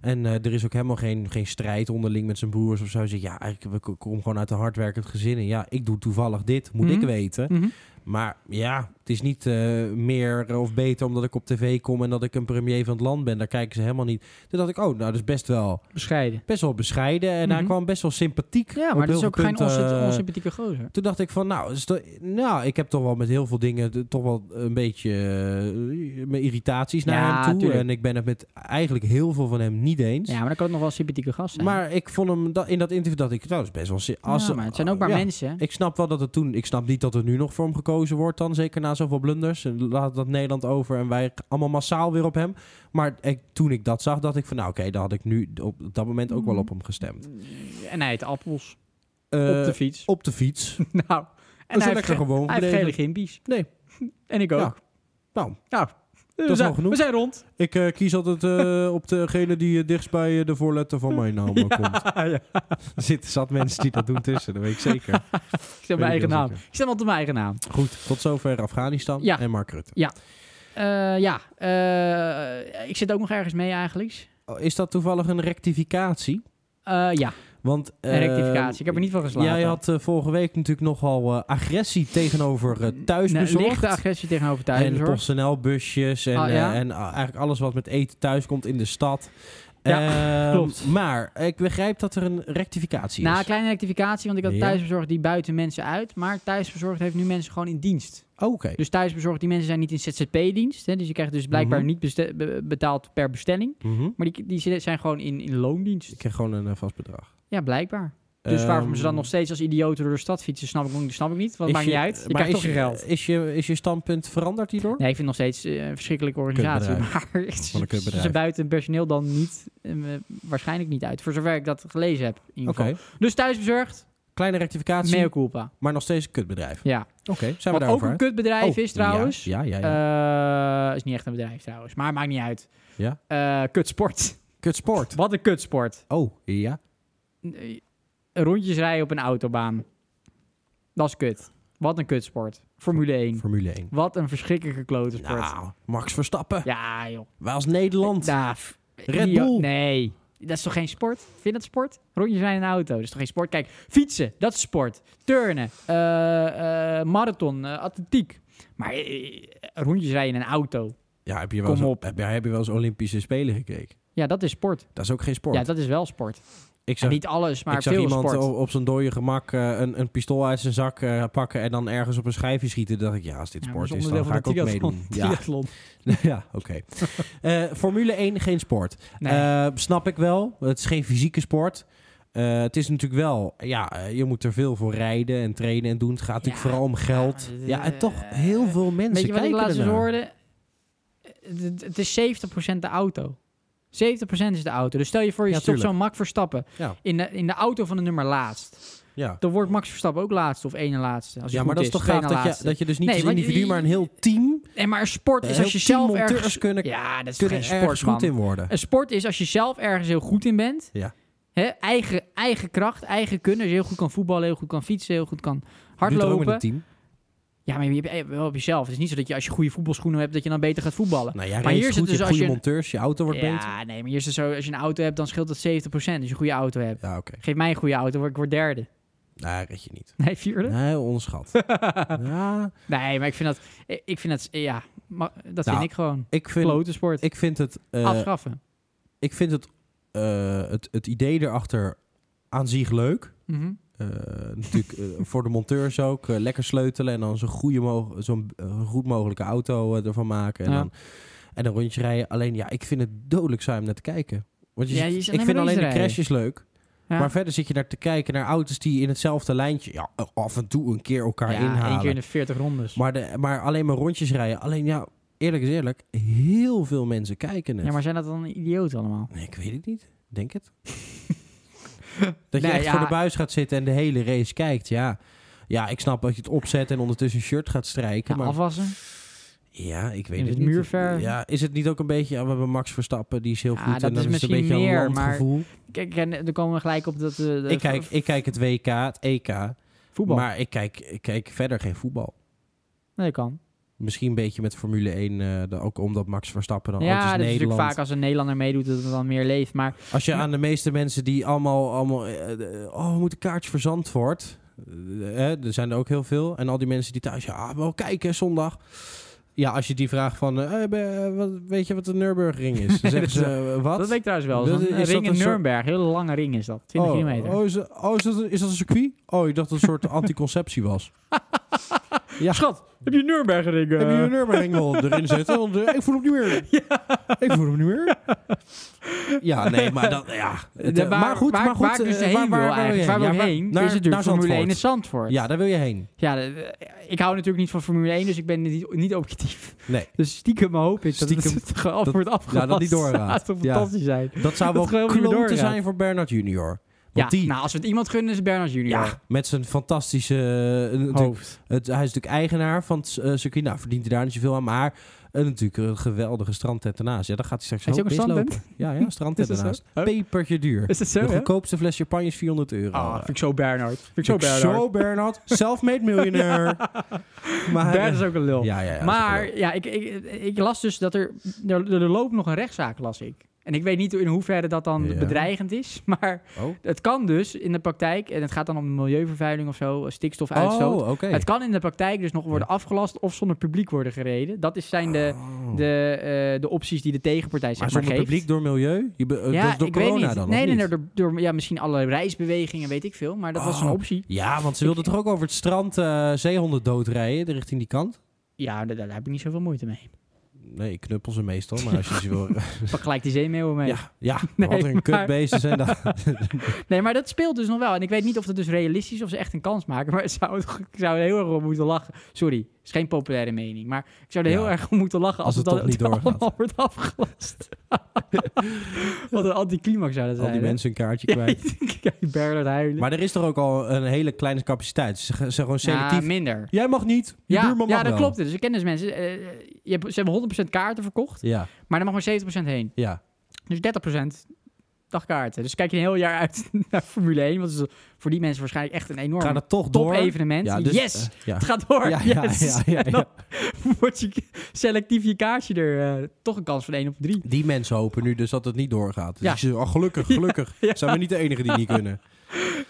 [SPEAKER 1] En eh, er is ook helemaal geen, geen strijd onderling met zijn broers of zo. Ze zegt, ja, eigenlijk, we k- komen gewoon uit een hardwerkend gezin. En ja, ik doe toevallig dit, moet ik
[SPEAKER 2] Mhm.
[SPEAKER 1] weten.
[SPEAKER 2] Mhm.
[SPEAKER 1] Maar ja, het is niet eh, meer of beter omdat ik op tv kom en dat ik een premier van het land ben. Daar kijken ze helemaal niet. Toen dacht ik, oh, nou, dat is best wel,
[SPEAKER 2] Bescheiden.
[SPEAKER 1] best wel bescheiden. En hij
[SPEAKER 2] Mhm.
[SPEAKER 1] kwam best wel sympathiek.
[SPEAKER 2] Ja,
[SPEAKER 1] op
[SPEAKER 2] maar dat
[SPEAKER 1] heel eh,
[SPEAKER 2] is ook
[SPEAKER 1] veel
[SPEAKER 2] geen
[SPEAKER 1] punten.
[SPEAKER 2] onsymp- onsympathieke gozer.
[SPEAKER 1] Toen dacht ik van, nou, is dat- nou, ik heb toch wel met heel veel dingen de- toch wel een beetje eh, mijn irritaties naar
[SPEAKER 2] Ja,
[SPEAKER 1] hem toe.
[SPEAKER 2] tuurlijk.
[SPEAKER 1] En ik ben het met eigenlijk heel veel van hem niet eens.
[SPEAKER 2] Ja, maar dan kan het nog wel een sympathieke gast zijn.
[SPEAKER 1] Maar ik vond hem dat, in dat interview dat ik, nou, dat is best wel... sy- Als,
[SPEAKER 2] ja, maar het zijn ook maar
[SPEAKER 1] ja.
[SPEAKER 2] mensen. hè.
[SPEAKER 1] Ik snap wel dat het toen... Ik snap niet dat er nu nog voor hem gekozen wordt dan. Zeker na zoveel blunders. En Laat dat Nederland over en wij allemaal massaal weer op hem. Maar ik, toen ik dat zag, dacht ik van... Nou oké, dan had ik nu op dat moment ook wel op hem gestemd.
[SPEAKER 2] En hij eet appels
[SPEAKER 1] Eh,
[SPEAKER 2] op de fiets.
[SPEAKER 1] op de fiets.
[SPEAKER 2] Nou,
[SPEAKER 1] is
[SPEAKER 2] en
[SPEAKER 1] wel
[SPEAKER 2] hij heeft,
[SPEAKER 1] lekker
[SPEAKER 2] ge-
[SPEAKER 1] gewoon
[SPEAKER 2] hij heeft
[SPEAKER 1] gebleven.
[SPEAKER 2] gele gimpies.
[SPEAKER 1] Nee.
[SPEAKER 2] En ik ook.
[SPEAKER 1] Ja. Nou,
[SPEAKER 2] Nou, we,
[SPEAKER 1] is
[SPEAKER 2] zijn,
[SPEAKER 1] al genoeg.
[SPEAKER 2] we zijn rond.
[SPEAKER 1] ik eh, kies altijd eh, op degene die eh, dichtst bij eh, de voorletter van mijn naam eh, komt.
[SPEAKER 2] ja.
[SPEAKER 1] Er zitten zat mensen die dat doen tussen, dat weet ik zeker.
[SPEAKER 2] Ik stem mijn
[SPEAKER 1] Weet ik
[SPEAKER 2] eigen
[SPEAKER 1] heel
[SPEAKER 2] naam.
[SPEAKER 1] zeker.
[SPEAKER 2] Ik stem altijd mijn eigen naam.
[SPEAKER 1] Goed, tot zover Afghanistan
[SPEAKER 2] Ja.
[SPEAKER 1] en Mark Rutte.
[SPEAKER 2] Eh, ja, eh, ik zit ook nog ergens mee eigenlijk.
[SPEAKER 1] Oh, Is dat toevallig een rectificatie?
[SPEAKER 2] Eh, ja,
[SPEAKER 1] Want,
[SPEAKER 2] een
[SPEAKER 1] eh,
[SPEAKER 2] rectificatie. Ik heb er niet van geslapen.
[SPEAKER 1] Jij had eh, vorige week natuurlijk nogal eh, agressie tegenover eh,
[SPEAKER 2] Nee,
[SPEAKER 1] thuisbezorgd.
[SPEAKER 2] lichte agressie tegenover
[SPEAKER 1] en
[SPEAKER 2] thuisbezorgd.
[SPEAKER 1] PostNL-busjes en,
[SPEAKER 2] Ah, ja?
[SPEAKER 1] eh, en ah, eigenlijk alles wat met eten thuis komt in de stad.
[SPEAKER 2] Ja,
[SPEAKER 1] Ehm,
[SPEAKER 2] klopt. Nou,
[SPEAKER 1] Maar ik begrijp dat er een rectificatie
[SPEAKER 2] Na
[SPEAKER 1] is.
[SPEAKER 2] een kleine rectificatie, want ik had
[SPEAKER 1] Ja.
[SPEAKER 2] thuisbezorgd die buiten mensen uit. Maar thuisbezorgd heeft nu mensen gewoon in dienst.
[SPEAKER 1] Oh, Oké.
[SPEAKER 2] Dus thuisbezorgd, die mensen zijn niet in ZZP-dienst. hè, Dus je krijgt dus blijkbaar
[SPEAKER 1] Mhm.
[SPEAKER 2] niet beste- be- betaald per bestelling.
[SPEAKER 1] Mhm.
[SPEAKER 2] Maar die, die zi- zijn gewoon in, in loondienst.
[SPEAKER 1] Ik krijg gewoon een eh, vast bedrag.
[SPEAKER 2] Ja, blijkbaar. Dus
[SPEAKER 1] Ehm,
[SPEAKER 2] waarom ze dan nog steeds als idioten door de stad fietsen, snap ik, niet- snap ik niet. Want het maakt niet uit. Je krijgt toch je geld.
[SPEAKER 1] Is je, is je standpunt veranderd hierdoor?
[SPEAKER 2] Nee, ik vind het nog steeds eh, een verschrikkelijke organisatie. Maar
[SPEAKER 1] Wat een
[SPEAKER 2] ze,
[SPEAKER 1] kutbedrijf.
[SPEAKER 2] ze buiten het personeel dan niet, eh, waarschijnlijk niet uit. Voor zover ik dat gelezen heb. In ieder
[SPEAKER 1] Oké.
[SPEAKER 2] geval. Dus thuisbezorgd,
[SPEAKER 1] Kleine rectificatie,
[SPEAKER 2] mea culpa.
[SPEAKER 1] maar nog steeds een kutbedrijf.
[SPEAKER 2] Ja.
[SPEAKER 1] Oké, zijn we
[SPEAKER 2] Wat ook
[SPEAKER 1] daarover?
[SPEAKER 2] een kutbedrijf
[SPEAKER 1] Oh,
[SPEAKER 2] is trouwens.
[SPEAKER 1] Ja, ja, ja. ja.
[SPEAKER 2] Eh, is niet echt een bedrijf trouwens, maar maakt niet uit.
[SPEAKER 1] Ja.
[SPEAKER 2] Eh, kutsport.
[SPEAKER 1] Kutsport.
[SPEAKER 2] Wat een kutsport.
[SPEAKER 1] Oh, ja.
[SPEAKER 2] Eh, Rondjes rijden op een autobaan. Dat is kut. Wat een kutsport. Formule 1.
[SPEAKER 1] Formule 1.
[SPEAKER 2] Wat een verschrikkelijke klote sport.
[SPEAKER 1] Nou, Max Verstappen.
[SPEAKER 2] Ja, joh.
[SPEAKER 1] Wij als Nederland.
[SPEAKER 2] Daaf.
[SPEAKER 1] Red
[SPEAKER 2] Rio-
[SPEAKER 1] Bull.
[SPEAKER 2] Nee. Dat is toch geen sport? Vind je dat sport? Rondjes rijden in een auto. Dat is toch geen sport? Kijk, fietsen, dat is sport. Turnen, eh, eh, marathon, eh, atletiek. Maar eh, rondjes rijden in een auto.
[SPEAKER 1] Ja, heb je, wel
[SPEAKER 2] Kom
[SPEAKER 1] eens,
[SPEAKER 2] op.
[SPEAKER 1] Heb, je, heb je wel eens Olympische Spelen gekeken?
[SPEAKER 2] Ja, dat is sport.
[SPEAKER 1] Dat is ook geen sport.
[SPEAKER 2] Ja, dat is wel sport.
[SPEAKER 1] ik zag,
[SPEAKER 2] niet alles, maar
[SPEAKER 1] ik zag
[SPEAKER 2] veel
[SPEAKER 1] iemand oh,
[SPEAKER 2] sport.
[SPEAKER 1] o- op, zijn dode gemak eh, een, een pistool uit zijn zak eh, pakken en dan ergens op een schijfje schieten. dacht ik, ja, als dit
[SPEAKER 2] Ja, maar
[SPEAKER 1] sport
[SPEAKER 2] dat
[SPEAKER 1] is,
[SPEAKER 2] onderdeel
[SPEAKER 1] dan
[SPEAKER 2] van
[SPEAKER 1] ga ik
[SPEAKER 2] de
[SPEAKER 1] ook
[SPEAKER 2] triathlon.
[SPEAKER 1] meedoen. Ja,
[SPEAKER 2] Triathlon.
[SPEAKER 1] ja oké. Eh, Formule 1, geen sport.
[SPEAKER 2] Nee.
[SPEAKER 1] Eh, snap ik wel. Het is geen fysieke sport. Eh, het is natuurlijk wel, ja, eh, je moet er veel voor rijden en trainen en doen. Het gaat natuurlijk
[SPEAKER 2] Ja,
[SPEAKER 1] vooral om geld.
[SPEAKER 2] maar, eh,
[SPEAKER 1] ja, en toch heel veel mensen
[SPEAKER 2] Weet je wat ik
[SPEAKER 1] kijken
[SPEAKER 2] laatst eens
[SPEAKER 1] ernaar.
[SPEAKER 2] hoorde? Het- Het is 70% de auto. 70% is de auto. Dus stel je voor, je
[SPEAKER 1] Ja,
[SPEAKER 2] stopt
[SPEAKER 1] tuurlijk.
[SPEAKER 2] zo'n Max Verstappen
[SPEAKER 1] Ja.
[SPEAKER 2] in, de, in de auto van de nummer laatst.
[SPEAKER 1] Ja,
[SPEAKER 2] Dan wordt Max Verstappen ook laatste of ene laatste. Als
[SPEAKER 1] ja maar dat is toch gaaf dat je, dat je dus niet
[SPEAKER 2] Nee,
[SPEAKER 1] als
[SPEAKER 2] want
[SPEAKER 1] individu,
[SPEAKER 2] je-
[SPEAKER 1] maar een heel team...
[SPEAKER 2] Nee, maar een sport is
[SPEAKER 1] heel
[SPEAKER 2] als je
[SPEAKER 1] team
[SPEAKER 2] zelf
[SPEAKER 1] monteurs
[SPEAKER 2] ergens...
[SPEAKER 1] kunnen,
[SPEAKER 2] Ja, dat is toch
[SPEAKER 1] kunnen
[SPEAKER 2] geen
[SPEAKER 1] ergens
[SPEAKER 2] sport, man.
[SPEAKER 1] goed in worden.
[SPEAKER 2] Een sport is als je zelf ergens heel goed in bent.
[SPEAKER 1] Ja.
[SPEAKER 2] Hè, eigen, eigen kracht, eigen kunnen. Dus je heel goed kan voetballen, heel goed kan fietsen, heel goed kan
[SPEAKER 1] Doe het ook met een
[SPEAKER 2] hardlopen.
[SPEAKER 1] team.
[SPEAKER 2] Ja, maar je hebt eh, wel op jezelf. Het is niet zo dat je als je goede voetbalschoenen hebt, dat je dan beter gaat voetballen.
[SPEAKER 1] Nou, jij
[SPEAKER 2] Maar
[SPEAKER 1] race
[SPEAKER 2] hier zit
[SPEAKER 1] goed,
[SPEAKER 2] dus
[SPEAKER 1] je hebt
[SPEAKER 2] als
[SPEAKER 1] goede
[SPEAKER 2] je-
[SPEAKER 1] monteurs, je auto wordt beter.
[SPEAKER 2] ja, nee, maar hier is het zo, als je een auto hebt, dan scheelt dat 70% als je een goede auto hebt.
[SPEAKER 1] Ja, oké.
[SPEAKER 2] Geef mij een goede auto, word- ik word derde.
[SPEAKER 1] Nou, red je niet.
[SPEAKER 2] Nee, vierde?
[SPEAKER 1] Nee, onderschat. ja,
[SPEAKER 2] Nee, maar ik vind dat, eh, ik vind dat, eh, ja, ma- dat
[SPEAKER 1] Nou,
[SPEAKER 2] vind ik gewoon.
[SPEAKER 1] ik vind,
[SPEAKER 2] Klote sport.
[SPEAKER 1] ik vind het... eh,
[SPEAKER 2] Afschaffen.
[SPEAKER 1] ik vind het, eh, het, het idee erachter aan zich leuk.
[SPEAKER 2] Mhm.
[SPEAKER 1] Eh, natuurlijk eh, voor de monteurs ook. eh, lekker sleutelen en dan zo'n goede mo- zo'n eh, goed mogelijke auto eh, ervan maken. En,
[SPEAKER 2] Ja.
[SPEAKER 1] dan, en een rondje rijden. Alleen ja, ik vind het dodelijk saai om naar te kijken. Want je
[SPEAKER 2] Ja,
[SPEAKER 1] zit-
[SPEAKER 2] je zit
[SPEAKER 1] ik
[SPEAKER 2] alleen
[SPEAKER 1] vind
[SPEAKER 2] maar
[SPEAKER 1] alleen de
[SPEAKER 2] rondjes
[SPEAKER 1] crashes leuk.
[SPEAKER 2] Ja.
[SPEAKER 1] Maar verder zit je naar te kijken naar auto's die in hetzelfde lijntje... Ja, af en toe een keer elkaar
[SPEAKER 2] ja,
[SPEAKER 1] inhalen.
[SPEAKER 2] één keer in de 40 rondes.
[SPEAKER 1] maar, de, maar alleen maar rondjes rijden. Alleen ja, eerlijk is eerlijk, heel veel mensen kijken het.
[SPEAKER 2] ja, maar zijn dat dan idioten allemaal?
[SPEAKER 1] Nee, ik weet het niet. Ik Denk het. dat je
[SPEAKER 2] Nee,
[SPEAKER 1] echt
[SPEAKER 2] ja.
[SPEAKER 1] voor de buis gaat zitten en de hele race kijkt, ja. Ja, ik snap dat je het opzet en ondertussen een shirt gaat strijken.
[SPEAKER 2] Ja,
[SPEAKER 1] maar
[SPEAKER 2] afwassen?
[SPEAKER 1] ja, ik weet
[SPEAKER 2] in
[SPEAKER 1] het,
[SPEAKER 2] het
[SPEAKER 1] niet.
[SPEAKER 2] muurverf.
[SPEAKER 1] Ja, is het niet ook een beetje... ja, we hebben Max Verstappen, die is heel
[SPEAKER 2] Ja,
[SPEAKER 1] goed.
[SPEAKER 2] dat
[SPEAKER 1] en dan
[SPEAKER 2] is
[SPEAKER 1] is, het een
[SPEAKER 2] misschien
[SPEAKER 1] beetje
[SPEAKER 2] meer,
[SPEAKER 1] een
[SPEAKER 2] maar-
[SPEAKER 1] landgevoel.
[SPEAKER 2] Kijk, en eh, dan komen we gelijk op dat... eh, de
[SPEAKER 1] Ik kijk, ik kijk het WK, het EK.
[SPEAKER 2] voetbal.
[SPEAKER 1] Maar ik kijk, ik kijk verder geen voetbal.
[SPEAKER 2] nee, kan. Misschien
[SPEAKER 1] Misschien een beetje met Formule 1, eh, dan ook omdat Max Verstappen dan
[SPEAKER 2] ja,
[SPEAKER 1] auto's
[SPEAKER 2] dat is
[SPEAKER 1] Oh, Nederland...
[SPEAKER 2] natuurlijk vaak als een Nederlander meedoet dat het dan meer leeft. Maar
[SPEAKER 1] Als je aan de meeste mensen die allemaal... allemaal eh, eh, oh, we moeten kaartjes verzand wordt. Eh, eh, er zijn er ook heel veel. En al die mensen die thuis... Ja, wel kijken zondag. Ja, als je die vraagt van... eh, eh, ben- eh, wat, weet je wat de Nürburgring is? Dan zeggen
[SPEAKER 2] Dat
[SPEAKER 1] ze... eh, wat?
[SPEAKER 2] dat weet ik trouwens wel. Zo'n
[SPEAKER 1] Dat- is
[SPEAKER 2] een
[SPEAKER 1] dat
[SPEAKER 2] ring in
[SPEAKER 1] een soort-
[SPEAKER 2] Nürnberg. Heel lange ring is dat. 20
[SPEAKER 1] oh,
[SPEAKER 2] kilometer.
[SPEAKER 1] Oh, is, dat- oh is, dat een, is dat een circuit? Oh, ik dacht dat het een soort anticonceptie was. ja.
[SPEAKER 2] Schat, heb je een Nürnbergring?
[SPEAKER 1] Heb je de Nürburgring wel erin zitten? Want eh, ik voel hem niet meer. Ik voel hem niet meer. Ja, nee, maar dat... Ja. Het, eh,
[SPEAKER 2] waar,
[SPEAKER 1] maar goed,
[SPEAKER 2] waar,
[SPEAKER 1] maar goed.
[SPEAKER 2] Waar ik dus
[SPEAKER 1] eh,
[SPEAKER 2] heen
[SPEAKER 1] waar- waar-
[SPEAKER 2] wil
[SPEAKER 1] waar wil je
[SPEAKER 2] eigenlijk. Waar wil
[SPEAKER 1] Ja,
[SPEAKER 2] ik
[SPEAKER 1] waar-
[SPEAKER 2] heen?
[SPEAKER 1] naar-
[SPEAKER 2] is natuurlijk
[SPEAKER 1] naar
[SPEAKER 2] Formule 1 in
[SPEAKER 1] Zandvoort.
[SPEAKER 2] Zandvoort.
[SPEAKER 1] Ja, daar wil je heen.
[SPEAKER 2] Ja, de- eh, ik hou natuurlijk niet van Formule 1, dus ik ben niet, niet objectief.
[SPEAKER 1] Nee.
[SPEAKER 2] Dus stiekem hoop ik dat
[SPEAKER 1] Stiekem
[SPEAKER 2] het af wordt afgepast.
[SPEAKER 1] dat die doorgaat.
[SPEAKER 2] Dat zou
[SPEAKER 1] Ja.
[SPEAKER 2] fantastisch zijn.
[SPEAKER 1] Dat zou wel
[SPEAKER 2] Dat gewoon niet meer
[SPEAKER 1] kloten
[SPEAKER 2] doorgaat.
[SPEAKER 1] zijn voor Bernard Junior. Want
[SPEAKER 2] Ja,
[SPEAKER 1] die,
[SPEAKER 2] nou, als we het iemand gunnen, is het Bernard Junior. Oh.
[SPEAKER 1] ja, met zijn fantastische... eh, natuurlijk-
[SPEAKER 2] hoofd.
[SPEAKER 1] het, hij is natuurlijk eigenaar van het eh, circuit. Nou, verdient hij daar niet zoveel aan. Maar eh, natuurlijk een geweldige strandtent ernaast. Ja, daar gaat hij straks
[SPEAKER 2] Heeft hij
[SPEAKER 1] ook
[SPEAKER 2] ook een
[SPEAKER 1] mislopen. Ja, ja, strandtent
[SPEAKER 2] Is dat zo?
[SPEAKER 1] ernaast.
[SPEAKER 2] Oh.
[SPEAKER 1] Pepertje duur.
[SPEAKER 2] Is dat zo,
[SPEAKER 1] De
[SPEAKER 2] hè?
[SPEAKER 1] goedkoopste fles champagne is 400 euro.
[SPEAKER 2] Ah, vind ik zo Bernard. Vind ik zo
[SPEAKER 1] Vind ik
[SPEAKER 2] Bernard.
[SPEAKER 1] zo Bernard. Self-made millionaire. Maar,
[SPEAKER 2] Bernard Ah, is ook een lul.
[SPEAKER 1] ja, ja, ja, dat is ook wel-
[SPEAKER 2] maar ja, ik, ik, ik las dus dat er, er... Er loopt nog een rechtszaak, las ik. En ik weet niet in hoeverre dat dan
[SPEAKER 1] Ja.
[SPEAKER 2] bedreigend is. Maar
[SPEAKER 1] Oh,
[SPEAKER 2] het kan dus in de praktijk, en het gaat dan om milieuvervuiling of zo, stikstofuitstoot.
[SPEAKER 1] oh oké.
[SPEAKER 2] Het kan in de praktijk dus nog worden afgelast of zonder publiek worden gereden. Dat is, zijn de,
[SPEAKER 1] Oh.
[SPEAKER 2] de, eh, de opties die de tegenpartij zeg
[SPEAKER 1] maar
[SPEAKER 2] maar,
[SPEAKER 1] zonder
[SPEAKER 2] geeft.
[SPEAKER 1] publiek door milieu? Je be- eh,
[SPEAKER 2] ja,
[SPEAKER 1] dat is door
[SPEAKER 2] ik
[SPEAKER 1] corona
[SPEAKER 2] weet niet.
[SPEAKER 1] dan? of
[SPEAKER 2] Nee, nee,
[SPEAKER 1] niet?
[SPEAKER 2] nee, door, door ja, misschien allerlei reisbewegingen, weet ik veel. Maar dat was een
[SPEAKER 1] Oh.
[SPEAKER 2] optie.
[SPEAKER 1] Ja, want ze wilden toch ook over het strand eh, zeehonden doodrijden richting die kant?
[SPEAKER 2] Ja, daar, daar heb ik niet zoveel moeite mee.
[SPEAKER 1] Nee, ik knuppel ze meestal, maar als je ze wil...
[SPEAKER 2] Pak gelijk die zeemeeuwen mee.
[SPEAKER 1] Ja, ja
[SPEAKER 2] Nee,
[SPEAKER 1] wat een
[SPEAKER 2] maar-
[SPEAKER 1] kutbeesten zijn dat.
[SPEAKER 2] Nee, maar dat speelt dus nog wel. En ik weet niet of dat dus realistisch is of ze echt een kans maken. Maar ik zou, ik zou er heel erg om moeten lachen. Sorry, is geen populaire mening. Maar ik zou er
[SPEAKER 1] Ja.
[SPEAKER 2] heel erg om moeten lachen als,
[SPEAKER 1] Als
[SPEAKER 2] het,
[SPEAKER 1] het
[SPEAKER 2] dan
[SPEAKER 1] toch niet doorgaat.
[SPEAKER 2] allemaal wordt afgelast. Wat een anticlimax zou dat zijn.
[SPEAKER 1] Al die
[SPEAKER 2] hè?
[SPEAKER 1] mensen een kaartje kwijt.
[SPEAKER 2] Kijk, Bernard huilen.
[SPEAKER 1] Maar er is toch ook al een hele kleine capaciteit. Ze ze gewoon
[SPEAKER 2] Ja,
[SPEAKER 1] selectief.
[SPEAKER 2] minder.
[SPEAKER 1] Jij mag niet. Je
[SPEAKER 2] Ja,
[SPEAKER 1] buurman mag
[SPEAKER 2] ja, dat
[SPEAKER 1] wel.
[SPEAKER 2] klopt. Dus ik ken dus mensen. eh, je hebt, ze hebben 100% kaarten verkocht,
[SPEAKER 1] Ja,
[SPEAKER 2] maar er mag maar 70% heen.
[SPEAKER 1] ja.
[SPEAKER 2] Dus 30% dagkaarten. Dus kijk je een heel jaar uit naar Formule 1. Want het is voor die mensen waarschijnlijk echt een enorm
[SPEAKER 1] Gaat het toch door?
[SPEAKER 2] top-evenement.
[SPEAKER 1] Ja, dus,
[SPEAKER 2] yes!
[SPEAKER 1] eh, ja.
[SPEAKER 2] Het gaat door.
[SPEAKER 1] Ja, ja,
[SPEAKER 2] Yes.
[SPEAKER 1] ja, ja, ja.
[SPEAKER 2] En dan wordt je selectief je kaartje er eh, toch een kans van 1 op 3.
[SPEAKER 1] Die mensen hopen nu dus dat het niet doorgaat.
[SPEAKER 2] Ja.
[SPEAKER 1] Dus je zegt, oh, gelukkig, gelukkig.
[SPEAKER 2] ja.
[SPEAKER 1] Zijn we niet de enigen die niet kunnen.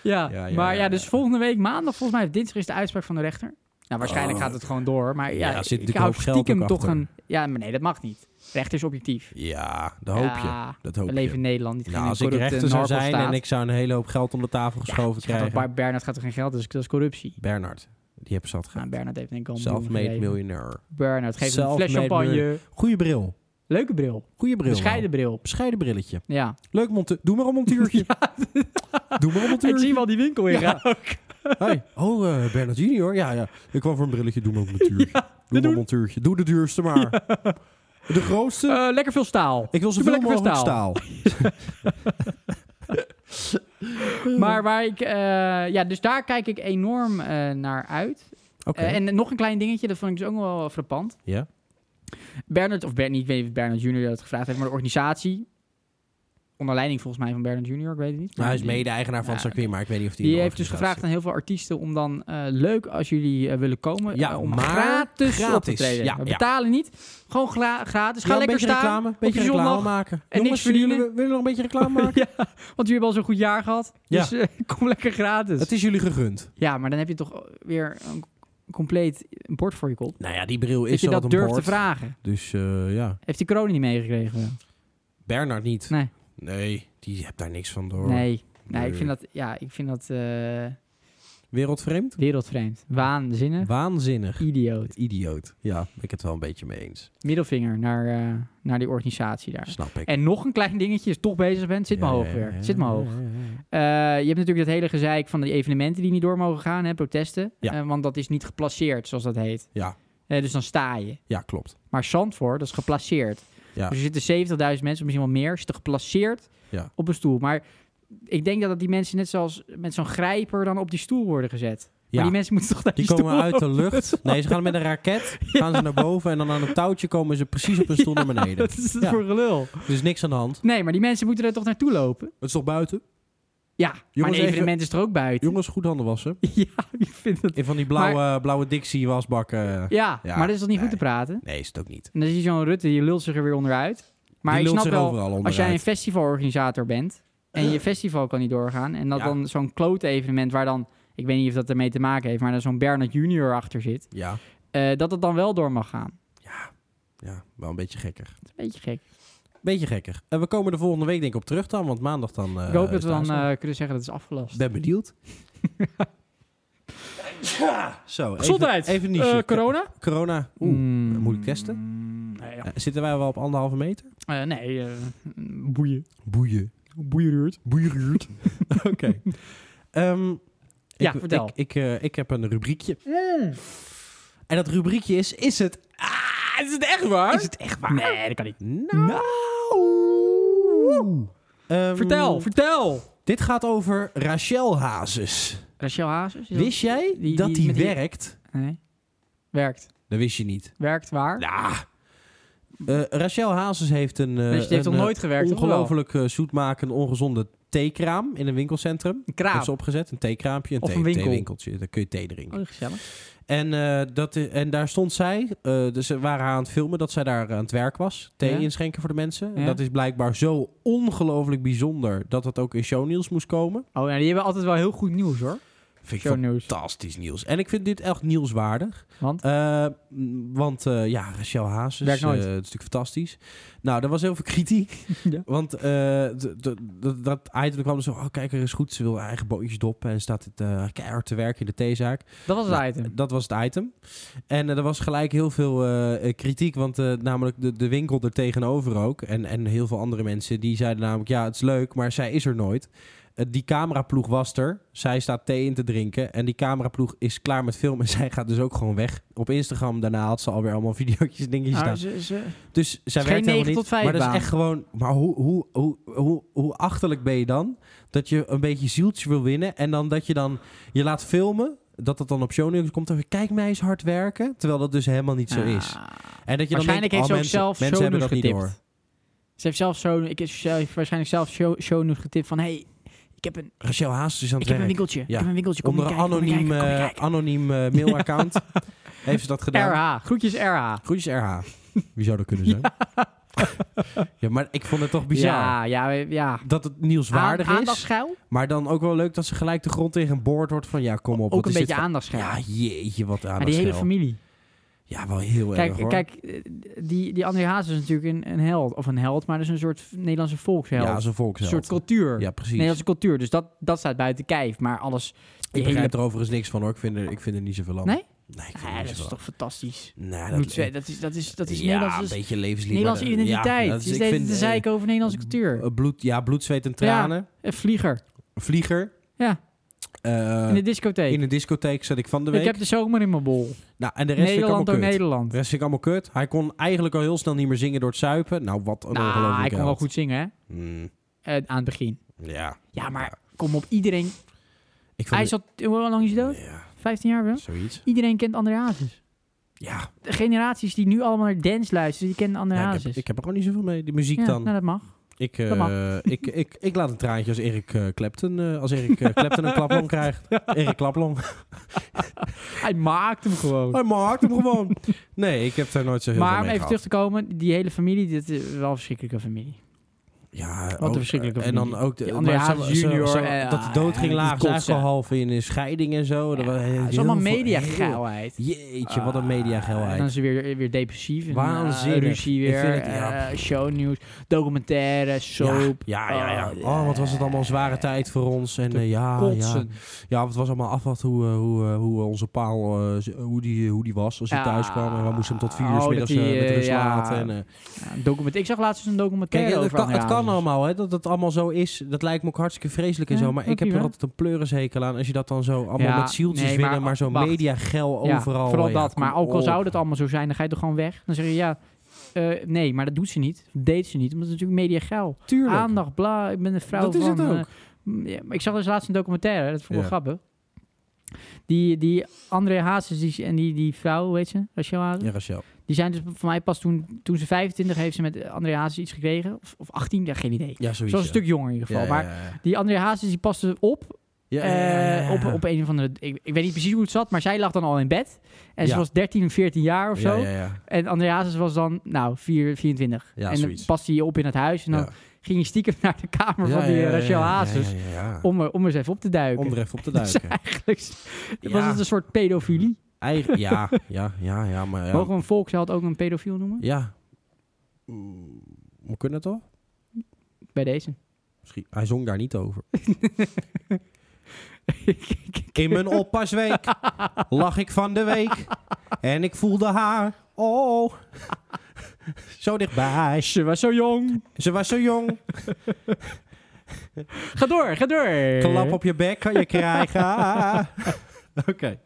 [SPEAKER 2] Ja,
[SPEAKER 1] Ja, ja,
[SPEAKER 2] maar
[SPEAKER 1] ja,
[SPEAKER 2] ja, dus
[SPEAKER 1] ja.
[SPEAKER 2] volgende week maandag, volgens mij dinsdag is de uitspraak van de rechter. Nou, waarschijnlijk
[SPEAKER 1] Oh.
[SPEAKER 2] gaat het gewoon door, maar
[SPEAKER 1] Ja,
[SPEAKER 2] ja,
[SPEAKER 1] er zit
[SPEAKER 2] ik
[SPEAKER 1] natuurlijk
[SPEAKER 2] hou
[SPEAKER 1] ook geld
[SPEAKER 2] stiekem
[SPEAKER 1] ook
[SPEAKER 2] toch
[SPEAKER 1] achter.
[SPEAKER 2] een... Ja, maar nee, dat mag niet. Rechter is objectief.
[SPEAKER 1] Ja, dat hoop je.
[SPEAKER 2] Ja,
[SPEAKER 1] Dat hoop
[SPEAKER 2] we leven
[SPEAKER 1] je.
[SPEAKER 2] in Nederland, niet
[SPEAKER 1] Nou, als ik rechter zou zijn en ik zou een hele hoop geld om de tafel geschoven krijgen.
[SPEAKER 2] Maar Bernard gaat er geen geld, dus dat is corruptie.
[SPEAKER 1] Bernard, die heb zat
[SPEAKER 2] Nou,
[SPEAKER 1] gehad.
[SPEAKER 2] Bernard heeft denk ik al een miljoen
[SPEAKER 1] Self-made
[SPEAKER 2] gegeven.
[SPEAKER 1] miljonair.
[SPEAKER 2] Bernard geeft hem een fles
[SPEAKER 1] Self-made
[SPEAKER 2] champagne.
[SPEAKER 1] Goeie bril.
[SPEAKER 2] Leuke bril.
[SPEAKER 1] Goeie bril.
[SPEAKER 2] Bescheiden
[SPEAKER 1] nou.
[SPEAKER 2] bril.
[SPEAKER 1] Bescheiden brilletje.
[SPEAKER 2] Ja.
[SPEAKER 1] Leuk montuur. Doe maar een montuurtje. Doe maar een
[SPEAKER 2] Ik zie
[SPEAKER 1] montuurtje.
[SPEAKER 2] hem al die winkel in
[SPEAKER 1] Ja.
[SPEAKER 2] gaan ook.
[SPEAKER 1] Hey. Oh, eh, Bernard Junior. Ja, ja. Ik kwam voor een brilletje. Doe maar een montuurtje. doe maar
[SPEAKER 2] doen-
[SPEAKER 1] een montuurtje. Doe de duurste maar. De grootste.
[SPEAKER 2] Eh, lekker veel staal.
[SPEAKER 1] ik wil
[SPEAKER 2] doe
[SPEAKER 1] zoveel
[SPEAKER 2] maar lekker
[SPEAKER 1] mogelijk
[SPEAKER 2] veel
[SPEAKER 1] staal.
[SPEAKER 2] Maar waar ik... eh, ja, dus daar kijk ik enorm eh, naar uit.
[SPEAKER 1] Oké. Nou,
[SPEAKER 2] Eh, en nog een klein dingetje, dat vond ik dus ook wel frappant.
[SPEAKER 1] ja.
[SPEAKER 2] Bernard, of Bernard, ik weet niet of Bernard Jr. dat gevraagd heeft, maar de organisatie... Onder leiding volgens mij van Bernard Jr., ik weet het niet.
[SPEAKER 1] Nou, hij is
[SPEAKER 2] Maar die-
[SPEAKER 1] mede-eigenaar van
[SPEAKER 2] Ja,
[SPEAKER 1] het circuit, maar ik weet niet of die... in
[SPEAKER 2] Die
[SPEAKER 1] de
[SPEAKER 2] heeft dus gevraagd
[SPEAKER 1] organisatie
[SPEAKER 2] aan heel veel artiesten om dan eh, leuk als jullie eh, willen komen.
[SPEAKER 1] Ja,
[SPEAKER 2] eh, om
[SPEAKER 1] maar
[SPEAKER 2] gratis, op te
[SPEAKER 1] gratis.
[SPEAKER 2] treden.
[SPEAKER 1] Ja,
[SPEAKER 2] We
[SPEAKER 1] ja.
[SPEAKER 2] betalen niet. Gewoon gra- gratis.
[SPEAKER 1] zit. Ja,
[SPEAKER 2] Ga lekker
[SPEAKER 1] een beetje
[SPEAKER 2] staan.
[SPEAKER 1] reclame, een beetje
[SPEAKER 2] je
[SPEAKER 1] reclame
[SPEAKER 2] zondag.
[SPEAKER 1] maken.
[SPEAKER 2] En
[SPEAKER 1] Jongens,
[SPEAKER 2] niks verdienen.
[SPEAKER 1] Willen, we- willen we nog een beetje reclame maken?
[SPEAKER 2] ja, want jullie hebben al zo'n goed jaar gehad.
[SPEAKER 1] Ja.
[SPEAKER 2] Dus eh, kom lekker gratis.
[SPEAKER 1] Het is jullie gegund.
[SPEAKER 2] Ja, maar dan heb je toch weer een compleet bord voor je kop.
[SPEAKER 1] Nou ja, die bril is
[SPEAKER 2] Als je
[SPEAKER 1] zo
[SPEAKER 2] dat
[SPEAKER 1] wat
[SPEAKER 2] durft
[SPEAKER 1] een
[SPEAKER 2] te
[SPEAKER 1] boord.
[SPEAKER 2] vragen.
[SPEAKER 1] Dus eh, ja,
[SPEAKER 2] Heeft die corona niet meegekregen?
[SPEAKER 1] Bernard niet.
[SPEAKER 2] Nee.
[SPEAKER 1] Nee, die hebt daar niks van door.
[SPEAKER 2] Nee. Nee, ik
[SPEAKER 1] Nee.
[SPEAKER 2] vind dat, ja, ik vind dat eh,
[SPEAKER 1] Wereldvreemd?
[SPEAKER 2] wereldvreemd. Waanzinnig.
[SPEAKER 1] Waanzinnig.
[SPEAKER 2] Idioot.
[SPEAKER 1] Idioot. Ja, ben ik het wel een beetje mee eens.
[SPEAKER 2] Middelvinger naar, eh, naar die organisatie daar.
[SPEAKER 1] Snap ik.
[SPEAKER 2] En nog een klein dingetje, als je toch bezig bent, Eh, zit maar hoog weer. Zit maar hoog. Eh, je hebt natuurlijk dat hele gezeik van die evenementen die niet door mogen gaan, hè, protesten.
[SPEAKER 1] Ja.
[SPEAKER 2] Eh, want dat is niet geplaceerd, zoals dat heet.
[SPEAKER 1] Ja.
[SPEAKER 2] Eh, dus dan sta je.
[SPEAKER 1] Ja, klopt.
[SPEAKER 2] Maar Zandvoort, dat is geplaceerd.
[SPEAKER 1] Ja.
[SPEAKER 2] Dus er zitten 70.000 mensen, of misschien wel meer, zitten geplaceerd
[SPEAKER 1] Ja.
[SPEAKER 2] op een stoel. Maar ik denk dat dat die mensen net zoals met zo'n grijper dan op die stoel worden gezet.
[SPEAKER 1] Ja.
[SPEAKER 2] Maar die mensen moeten toch naar die,
[SPEAKER 1] Die komen
[SPEAKER 2] stoel?
[SPEAKER 1] uit de lucht. Nee, ze gaan met een raket gaan ze naar boven en dan aan een touwtje komen ze precies op een stoel naar beneden.
[SPEAKER 2] Dat is het
[SPEAKER 1] Ja.
[SPEAKER 2] voor gelul.
[SPEAKER 1] Er is niks aan de hand.
[SPEAKER 2] Nee, maar die mensen moeten er toch naartoe lopen?
[SPEAKER 1] Het is toch buiten?
[SPEAKER 2] Ja, maar een
[SPEAKER 1] even-
[SPEAKER 2] evenement is er ook buiten.
[SPEAKER 1] Jongens, goed handen wassen.
[SPEAKER 2] Ja, ik vind dat...
[SPEAKER 1] In van die blauwe, blauwe Dixie wasbakken.
[SPEAKER 2] Ja,
[SPEAKER 1] Ja,
[SPEAKER 2] maar dat is toch niet goed
[SPEAKER 1] nee.
[SPEAKER 2] te praten?
[SPEAKER 1] Nee, is het ook niet.
[SPEAKER 2] En dan zie je zo'n Rutte, die lult zich er weer onderuit. Maar
[SPEAKER 1] Die
[SPEAKER 2] ik
[SPEAKER 1] lult
[SPEAKER 2] snap
[SPEAKER 1] zich
[SPEAKER 2] wel,
[SPEAKER 1] overal
[SPEAKER 2] als
[SPEAKER 1] onderuit.
[SPEAKER 2] jij een festivalorganisator bent en je festival kan niet doorgaan en dat
[SPEAKER 1] Ja.
[SPEAKER 2] dan zo'n klote evenement waar dan, ik weet niet of dat ermee te maken heeft, maar dan zo'n Bernard Junior achter zit,
[SPEAKER 1] Ja.
[SPEAKER 2] eh, dat het dan wel door mag gaan.
[SPEAKER 1] ja, wel een beetje gekker.
[SPEAKER 2] Dat is een beetje gek.
[SPEAKER 1] Beetje gekker. En we komen er volgende week denk ik op terug dan, want maandag dan... eh,
[SPEAKER 2] ik hoop dat
[SPEAKER 1] is
[SPEAKER 2] we
[SPEAKER 1] de
[SPEAKER 2] dan
[SPEAKER 1] aanslag.
[SPEAKER 2] eh, kunnen zeggen dat het is afgelast.
[SPEAKER 1] ben benieuwd. Zo, even-
[SPEAKER 2] Gezondheid!
[SPEAKER 1] Even, een niche.
[SPEAKER 2] Eh, corona?
[SPEAKER 1] corona. Oeh,
[SPEAKER 2] Mm,
[SPEAKER 1] moet ik testen?
[SPEAKER 2] nee, ja.
[SPEAKER 1] Eh, zitten wij wel op anderhalve meter?
[SPEAKER 2] Eh, nee eh, boeien.
[SPEAKER 1] Boeien.
[SPEAKER 2] Boeieruurt.
[SPEAKER 1] Boeieruurt. Oké. Ehm,
[SPEAKER 2] Ja,
[SPEAKER 1] ik,
[SPEAKER 2] vertel. Mm.
[SPEAKER 1] Ik, ik, eh, ik heb een rubriekje. En dat rubriekje is, is het... Ah, is het echt waar?
[SPEAKER 2] Is het echt waar? Nee, dat kan niet.
[SPEAKER 1] Nou. Ehm,
[SPEAKER 2] Vertel, vertel!
[SPEAKER 1] Dit gaat over Rachel Hazes.
[SPEAKER 2] Rachel Hazes? is dat-
[SPEAKER 1] Wist jij
[SPEAKER 2] die- die-
[SPEAKER 1] dat die,
[SPEAKER 2] met die-
[SPEAKER 1] werkt?
[SPEAKER 2] Nee. Werkt.
[SPEAKER 1] Dat wist je niet.
[SPEAKER 2] Werkt waar?
[SPEAKER 1] Ja. Rachel Hazes heeft een... eh,
[SPEAKER 2] dus die heeft
[SPEAKER 1] een,
[SPEAKER 2] nog nooit gewerkt, toch wel?
[SPEAKER 1] ongelooflijk eh, zoetmakend, ongezonde theekraam in een winkelcentrum.
[SPEAKER 2] Een
[SPEAKER 1] Heeft
[SPEAKER 2] kraap.
[SPEAKER 1] ze opgewekt. opgezet, een theekraampje, een,
[SPEAKER 2] Nou.
[SPEAKER 1] thee,
[SPEAKER 2] Of een winkel.
[SPEAKER 1] theewinkeltje. Daar kun je thee drinken.
[SPEAKER 2] Oh, gezellig.
[SPEAKER 1] En, eh, dat, i- en daar stond zij, eh, dus ze waren haar aan het filmen dat zij daar eh, aan het werk was. Thee
[SPEAKER 2] Ja.
[SPEAKER 1] inschenken voor de mensen. En
[SPEAKER 2] Ja.
[SPEAKER 1] dat is blijkbaar zo ongelooflijk bijzonder dat dat ook in shownieuws moest komen.
[SPEAKER 2] Oh, nou, die hebben altijd wel heel goed nieuws hoor.
[SPEAKER 1] Vind ik
[SPEAKER 2] Shownieuws.
[SPEAKER 1] fantastisch nieuws. En ik vind dit echt nieuwswaardig.
[SPEAKER 2] Want?
[SPEAKER 1] Eh, m, want eh, ja, Rachel Hazes,
[SPEAKER 2] Werkt
[SPEAKER 1] eh,
[SPEAKER 2] nooit.
[SPEAKER 1] dat is natuurlijk fantastisch. Nou, er was heel veel kritiek.
[SPEAKER 2] Ja.
[SPEAKER 1] Want eh, d- d- d- dat item kwam zo, oh kijk, er is goed. Ze wil haar eigen bootjes doppen en staat het, eh, keihard te werken in de theezaak.
[SPEAKER 2] Dat was het
[SPEAKER 1] Nou,
[SPEAKER 2] item.
[SPEAKER 1] Dat was het item. En eh, er was gelijk heel veel eh, eh, kritiek, want eh, namelijk de, de winkel er tegenover ook. En, en heel veel andere mensen die zeiden namelijk, ja, het is leuk, maar zij is er nooit. Eh, die cameraploeg was er. Zij staat thee in te drinken. En die cameraploeg is klaar met filmen. En zij gaat dus ook gewoon weg. Op Instagram daarna had ze alweer allemaal video's en dingetjes staan.
[SPEAKER 2] Nou, ze- ze-
[SPEAKER 1] Dus zij
[SPEAKER 2] is geen
[SPEAKER 1] werkt helemaal
[SPEAKER 2] 9
[SPEAKER 1] niet.
[SPEAKER 2] tot 5
[SPEAKER 1] maar dat
[SPEAKER 2] baan.
[SPEAKER 1] is echt gewoon... Maar hoe, hoe, hoe, hoe, hoe achterlijk ben je dan? Dat je een beetje zieltje wil winnen. En dan dat je dan je laat filmen. Dat dat dan op shownieuws komt. En kijk mij eens hard werken. Terwijl dat dus helemaal niet zo is.
[SPEAKER 2] Ah.
[SPEAKER 1] En dat je
[SPEAKER 2] Waarschijnlijk
[SPEAKER 1] dan
[SPEAKER 2] heeft
[SPEAKER 1] denkt,
[SPEAKER 2] ze ook
[SPEAKER 1] oh, mensen,
[SPEAKER 2] zelf
[SPEAKER 1] mensen hebben dat
[SPEAKER 2] shownieuws
[SPEAKER 1] niet door.
[SPEAKER 2] getipt. Ze heeft zelf zo, ik is zelf- waarschijnlijk zelf show- shownieuws getipt van... hey, ik heb een,
[SPEAKER 1] Rachel Haas is aan
[SPEAKER 2] ik
[SPEAKER 1] het
[SPEAKER 2] heb
[SPEAKER 1] werk.
[SPEAKER 2] een winkeltje. Ik
[SPEAKER 1] Ja.
[SPEAKER 2] heb een winkeltje. Kom
[SPEAKER 1] Onder
[SPEAKER 2] je
[SPEAKER 1] een
[SPEAKER 2] kijken, kom je
[SPEAKER 1] anoniem,
[SPEAKER 2] kijken, kom je
[SPEAKER 1] eh,
[SPEAKER 2] kijken.
[SPEAKER 1] anoniem eh, mailaccount heeft ze dat gedaan.
[SPEAKER 2] RH. Groetjes RH.
[SPEAKER 1] Groetjes RH. Wie zou dat kunnen zijn? Ja, maar ik vond het toch bizar.
[SPEAKER 2] Ja, ja, ja.
[SPEAKER 1] Dat het nieuwswaardig
[SPEAKER 2] Aan-
[SPEAKER 1] is.
[SPEAKER 2] aandachtsgeil?
[SPEAKER 1] Maar dan ook wel leuk dat ze gelijk de grond tegen boord wordt van... Ja, kom op. wat
[SPEAKER 2] Ook een
[SPEAKER 1] is dit
[SPEAKER 2] beetje aandachtsscherm.
[SPEAKER 1] Ja, jeetje, wat aan
[SPEAKER 2] maar die hele
[SPEAKER 1] schel.
[SPEAKER 2] familie.
[SPEAKER 1] Ja, wel heel erg
[SPEAKER 2] Kijk,
[SPEAKER 1] hoor.
[SPEAKER 2] kijk eh, die, die André Haas is natuurlijk een, een held. Of een held, maar dat is een soort Nederlandse volksheld.
[SPEAKER 1] ja, zo'n
[SPEAKER 2] een
[SPEAKER 1] volksheld.
[SPEAKER 2] soort cultuur.
[SPEAKER 1] Ja, precies.
[SPEAKER 2] Nederlandse cultuur. Dus dat, dat staat buiten kijf. Maar alles... die
[SPEAKER 1] ik begrijp
[SPEAKER 2] hele-
[SPEAKER 1] er overigens niks van hoor. Ik vind er, ik vind er niet zoveel aan.
[SPEAKER 2] Nee?
[SPEAKER 1] Nee, ik vind
[SPEAKER 2] Ja,
[SPEAKER 1] er
[SPEAKER 2] eh, dat
[SPEAKER 1] niet
[SPEAKER 2] is
[SPEAKER 1] zoveel aan.
[SPEAKER 2] toch fantastisch.
[SPEAKER 1] Nee,
[SPEAKER 2] Moet ze- dat is, dat is, dat is
[SPEAKER 1] ja,
[SPEAKER 2] Nederlands,
[SPEAKER 1] een
[SPEAKER 2] dat is
[SPEAKER 1] beetje levenslied.
[SPEAKER 2] Nederlandse
[SPEAKER 1] maar dat- ja,
[SPEAKER 2] identiteit.
[SPEAKER 1] dat is-
[SPEAKER 2] is
[SPEAKER 1] ik
[SPEAKER 2] deze
[SPEAKER 1] vind,
[SPEAKER 2] de
[SPEAKER 1] eh,
[SPEAKER 2] zeik over Nederlandse cultuur.
[SPEAKER 1] eh, Bloed, ja, bloed, zweet en tranen.
[SPEAKER 2] Een vlieger
[SPEAKER 1] Een Vlieger.
[SPEAKER 2] Ja.
[SPEAKER 1] Eh,
[SPEAKER 2] in de discotheek.
[SPEAKER 1] in de discotheek zat ik van de week.
[SPEAKER 2] ik heb de zomer in mijn bol.
[SPEAKER 1] Nou, en de rest vind ik allemaal
[SPEAKER 2] Nederland door
[SPEAKER 1] kut.
[SPEAKER 2] Nederland.
[SPEAKER 1] De rest vind ik allemaal kut. Hij kon eigenlijk al heel snel niet meer zingen door het zuipen. Nou, wat een
[SPEAKER 2] Nou,
[SPEAKER 1] ongelooflijke
[SPEAKER 2] hij kon wel
[SPEAKER 1] held.
[SPEAKER 2] goed zingen, hè?
[SPEAKER 1] Hmm,
[SPEAKER 2] Eh, aan het begin.
[SPEAKER 1] ja.
[SPEAKER 2] Ja, maar kom op, iedereen...
[SPEAKER 1] Ik vond
[SPEAKER 2] Hij zat... Hoe lang is hij dood?
[SPEAKER 1] Ja,
[SPEAKER 2] 15 jaar, wel?
[SPEAKER 1] zoiets.
[SPEAKER 2] Iedereen kent André Hazes.
[SPEAKER 1] Ja,
[SPEAKER 2] De generaties die nu allemaal naar dance luisteren, die kennen André
[SPEAKER 1] ja, ik,
[SPEAKER 2] Hazes.
[SPEAKER 1] heb, ik heb er gewoon niet zoveel mee. Die muziek
[SPEAKER 2] Ja,
[SPEAKER 1] dan.
[SPEAKER 2] Nou, dat mag.
[SPEAKER 1] Ik,
[SPEAKER 2] Dat mag.
[SPEAKER 1] eh, ik, ik, ik laat een traantje als Erik eh, Clapton, eh, als Erik eh, Clapton een klaplong krijgt. Erik Klaplong.
[SPEAKER 2] Hij maakt hem gewoon.
[SPEAKER 1] Hij maakt hem gewoon. Nee, ik heb daar nooit zo Oh, heel
[SPEAKER 2] maar
[SPEAKER 1] veel
[SPEAKER 2] om
[SPEAKER 1] mee
[SPEAKER 2] even
[SPEAKER 1] gehad.
[SPEAKER 2] terug te komen, die hele familie, dit is wel een verschrikkelijke familie.
[SPEAKER 1] Ja,
[SPEAKER 2] Wat een
[SPEAKER 1] ook, eh,
[SPEAKER 2] verschrikkelijke
[SPEAKER 1] En dan
[SPEAKER 2] familie.
[SPEAKER 1] ook de,
[SPEAKER 2] Die André
[SPEAKER 1] maar zo-
[SPEAKER 2] Hazes
[SPEAKER 1] zo-
[SPEAKER 2] junior,
[SPEAKER 1] zo-
[SPEAKER 2] eh,
[SPEAKER 1] dat de dood
[SPEAKER 2] ah,
[SPEAKER 1] ging
[SPEAKER 2] ja,
[SPEAKER 1] laag.
[SPEAKER 2] dat
[SPEAKER 1] is
[SPEAKER 2] is
[SPEAKER 1] eigenlijk
[SPEAKER 2] kotsen.
[SPEAKER 1] half in een scheiding en zo. Oh, Dat
[SPEAKER 2] Ja,
[SPEAKER 1] was
[SPEAKER 2] het is
[SPEAKER 1] heel
[SPEAKER 2] allemaal
[SPEAKER 1] veel-
[SPEAKER 2] mediageilheid.
[SPEAKER 1] heel- Jeetje, wat een
[SPEAKER 2] Ah, En dan
[SPEAKER 1] mediageilheid.
[SPEAKER 2] is ze weer, weer depressief. En,
[SPEAKER 1] Waanzinnig.
[SPEAKER 2] eh, ruzie
[SPEAKER 1] Ik
[SPEAKER 2] weer.
[SPEAKER 1] vind het- ja.
[SPEAKER 2] eh, shownieuws, documentaire, soap.
[SPEAKER 1] Ja, ja, ja.
[SPEAKER 2] Oh,
[SPEAKER 1] Oh, wat was het allemaal een zware tijd voor ons. En
[SPEAKER 2] Te
[SPEAKER 1] eh, ja, ja,
[SPEAKER 2] Kotsen.
[SPEAKER 1] Ja, want het was allemaal afwacht hoe, eh, hoe, eh, hoe onze paal eh, z- hoe die, hoe die was als hij
[SPEAKER 2] Ja.
[SPEAKER 1] thuis kwam. En we moesten hem tot vier uur
[SPEAKER 2] Oh,
[SPEAKER 1] 's
[SPEAKER 2] dat
[SPEAKER 1] middags
[SPEAKER 2] die,
[SPEAKER 1] eh, met
[SPEAKER 2] eh,
[SPEAKER 1] rust
[SPEAKER 2] ja.
[SPEAKER 1] laten. En, eh,
[SPEAKER 2] Ja, een document- ik zag laatst eens een documentaire
[SPEAKER 1] kijk, ja, het,
[SPEAKER 2] over
[SPEAKER 1] kan,
[SPEAKER 2] André
[SPEAKER 1] het kan
[SPEAKER 2] Hazes.
[SPEAKER 1] allemaal, hè, dat het allemaal zo is. Dat lijkt me ook hartstikke vreselijk en
[SPEAKER 2] Ja,
[SPEAKER 1] zo. Maar ik
[SPEAKER 2] snap
[SPEAKER 1] heb
[SPEAKER 2] je
[SPEAKER 1] er
[SPEAKER 2] wel.
[SPEAKER 1] altijd een pleurenzekel aan als je dat dan zo allemaal
[SPEAKER 2] Ja,
[SPEAKER 1] met zieltjes
[SPEAKER 2] nee, maar
[SPEAKER 1] winnen. Maar, zo
[SPEAKER 2] wacht.
[SPEAKER 1] mediagel
[SPEAKER 2] Ja,
[SPEAKER 1] overal.
[SPEAKER 2] Vooral
[SPEAKER 1] eh, ja,
[SPEAKER 2] dat.
[SPEAKER 1] kom
[SPEAKER 2] maar ook al
[SPEAKER 1] op.
[SPEAKER 2] zou dat allemaal zo zijn, dan ga je toch gewoon weg. Dan zeg je ja, eh, nee, maar dat doet ze niet. Dat deed ze niet, omdat het natuurlijk media geil.
[SPEAKER 1] Tuurlijk.
[SPEAKER 2] Aandacht, bla, ik ben een vrouw
[SPEAKER 1] Dat is
[SPEAKER 2] van...
[SPEAKER 1] het ook.
[SPEAKER 2] eh, m, ja, maar ik zag dus laatst een documentaire, dat vond ik
[SPEAKER 1] Ja.
[SPEAKER 2] wel grappig. Die, die André Hazes die, en die, die vrouw, weet je, Rachel Hazes.
[SPEAKER 1] Ja, Rachel.
[SPEAKER 2] Die zijn dus voor mij pas toen, toen ze 25 heeft ze met André Hazes iets gekregen. Of, of 18, ja, geen idee.
[SPEAKER 1] Ja, zoiets.
[SPEAKER 2] Ze was een stuk jonger in ieder geval. Maar die André Hazes die paste op,
[SPEAKER 1] ja,
[SPEAKER 2] eh, op, op een of andere... Ik, ik weet niet precies hoe het zat, maar zij lag dan al in bed. En ze
[SPEAKER 1] Ja.
[SPEAKER 2] was 13 of 14 jaar of zo.
[SPEAKER 1] Ja, ja, ja.
[SPEAKER 2] En André Hazes was dan, nou, 4, 24.
[SPEAKER 1] Ja,
[SPEAKER 2] en dan
[SPEAKER 1] zoiets.
[SPEAKER 2] paste hij op in het huis. En dan
[SPEAKER 1] Ja.
[SPEAKER 2] ging je stiekem naar de kamer
[SPEAKER 1] Ja,
[SPEAKER 2] van die eh,
[SPEAKER 1] ja, ja,
[SPEAKER 2] Rachel
[SPEAKER 1] ja,
[SPEAKER 2] Hazes.
[SPEAKER 1] ja, ja, ja.
[SPEAKER 2] Om, er, om er eens even op te duiken.
[SPEAKER 1] Om er even op te
[SPEAKER 2] Dus
[SPEAKER 1] duiken.
[SPEAKER 2] eigenlijk was
[SPEAKER 1] Ja.
[SPEAKER 2] het een soort pedofilie.
[SPEAKER 1] Eigen- Ja, ja, ja, ja. Maar ja,
[SPEAKER 2] Mogen we een volksheld ook een pedofiel noemen?
[SPEAKER 1] Ja. Mm, We kunnen het al?
[SPEAKER 2] Bij deze.
[SPEAKER 1] Misschien. Hij zong daar niet over. In mijn oppasweek lag ik van de week en ik voelde haar. Oh, zo dichtbij.
[SPEAKER 2] Ze was zo jong.
[SPEAKER 1] Ze was zo jong.
[SPEAKER 2] Ga door, ga door.
[SPEAKER 1] Klap op je bek kan je krijgen. Oké.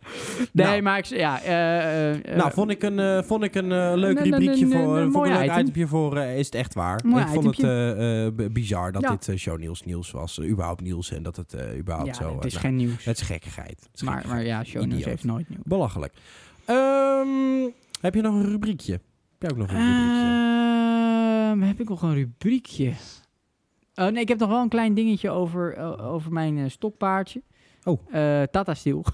[SPEAKER 2] Nee,
[SPEAKER 1] Nou.
[SPEAKER 2] maar ik... Ja, eh, eh, eh,
[SPEAKER 1] nou, vond ik een, eh, vond ik een eh, leuk
[SPEAKER 2] een- een-
[SPEAKER 1] rubriekje
[SPEAKER 2] een-
[SPEAKER 1] voor.
[SPEAKER 2] een
[SPEAKER 1] vond ik
[SPEAKER 2] mooi
[SPEAKER 1] een leuk
[SPEAKER 2] item.
[SPEAKER 1] itempje voor. eh, is het echt waar?
[SPEAKER 2] Mooi
[SPEAKER 1] ik vond het
[SPEAKER 2] itempje.
[SPEAKER 1] eh, eh, b- bizar dat
[SPEAKER 2] Ja.
[SPEAKER 1] dit eh, shownieuws nieuws was. Eh, überhaupt nieuws en dat het eh, überhaupt
[SPEAKER 2] ja,
[SPEAKER 1] zo. eh,
[SPEAKER 2] het is
[SPEAKER 1] nou,
[SPEAKER 2] geen nieuws.
[SPEAKER 1] Het is gekkigheid. Het is
[SPEAKER 2] maar, maar ja, shownieuws
[SPEAKER 1] Idioot.
[SPEAKER 2] heeft nooit nieuws.
[SPEAKER 1] Belachelijk. Ehm, heb je nog een rubriekje? Heb jij ook nog een
[SPEAKER 2] Eh,
[SPEAKER 1] rubriekje?
[SPEAKER 2] Ehm, heb ik nog een rubriekje? Oh nee, ik heb nog wel een klein dingetje over, eh, over mijn eh, stokpaardje.
[SPEAKER 1] Oh.
[SPEAKER 2] Eh, Tata Steel.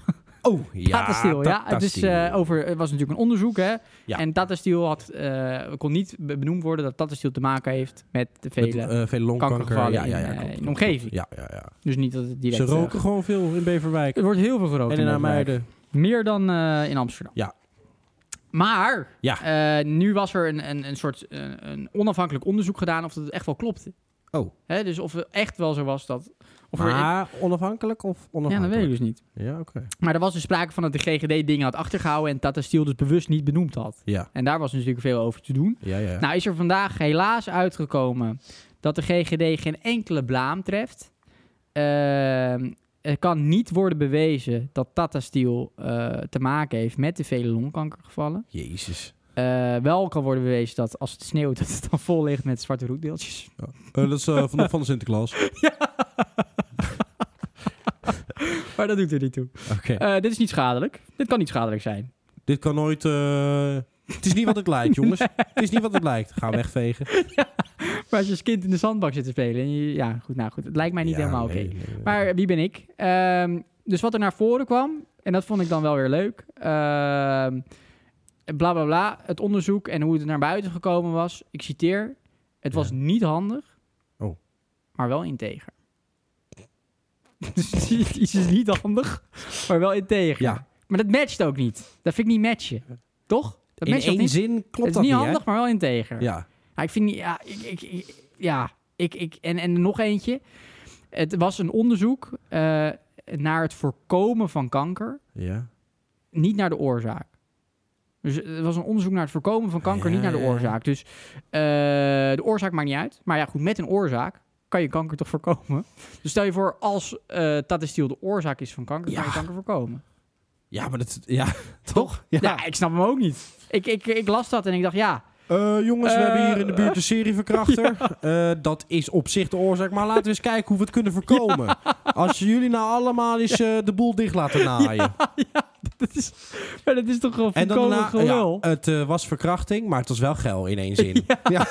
[SPEAKER 1] Oh, ja.
[SPEAKER 2] Tata Steel, ja.
[SPEAKER 1] Tata
[SPEAKER 2] Het, is,
[SPEAKER 1] Steel.
[SPEAKER 2] eh, over, het was natuurlijk een onderzoek, hè.
[SPEAKER 1] Ja.
[SPEAKER 2] En Tata Steel had, eh, kon niet be- benoemd worden dat Tata Steel te maken heeft met de
[SPEAKER 1] Met,
[SPEAKER 2] vele...
[SPEAKER 1] eh, vele longkanker.
[SPEAKER 2] kankergevallen
[SPEAKER 1] Ja, ja,
[SPEAKER 2] in,
[SPEAKER 1] ja.
[SPEAKER 2] eh,
[SPEAKER 1] klopt,
[SPEAKER 2] in
[SPEAKER 1] klopt,
[SPEAKER 2] omgeving.
[SPEAKER 1] klopt. Ja, ja, ja.
[SPEAKER 2] dus niet dat het direct...
[SPEAKER 1] Ze
[SPEAKER 2] eh,
[SPEAKER 1] roken gewoon veel in Beverwijk.
[SPEAKER 2] er wordt heel veel gerookt.
[SPEAKER 1] En in
[SPEAKER 2] in Beverwijk.
[SPEAKER 1] Amuiden.
[SPEAKER 2] Meer dan eh, in Amsterdam.
[SPEAKER 1] Ja.
[SPEAKER 2] Maar
[SPEAKER 1] Ja.
[SPEAKER 2] eh, nu was er een, een, een soort eh, een onafhankelijk onderzoek gedaan of dat echt wel klopte.
[SPEAKER 1] Oh.
[SPEAKER 2] Hè, dus of het echt wel zo was dat. Of er-
[SPEAKER 1] Maar onafhankelijk of
[SPEAKER 2] ja, dat weet ik
[SPEAKER 1] onafhankelijk?
[SPEAKER 2] dus niet.
[SPEAKER 1] Ja, oké.
[SPEAKER 2] Maar er was dus sprake van dat de GGD dingen had achtergehouden en Tata Steel dus bewust niet benoemd had.
[SPEAKER 1] Ja,
[SPEAKER 2] En daar was natuurlijk veel over te doen.
[SPEAKER 1] ja, ja.
[SPEAKER 2] Nou is er vandaag helaas uitgekomen dat de GGD geen enkele blaam treft. Ehm, er kan niet worden bewezen dat Tata Steel eh, te maken heeft met de vele longkankergevallen.
[SPEAKER 1] Jezus.
[SPEAKER 2] Eh, wel kan worden bewezen dat als het sneeuwt, dat het dan vol ligt met zwarte roetdeeltjes.
[SPEAKER 1] Eh, dat is eh, van, de, van de Sinterklaas. Oké.
[SPEAKER 2] Maar dat doet er niet toe. Eh, dit is niet schadelijk. Dit kan niet schadelijk zijn.
[SPEAKER 1] Dit kan nooit... eh, Het is niet wat het lijkt, jongens. Het is niet wat het lijkt. Ga wegvegen.
[SPEAKER 2] Maar als je als kind in de zandbak zit te spelen. En je, ja, goed, nou goed. Het lijkt mij niet
[SPEAKER 1] Ja,
[SPEAKER 2] helemaal oké.
[SPEAKER 1] nee, nee, nee.
[SPEAKER 2] Maar wie ben ik? Ehm, dus wat er naar voren kwam, en dat vond ik dan wel weer leuk. ehm, bla bla bla. Het onderzoek en hoe het naar buiten gekomen was. Ik citeer: Het was
[SPEAKER 1] Ja.
[SPEAKER 2] niet handig,
[SPEAKER 1] Oh.
[SPEAKER 2] maar wel integer. Dus iets is niet handig, maar wel integer.
[SPEAKER 1] Ja.
[SPEAKER 2] Maar dat matcht ook niet. Dat vind ik niet matchen. Toch? Dat
[SPEAKER 1] In
[SPEAKER 2] matcht ook
[SPEAKER 1] één
[SPEAKER 2] niet.
[SPEAKER 1] zin klopt
[SPEAKER 2] het is
[SPEAKER 1] dat
[SPEAKER 2] niet
[SPEAKER 1] niet,
[SPEAKER 2] handig, maar wel integer.
[SPEAKER 1] hè? Ja.
[SPEAKER 2] Ja, ik vind niet. Ja, ik. ik, ik- ja, ik, ik en, en nog eentje. Het was een onderzoek eh, naar het voorkomen van kanker,
[SPEAKER 1] Ja.
[SPEAKER 2] niet naar de oorzaak. Dus het was een onderzoek naar het voorkomen van kanker,
[SPEAKER 1] Ja,
[SPEAKER 2] niet naar de
[SPEAKER 1] ja, ja.
[SPEAKER 2] oorzaak. Dus eh, de oorzaak maakt niet uit. Maar ja, goed, met een oorzaak kan je kanker toch voorkomen. Dus stel je voor, als eh Tatistiel de oorzaak is van kanker, kan
[SPEAKER 1] Ja.
[SPEAKER 2] je kanker voorkomen.
[SPEAKER 1] Ja, maar dat... Ja,
[SPEAKER 2] Toch? Ja, ik snap hem ook niet. Ik, ik, ik las dat en ik dacht, ja,
[SPEAKER 1] Eh, jongens, we
[SPEAKER 2] Eh,
[SPEAKER 1] hebben hier in de buurt een serieverkrachter. Eh, dat is op zich de oorzaak. Maar laten we eens kijken hoe we het kunnen voorkomen. Als jullie nou allemaal eens eh, de boel dicht laten naaien.
[SPEAKER 2] dat is, maar dat is toch gewoon
[SPEAKER 1] en dan
[SPEAKER 2] voorkomen
[SPEAKER 1] daarna-
[SPEAKER 2] gelul.
[SPEAKER 1] ja, het eh, was verkrachting, maar het was wel geil in één zin. Ja,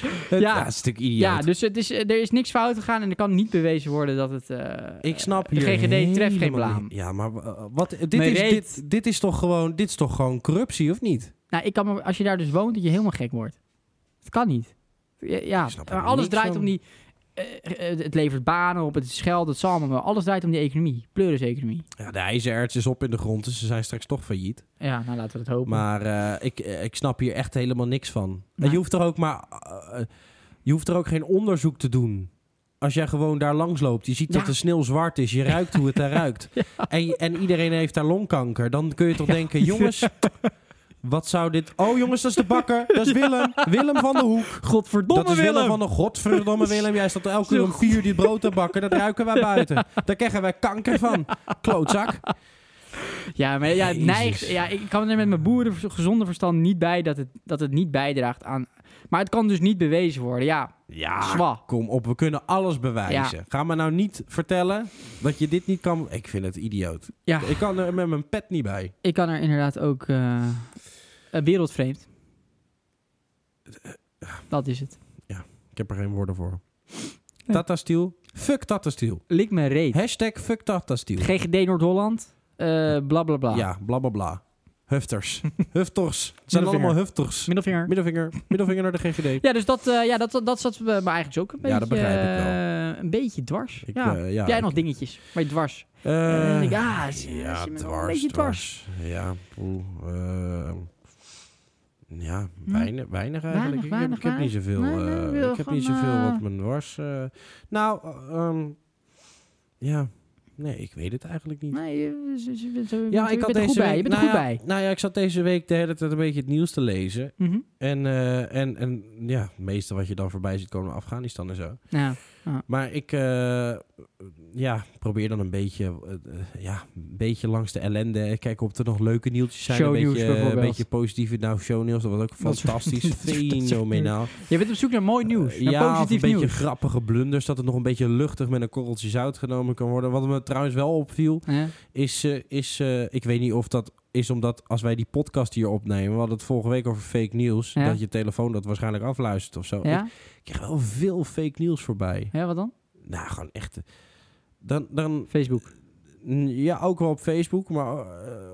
[SPEAKER 1] Het,
[SPEAKER 2] Ja.
[SPEAKER 1] ja, het is natuurlijk idioot.
[SPEAKER 2] Ja, dus het is, eh, er is niks fout gegaan en er kan niet bewezen worden dat het... eh,
[SPEAKER 1] ik snap
[SPEAKER 2] de
[SPEAKER 1] hier
[SPEAKER 2] GGD
[SPEAKER 1] helemaal
[SPEAKER 2] treft geen
[SPEAKER 1] niet.
[SPEAKER 2] blaam.
[SPEAKER 1] Ja, maar eh, wat, dit,
[SPEAKER 2] Nee,
[SPEAKER 1] is,
[SPEAKER 2] reet.
[SPEAKER 1] dit, dit, is toch gewoon, dit is toch gewoon corruptie, of niet?
[SPEAKER 2] Nou, ik kan me, als je daar dus woont, dat je helemaal gek wordt. Het kan niet. Ja, ja,
[SPEAKER 1] Ik snap er
[SPEAKER 2] maar alles
[SPEAKER 1] niks
[SPEAKER 2] draait
[SPEAKER 1] van.
[SPEAKER 2] om die... eh, eh, het levert banen op, het is geld, het zal allemaal wel. Alles draait om die economie, pleuris-economie.
[SPEAKER 1] Ja, de ijzererts is op in de grond, dus ze zijn straks toch failliet.
[SPEAKER 2] Ja, nou laten we dat hopen.
[SPEAKER 1] Maar eh, ik, eh, ik snap hier echt helemaal niks van.
[SPEAKER 2] Nee.
[SPEAKER 1] En je hoeft er ook maar. eh, eh, je hoeft er ook geen onderzoek te doen. Als jij gewoon daar langs loopt, je ziet
[SPEAKER 2] Ja.
[SPEAKER 1] dat de sneeuw zwart is, je ruikt hoe het daar ruikt. En, je- en iedereen heeft daar longkanker. Dan kun je toch denken, jongens, wat zou dit... Oh jongens, dat is de bakker, dat is Willem, Willem van de Hoek.
[SPEAKER 2] Godverdomme
[SPEAKER 1] dat is Willem,
[SPEAKER 2] Willem!
[SPEAKER 1] van de Godverdomme Willem. Jij staat elke uur om
[SPEAKER 2] Zo.
[SPEAKER 1] vier die brood te bakken, dat ruiken wij buiten. Daar krijgen wij kanker van, klootzak.
[SPEAKER 2] Ja, maar ja, het
[SPEAKER 1] Jezus.
[SPEAKER 2] neigt, ja, ik kan er met mijn boeren gezonde verstand niet bij dat het, dat het niet bijdraagt aan... Maar het kan dus niet bewezen worden, ja.
[SPEAKER 1] Ja,
[SPEAKER 2] Zwa.
[SPEAKER 1] kom op, we kunnen alles bewijzen. Ga me nou niet vertellen dat je dit niet kan... Ik vind het idioot.
[SPEAKER 2] Ja.
[SPEAKER 1] Ik kan er met mijn pet niet bij.
[SPEAKER 2] Ik kan er inderdaad ook eh, eh, wereldvreemd. Dat is het.
[SPEAKER 1] Ik heb er geen woorden voor.
[SPEAKER 2] Nee.
[SPEAKER 1] Tata Steel. Fuck Tata Steel.
[SPEAKER 2] Lik me reet.
[SPEAKER 1] Hashtag fuck Tata Steel.
[SPEAKER 2] GGD Noord-Holland. eh bla bla bla.
[SPEAKER 1] Ja, bla bla bla. Hufters. Hufters. Het zijn
[SPEAKER 2] Middelvinger.
[SPEAKER 1] allemaal hufters.
[SPEAKER 2] Middelvinger.
[SPEAKER 1] Middelvinger. Middelvinger naar de GGD.
[SPEAKER 2] ja, dus dat, eh, ja, dat, dat zat me eigenlijk dus ook een beetje,
[SPEAKER 1] Ja, dat begrijp ik wel.
[SPEAKER 2] eh, een beetje dwars.
[SPEAKER 1] Ik,
[SPEAKER 2] ja.
[SPEAKER 1] eh, ja,
[SPEAKER 2] Jij
[SPEAKER 1] ik-
[SPEAKER 2] nog dingetjes, maar je dwars.
[SPEAKER 1] eh,
[SPEAKER 2] En dan denk ik, ah, is- is
[SPEAKER 1] ja,
[SPEAKER 2] je me wel
[SPEAKER 1] dwars,
[SPEAKER 2] een beetje dwars.
[SPEAKER 1] dwars. Ja, poeh, eh, ja, weinig, weinig eigenlijk. ik, heb,
[SPEAKER 2] Hm? weinig,
[SPEAKER 1] ik heb niet
[SPEAKER 2] weinig.
[SPEAKER 1] zoveel,
[SPEAKER 2] Nee, nee,
[SPEAKER 1] eh,
[SPEAKER 2] wil
[SPEAKER 1] ik heb
[SPEAKER 2] gewoon,
[SPEAKER 1] niet zoveel
[SPEAKER 2] eh,
[SPEAKER 1] wat me dwars... eh, nou, eh, ehm, ja, nee, ik weet het eigenlijk niet.
[SPEAKER 2] Nee, eh, je, je- je bent, er- je
[SPEAKER 1] ja,
[SPEAKER 2] bent er goed bij. Je bent er
[SPEAKER 1] nou
[SPEAKER 2] goed
[SPEAKER 1] ja,
[SPEAKER 2] bij.
[SPEAKER 1] Nou ja, ik zat deze week de hele tijd een beetje het nieuws te lezen.
[SPEAKER 2] Mhm.
[SPEAKER 1] En, eh, en, en ja, het meeste wat je dan voorbij ziet komen Afghanistan en zo.
[SPEAKER 2] Ja.
[SPEAKER 1] Maar ik eh, ja, probeer dan een beetje, eh, eh, ja, een beetje langs de ellende. eh, Kijken of er nog leuke nieuwtjes zijn. een
[SPEAKER 2] Shownieuws
[SPEAKER 1] beetje, eh,
[SPEAKER 2] bijvoorbeeld.
[SPEAKER 1] Een beetje positief. Nou, shownieuws, dat was ook
[SPEAKER 2] Dat soort-
[SPEAKER 1] fantastisch.
[SPEAKER 2] dat soort nieuws.
[SPEAKER 1] fenomenaal.
[SPEAKER 2] Je bent op zoek naar mooi nieuws.
[SPEAKER 1] Eh,
[SPEAKER 2] naar
[SPEAKER 1] ja, of een
[SPEAKER 2] positief
[SPEAKER 1] beetje
[SPEAKER 2] nieuws.
[SPEAKER 1] grappige blunders. Dat het nog een beetje luchtig met een korreltje zout genomen kan worden. Wat me trouwens wel opviel,
[SPEAKER 2] Ja.
[SPEAKER 1] is, eh, is eh, ik weet niet of dat is omdat als wij die podcast hier opnemen, we hadden het vorige week over fake nieuws,
[SPEAKER 2] Ja.
[SPEAKER 1] dat je telefoon dat waarschijnlijk afluistert of zo.
[SPEAKER 2] Ja?
[SPEAKER 1] Ik krijg wel veel fake nieuws voorbij.
[SPEAKER 2] ja, wat dan?
[SPEAKER 1] Nou, gewoon echt. eh, Dan, dan,
[SPEAKER 2] Facebook.
[SPEAKER 1] Mm, Ja, ook wel op Facebook, maar eh,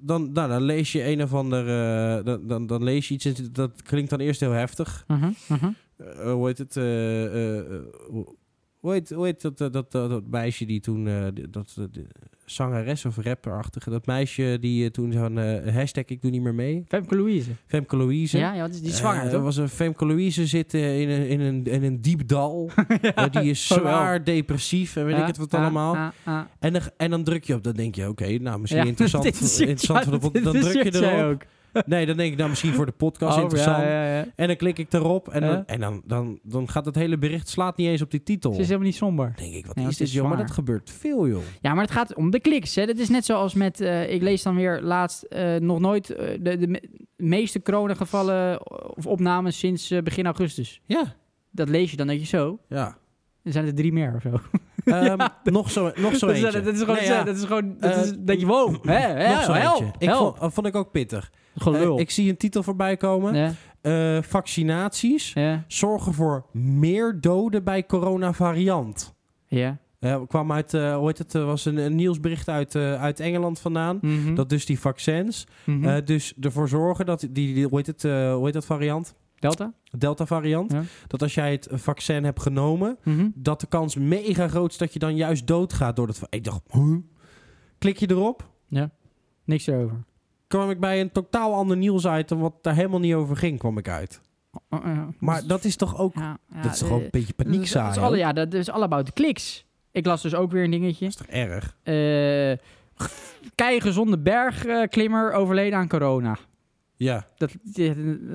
[SPEAKER 1] dan, nou, dan lees je een of ander... eh, dan, dan, dan lees je iets, en dat klinkt dan eerst heel heftig.
[SPEAKER 2] Mhm, mhm.
[SPEAKER 1] Eh, hoe heet het? eh, eh, eh, hoe- hoe heet, hoe heet dat, dat, dat, dat, dat meisje die toen... eh, die- dat, dat- die zangeres of rapperachtige. Dat meisje die eh, toen zo'n eh, hashtag ik doe niet meer mee.
[SPEAKER 2] Femke Louise.
[SPEAKER 1] Femke Louise.
[SPEAKER 2] Ja, ja, wat is die
[SPEAKER 1] Eh,
[SPEAKER 2] zwanger,
[SPEAKER 1] er
[SPEAKER 2] toch?
[SPEAKER 1] was een Femke Louise zit eh, in een, in een, in een diep dal. Eh, die is
[SPEAKER 2] oh wel.
[SPEAKER 1] zwaar depressief en weet ik het wat allemaal.
[SPEAKER 2] Ah, ah, ah.
[SPEAKER 1] En, dan- en dan druk je op, dan denk je, oké, nou misschien
[SPEAKER 2] Ja,
[SPEAKER 1] interessant.
[SPEAKER 2] dit is-
[SPEAKER 1] interessant
[SPEAKER 2] ja,
[SPEAKER 1] voor de pod-
[SPEAKER 2] dit
[SPEAKER 1] dan druk
[SPEAKER 2] interesseert
[SPEAKER 1] je
[SPEAKER 2] jij
[SPEAKER 1] erop.
[SPEAKER 2] ook.
[SPEAKER 1] Nee, dan denk ik, nou misschien voor de podcast
[SPEAKER 2] Oh,
[SPEAKER 1] interessant.
[SPEAKER 2] Ja, ja, ja.
[SPEAKER 1] En dan klik ik erop en,
[SPEAKER 2] Eh?
[SPEAKER 1] dan, en dan, dan, dan gaat het hele bericht, slaat niet eens op die titel.
[SPEAKER 2] Ze is helemaal niet somber.
[SPEAKER 1] Dan denk ik, wat is
[SPEAKER 2] Nee, want
[SPEAKER 1] dit
[SPEAKER 2] ze is
[SPEAKER 1] joh? Maar
[SPEAKER 2] zwaar.
[SPEAKER 1] dat gebeurt veel joh.
[SPEAKER 2] Ja, maar het gaat om de kliks. Hè. Dat is net zoals met, eh, ik lees dan weer laatst eh, nog nooit eh, de, de me- meeste coronagevallen eh, of opnames sinds eh, begin augustus.
[SPEAKER 1] Ja,
[SPEAKER 2] Dat lees je dan denk je zo.
[SPEAKER 1] ja.
[SPEAKER 2] Er zijn er drie meer of zo.
[SPEAKER 1] Ehm, nog zo, nog zo
[SPEAKER 2] dat, is,
[SPEAKER 1] eentje.
[SPEAKER 2] dat is gewoon,
[SPEAKER 1] Nee, ja,
[SPEAKER 2] dat is gewoon, dat
[SPEAKER 1] Eh,
[SPEAKER 2] is, denk je, wow, hè, hè,
[SPEAKER 1] nog zo
[SPEAKER 2] help,
[SPEAKER 1] eentje. Ik
[SPEAKER 2] help.
[SPEAKER 1] vond, dat vond ik ook pittig.
[SPEAKER 2] gewoon
[SPEAKER 1] Eh,
[SPEAKER 2] lul.
[SPEAKER 1] ik zie een titel voorbij komen.
[SPEAKER 2] ja,
[SPEAKER 1] Eh, vaccinaties.
[SPEAKER 2] ja,
[SPEAKER 1] zorgen voor meer doden bij coronavariant.
[SPEAKER 2] ja.
[SPEAKER 1] Eh kwam uit, eh, hoe heet het, er was een, een nieuwsbericht uit, eh, uit Engeland vandaan.
[SPEAKER 2] Mhm,
[SPEAKER 1] Dat dus die vaccins,
[SPEAKER 2] mhm.
[SPEAKER 1] eh, dus ervoor zorgen dat die, die hoe, heet het, eh, hoe heet dat variant?
[SPEAKER 2] Delta?
[SPEAKER 1] Delta variant.
[SPEAKER 2] Ja.
[SPEAKER 1] Dat als jij het vaccin hebt genomen,
[SPEAKER 2] Mhm.
[SPEAKER 1] dat de kans mega groot is dat je dan juist doodgaat door dat. va- Ik dacht, huh? klik je erop,
[SPEAKER 2] Niks erover.
[SPEAKER 1] kwam ik bij een totaal ander nieuwsitem wat daar helemaal niet over ging, kwam ik uit.
[SPEAKER 2] Oh, eh,
[SPEAKER 1] Maar dat is toch ook,
[SPEAKER 2] ja, ja,
[SPEAKER 1] dat is gewoon
[SPEAKER 2] eh,
[SPEAKER 1] een beetje paniek
[SPEAKER 2] dat is
[SPEAKER 1] saai.
[SPEAKER 2] alle,
[SPEAKER 1] hoor.
[SPEAKER 2] Ja, dat is all about de kliks. Ik las dus ook weer een dingetje.
[SPEAKER 1] Dat is toch erg?
[SPEAKER 2] Eh keigezonde bergklimmer overleden aan corona.
[SPEAKER 1] Ja.
[SPEAKER 2] Dat,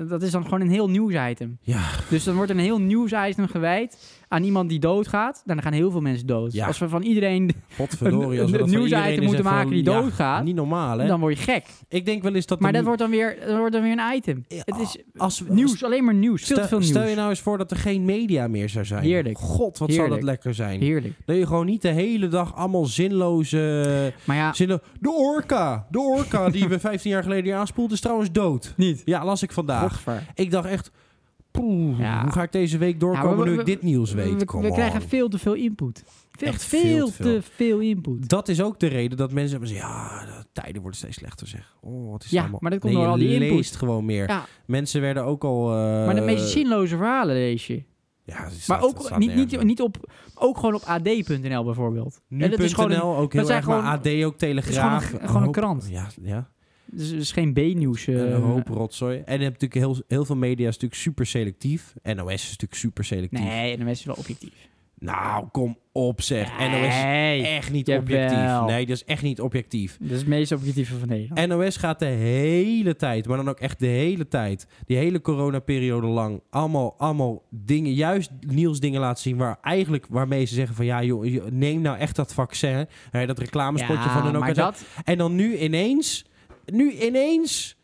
[SPEAKER 2] dat is dan gewoon een heel nieuwsitem.
[SPEAKER 1] Ja.
[SPEAKER 2] Dus dan wordt een heel nieuwsitem gewijd aan iemand die doodgaat. Dan gaan heel veel mensen dood.
[SPEAKER 1] Ja.
[SPEAKER 2] Als we van iedereen
[SPEAKER 1] Godverdorie,
[SPEAKER 2] Een-
[SPEAKER 1] als we
[SPEAKER 2] een-
[SPEAKER 1] dat voor
[SPEAKER 2] een nieuwsitem
[SPEAKER 1] iedereen
[SPEAKER 2] moeten
[SPEAKER 1] eens even-
[SPEAKER 2] maken die
[SPEAKER 1] ja,
[SPEAKER 2] doodgaat,
[SPEAKER 1] Niet normaal, hè?
[SPEAKER 2] dan word je gek.
[SPEAKER 1] ik denk wel eens dat...
[SPEAKER 2] Maar
[SPEAKER 1] de
[SPEAKER 2] dat wordt dan weer, dat wordt dan weer een item.
[SPEAKER 1] Ja,
[SPEAKER 2] Het is
[SPEAKER 1] als we-
[SPEAKER 2] nieuws, alleen maar nieuws.
[SPEAKER 1] Stel,
[SPEAKER 2] Veel te veel nieuws.
[SPEAKER 1] stel je nou eens voor dat er geen media meer zou zijn.
[SPEAKER 2] Heerlijk.
[SPEAKER 1] God, wat zou
[SPEAKER 2] Heerlijk.
[SPEAKER 1] dat lekker zijn.
[SPEAKER 2] Heerlijk.
[SPEAKER 1] Dat je gewoon niet de hele dag allemaal zinloze...
[SPEAKER 2] Maar ja,
[SPEAKER 1] zinlo- de orka! De orka die we 15 jaar geleden hier aanspoelden is trouwens dood.
[SPEAKER 2] niet.
[SPEAKER 1] Ja, las ik vandaag.
[SPEAKER 2] Godver.
[SPEAKER 1] Ik dacht echt... poeh,
[SPEAKER 2] Ja.
[SPEAKER 1] Hoe ga ik deze week doorkomen
[SPEAKER 2] Ja, maar we-
[SPEAKER 1] nu
[SPEAKER 2] we-
[SPEAKER 1] ik dit nieuws
[SPEAKER 2] We,
[SPEAKER 1] weet? Come
[SPEAKER 2] we krijgen
[SPEAKER 1] on.
[SPEAKER 2] veel te veel input. Veel,
[SPEAKER 1] Echt
[SPEAKER 2] veel,
[SPEAKER 1] veel te
[SPEAKER 2] te
[SPEAKER 1] veel.
[SPEAKER 2] veel, input.
[SPEAKER 1] Dat is ook de reden dat mensen hebben zeggen... Ja, de tijden worden steeds slechter, zeg. Oh, wat is
[SPEAKER 2] Ja,
[SPEAKER 1] allemaal...
[SPEAKER 2] maar dat komt
[SPEAKER 1] nee,
[SPEAKER 2] door al die
[SPEAKER 1] je
[SPEAKER 2] input.
[SPEAKER 1] leest gewoon meer.
[SPEAKER 2] Ja,
[SPEAKER 1] Mensen werden ook al... eh,
[SPEAKER 2] maar de meest zinloze verhalen lees je.
[SPEAKER 1] Ja, het staat-
[SPEAKER 2] Maar
[SPEAKER 1] het
[SPEAKER 2] ook
[SPEAKER 1] staat
[SPEAKER 2] niet, niet,
[SPEAKER 1] nergens.
[SPEAKER 2] niet op, ook gewoon op ad.nl bijvoorbeeld.
[SPEAKER 1] Nu.nl,
[SPEAKER 2] dat is gewoon een-
[SPEAKER 1] ook heel
[SPEAKER 2] zijn
[SPEAKER 1] erg, maar AD
[SPEAKER 2] gewoon-
[SPEAKER 1] ook, Telegraaf.
[SPEAKER 2] gewoon een- gewoon een
[SPEAKER 1] hoop-
[SPEAKER 2] krant.
[SPEAKER 1] Ja, ja.
[SPEAKER 2] Dus het is geen B-nieuws. eh,
[SPEAKER 1] een hoop rotzooi. En je hebt natuurlijk heel, heel veel media is natuurlijk super selectief. NOS is natuurlijk super selectief.
[SPEAKER 2] nee, NMS is wel objectief.
[SPEAKER 1] Nou, kom op zeg. NOS is
[SPEAKER 2] nee.
[SPEAKER 1] echt niet
[SPEAKER 2] Jawel.
[SPEAKER 1] objectief. Nee, dat is echt niet objectief.
[SPEAKER 2] Dat is het meest objectieve van Nederland.
[SPEAKER 1] NOS gaat de hele tijd, maar dan ook echt de hele tijd, die hele coronaperiode lang, allemaal, allemaal dingen, juist nieuwsdingen laten zien waar eigenlijk, waarmee ze zeggen van ja joh, joh, neem nou echt dat vaccin, hè, dat reclamespotje van hun ook.
[SPEAKER 2] maar
[SPEAKER 1] uit-
[SPEAKER 2] dat,
[SPEAKER 1] En dan nu ineens, nu ineens,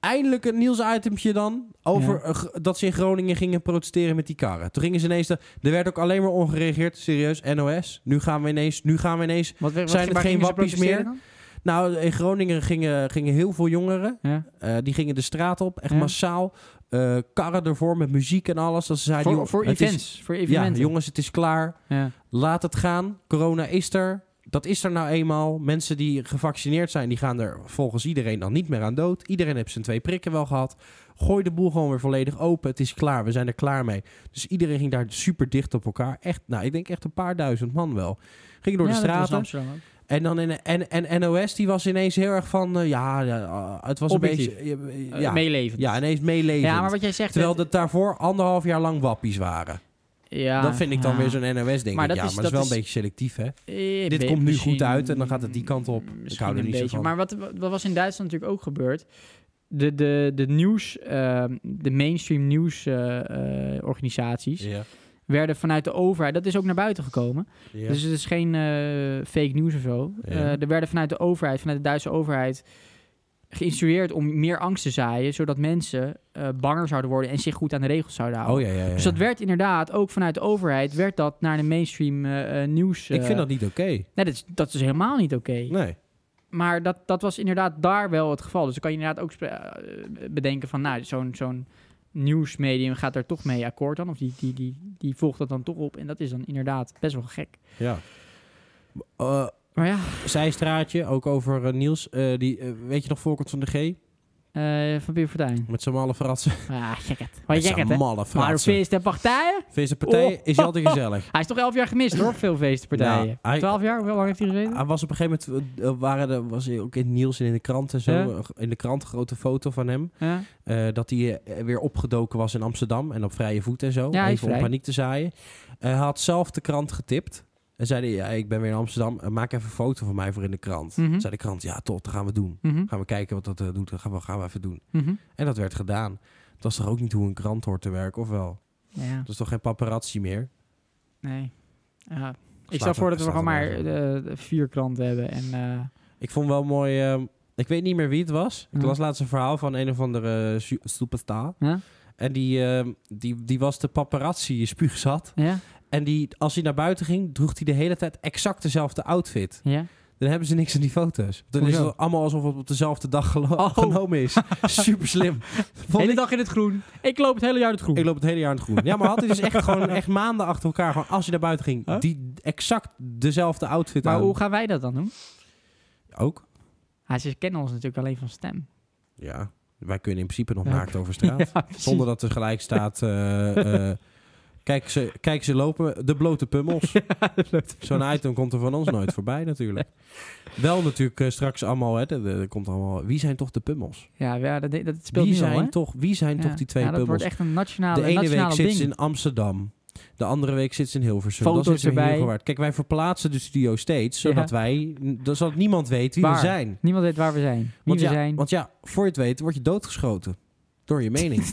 [SPEAKER 1] eindelijk een nieuwsitempje dan over
[SPEAKER 2] Ja.
[SPEAKER 1] eh, g- dat ze in Groningen gingen protesteren met die karren. Toen gingen ze ineens, de- er werd ook alleen maar ongereageerd, serieus, NOS. Nu gaan we ineens, nu gaan we ineens.
[SPEAKER 2] wat, wat,
[SPEAKER 1] Zijn het
[SPEAKER 2] waar
[SPEAKER 1] geen
[SPEAKER 2] gingen ze
[SPEAKER 1] wappies
[SPEAKER 2] protesteren dan?
[SPEAKER 1] Nou, in Groningen gingen, gingen heel veel jongeren,
[SPEAKER 2] Ja.
[SPEAKER 1] eh, die gingen de straat op, echt
[SPEAKER 2] Ja.
[SPEAKER 1] massaal. Eh, karren ervoor met muziek en alles. Dat ze zeiden,
[SPEAKER 2] Voor,
[SPEAKER 1] joh,
[SPEAKER 2] voor
[SPEAKER 1] het is-
[SPEAKER 2] events. voor
[SPEAKER 1] ja,
[SPEAKER 2] evenementen.
[SPEAKER 1] jongens, het is klaar.
[SPEAKER 2] Ja.
[SPEAKER 1] Laat het gaan. Corona is er. Dat is er nou eenmaal. Mensen die gevaccineerd zijn, die gaan er volgens iedereen dan niet meer aan dood. Iedereen heeft zijn twee prikken wel gehad. Gooi de boel gewoon weer volledig open. Het is klaar. We zijn er klaar mee. Dus iedereen ging daar super dicht op elkaar. Echt, nou, ik denk echt een paar duizend man wel. Gingen door
[SPEAKER 2] Ja,
[SPEAKER 1] de
[SPEAKER 2] dat was
[SPEAKER 1] straten.
[SPEAKER 2] Amsterdam ook.
[SPEAKER 1] En dan in, en, en NOS, die was ineens heel erg van, eh, ja, ja, het was
[SPEAKER 2] Objectief.
[SPEAKER 1] een beetje...
[SPEAKER 2] Eh,
[SPEAKER 1] ja,
[SPEAKER 2] meelevend.
[SPEAKER 1] ja, ineens meeleven.
[SPEAKER 2] Ja, maar wat jij zegt...
[SPEAKER 1] Terwijl
[SPEAKER 2] het-
[SPEAKER 1] dat daarvoor anderhalf jaar lang wappies waren.
[SPEAKER 2] ja,
[SPEAKER 1] dat vind ik dan
[SPEAKER 2] ja.
[SPEAKER 1] weer zo'n NOS, denk
[SPEAKER 2] Maar
[SPEAKER 1] ik.
[SPEAKER 2] dat
[SPEAKER 1] Ja, maar dat is
[SPEAKER 2] is- dat
[SPEAKER 1] wel
[SPEAKER 2] is-
[SPEAKER 1] een beetje selectief, hè?
[SPEAKER 2] Eh,
[SPEAKER 1] Dit
[SPEAKER 2] weet-
[SPEAKER 1] komt nu
[SPEAKER 2] misschien-
[SPEAKER 1] goed uit en dan gaat het die kant op. Ik
[SPEAKER 2] Misschien
[SPEAKER 1] hou er
[SPEAKER 2] een
[SPEAKER 1] niet zo
[SPEAKER 2] beetje.
[SPEAKER 1] van.
[SPEAKER 2] Maar wat, wat was in Duitsland natuurlijk ook gebeurd. De, de, de nieuws, ehm, de mainstream nieuwsorganisaties,
[SPEAKER 1] Ja.
[SPEAKER 2] werden vanuit de overheid, dat is ook naar buiten gekomen. Dus het is geen eh, fake nieuws of zo.
[SPEAKER 1] Ja.
[SPEAKER 2] Eh, er werden vanuit de overheid, vanuit de Duitse overheid, geïnstrueerd om meer angst te zaaien, zodat mensen eh, banger zouden worden en zich goed aan de regels zouden houden.
[SPEAKER 1] oh ja, ja, ja.
[SPEAKER 2] Dus dat werd inderdaad, ook vanuit de overheid, werd dat naar de mainstream eh, eh, nieuws.
[SPEAKER 1] ik
[SPEAKER 2] eh,
[SPEAKER 1] vind dat niet oké.
[SPEAKER 2] Nee, dat is, dat is helemaal niet oké.
[SPEAKER 1] Nee.
[SPEAKER 2] Maar dat, dat was inderdaad daar wel het geval. Dus dan kan je inderdaad ook spre- eh, bedenken van, nou, zo'n zo'n nieuwsmedium gaat daar toch mee akkoord dan. Of die, die, die, die volgt dat dan toch op. En dat is dan inderdaad best wel gek.
[SPEAKER 1] Ja. Eh,
[SPEAKER 2] Maar ja,
[SPEAKER 1] Zijstraatje, ook over eh, Niels. eh, die, eh, weet je nog Volkert van de G?
[SPEAKER 2] eh, van Pier Fortuyn.
[SPEAKER 1] Met zijn malle fratsen.
[SPEAKER 2] Ah, check het. Wat
[SPEAKER 1] Met
[SPEAKER 2] check
[SPEAKER 1] zijn
[SPEAKER 2] het, hè.
[SPEAKER 1] malle
[SPEAKER 2] Maar
[SPEAKER 1] fratsen.
[SPEAKER 2] feesten en partijen?
[SPEAKER 1] Vissenpartij
[SPEAKER 2] Oh.
[SPEAKER 1] is altijd gezellig.
[SPEAKER 2] Hij is toch elf jaar gemist, hoor. Veel feesten, partijen.
[SPEAKER 1] Nou, hij-
[SPEAKER 2] Twaalf jaar? Hoe lang heeft hij gezeten?
[SPEAKER 1] Hij was op een gegeven moment, eh, waren er, was hij ook in het nieuws en in de krant en zo. eh,
[SPEAKER 2] Ja.
[SPEAKER 1] In de krant een grote foto van hem.
[SPEAKER 2] Ja.
[SPEAKER 1] eh, dat hij eh, weer opgedoken was in Amsterdam en op vrije voet en zo.
[SPEAKER 2] Ja, hij is
[SPEAKER 1] Even om
[SPEAKER 2] vrij.
[SPEAKER 1] paniek te zaaien. Eh, hij had zelf de krant getipt. En zei hij, ja, ik ben weer in Amsterdam. eh, maak even een foto van mij voor in de krant.
[SPEAKER 2] Mhm.
[SPEAKER 1] Zei de krant, ja tot, dat gaan we doen.
[SPEAKER 2] Mhm,
[SPEAKER 1] Gaan we kijken wat dat eh, doet. Dat gaan we, gaan we even doen.
[SPEAKER 2] mhm.
[SPEAKER 1] En dat werd gedaan. Dat is toch ook niet hoe een krant hoort te werken, of wel?
[SPEAKER 2] Ja,
[SPEAKER 1] Dat is toch geen paparazzi meer?
[SPEAKER 2] nee. Ja. Ik
[SPEAKER 1] Slaat
[SPEAKER 2] stel
[SPEAKER 1] er-
[SPEAKER 2] voor dat we
[SPEAKER 1] slaat
[SPEAKER 2] gewoon
[SPEAKER 1] er
[SPEAKER 2] maar
[SPEAKER 1] nergens op.
[SPEAKER 2] eh, vier kranten hebben. En, eh,
[SPEAKER 1] Ik vond wel mooi... ehm, ik weet niet meer wie het was. Ik
[SPEAKER 2] Ja.
[SPEAKER 1] las laatst een verhaal van een of andere su- superstar.
[SPEAKER 2] Mhm. Ja.
[SPEAKER 1] En die, ehm, die, die was de paparazzi spuugzat.
[SPEAKER 2] ja,
[SPEAKER 1] En die, als hij naar buiten ging, droeg hij de hele tijd exact dezelfde outfit.
[SPEAKER 2] ja.
[SPEAKER 1] Dan hebben ze niks aan die foto's. Dan
[SPEAKER 2] Hoezo?
[SPEAKER 1] is het allemaal alsof het op dezelfde dag gelo-
[SPEAKER 2] Oh.
[SPEAKER 1] genomen is. Super slim. Vond
[SPEAKER 2] Hele
[SPEAKER 1] ik,
[SPEAKER 2] dag in het groen. Ik loop het hele jaar in het groen.
[SPEAKER 1] ik loop het hele jaar in het groen. Ja, maar had hij dus echt gewoon echt maanden achter elkaar, gewoon als hij naar buiten ging,
[SPEAKER 2] Huh?
[SPEAKER 1] die exact dezelfde outfit
[SPEAKER 2] maar
[SPEAKER 1] aan.
[SPEAKER 2] hoe gaan wij dat dan doen?
[SPEAKER 1] Ook?
[SPEAKER 2] Ah, ze kennen ons natuurlijk alleen van stem.
[SPEAKER 1] Ja. Wij kunnen in principe nog
[SPEAKER 2] Ja.
[SPEAKER 1] naakt over straat.
[SPEAKER 2] Ja, precies.
[SPEAKER 1] Zonder dat er gelijk staat... eh, eh, kijk, ze, kijk ze lopen, de blote pummels. Zo'n item komt er van ons nooit voorbij natuurlijk. Wel natuurlijk eh, straks allemaal, hè, de- de- er komt allemaal... Wie zijn toch de pummels?
[SPEAKER 2] Ja, ja, dat, dat speelt
[SPEAKER 1] Wie
[SPEAKER 2] nu al,
[SPEAKER 1] zijn,
[SPEAKER 2] hè?
[SPEAKER 1] toch, wie zijn
[SPEAKER 2] Ja.
[SPEAKER 1] toch die twee
[SPEAKER 2] ja, dat
[SPEAKER 1] pummels?
[SPEAKER 2] wordt echt een nationale,
[SPEAKER 1] De
[SPEAKER 2] een
[SPEAKER 1] ene week
[SPEAKER 2] nationale
[SPEAKER 1] zit
[SPEAKER 2] ding.
[SPEAKER 1] ze in Amsterdam. De andere week zit ze in Hilversum.
[SPEAKER 2] Foto's
[SPEAKER 1] dan zit ze in
[SPEAKER 2] erbij.
[SPEAKER 1] Heergewaard. Kijk, wij verplaatsen de studio steeds, zodat,
[SPEAKER 2] Ja.
[SPEAKER 1] wij, zodat niemand weet wie
[SPEAKER 2] Waar?
[SPEAKER 1] we zijn.
[SPEAKER 2] Niemand weet waar we zijn. Wie
[SPEAKER 1] Want
[SPEAKER 2] we
[SPEAKER 1] ja,
[SPEAKER 2] zijn.
[SPEAKER 1] want ja, voor je het weet word je doodgeschoten. Door je mening.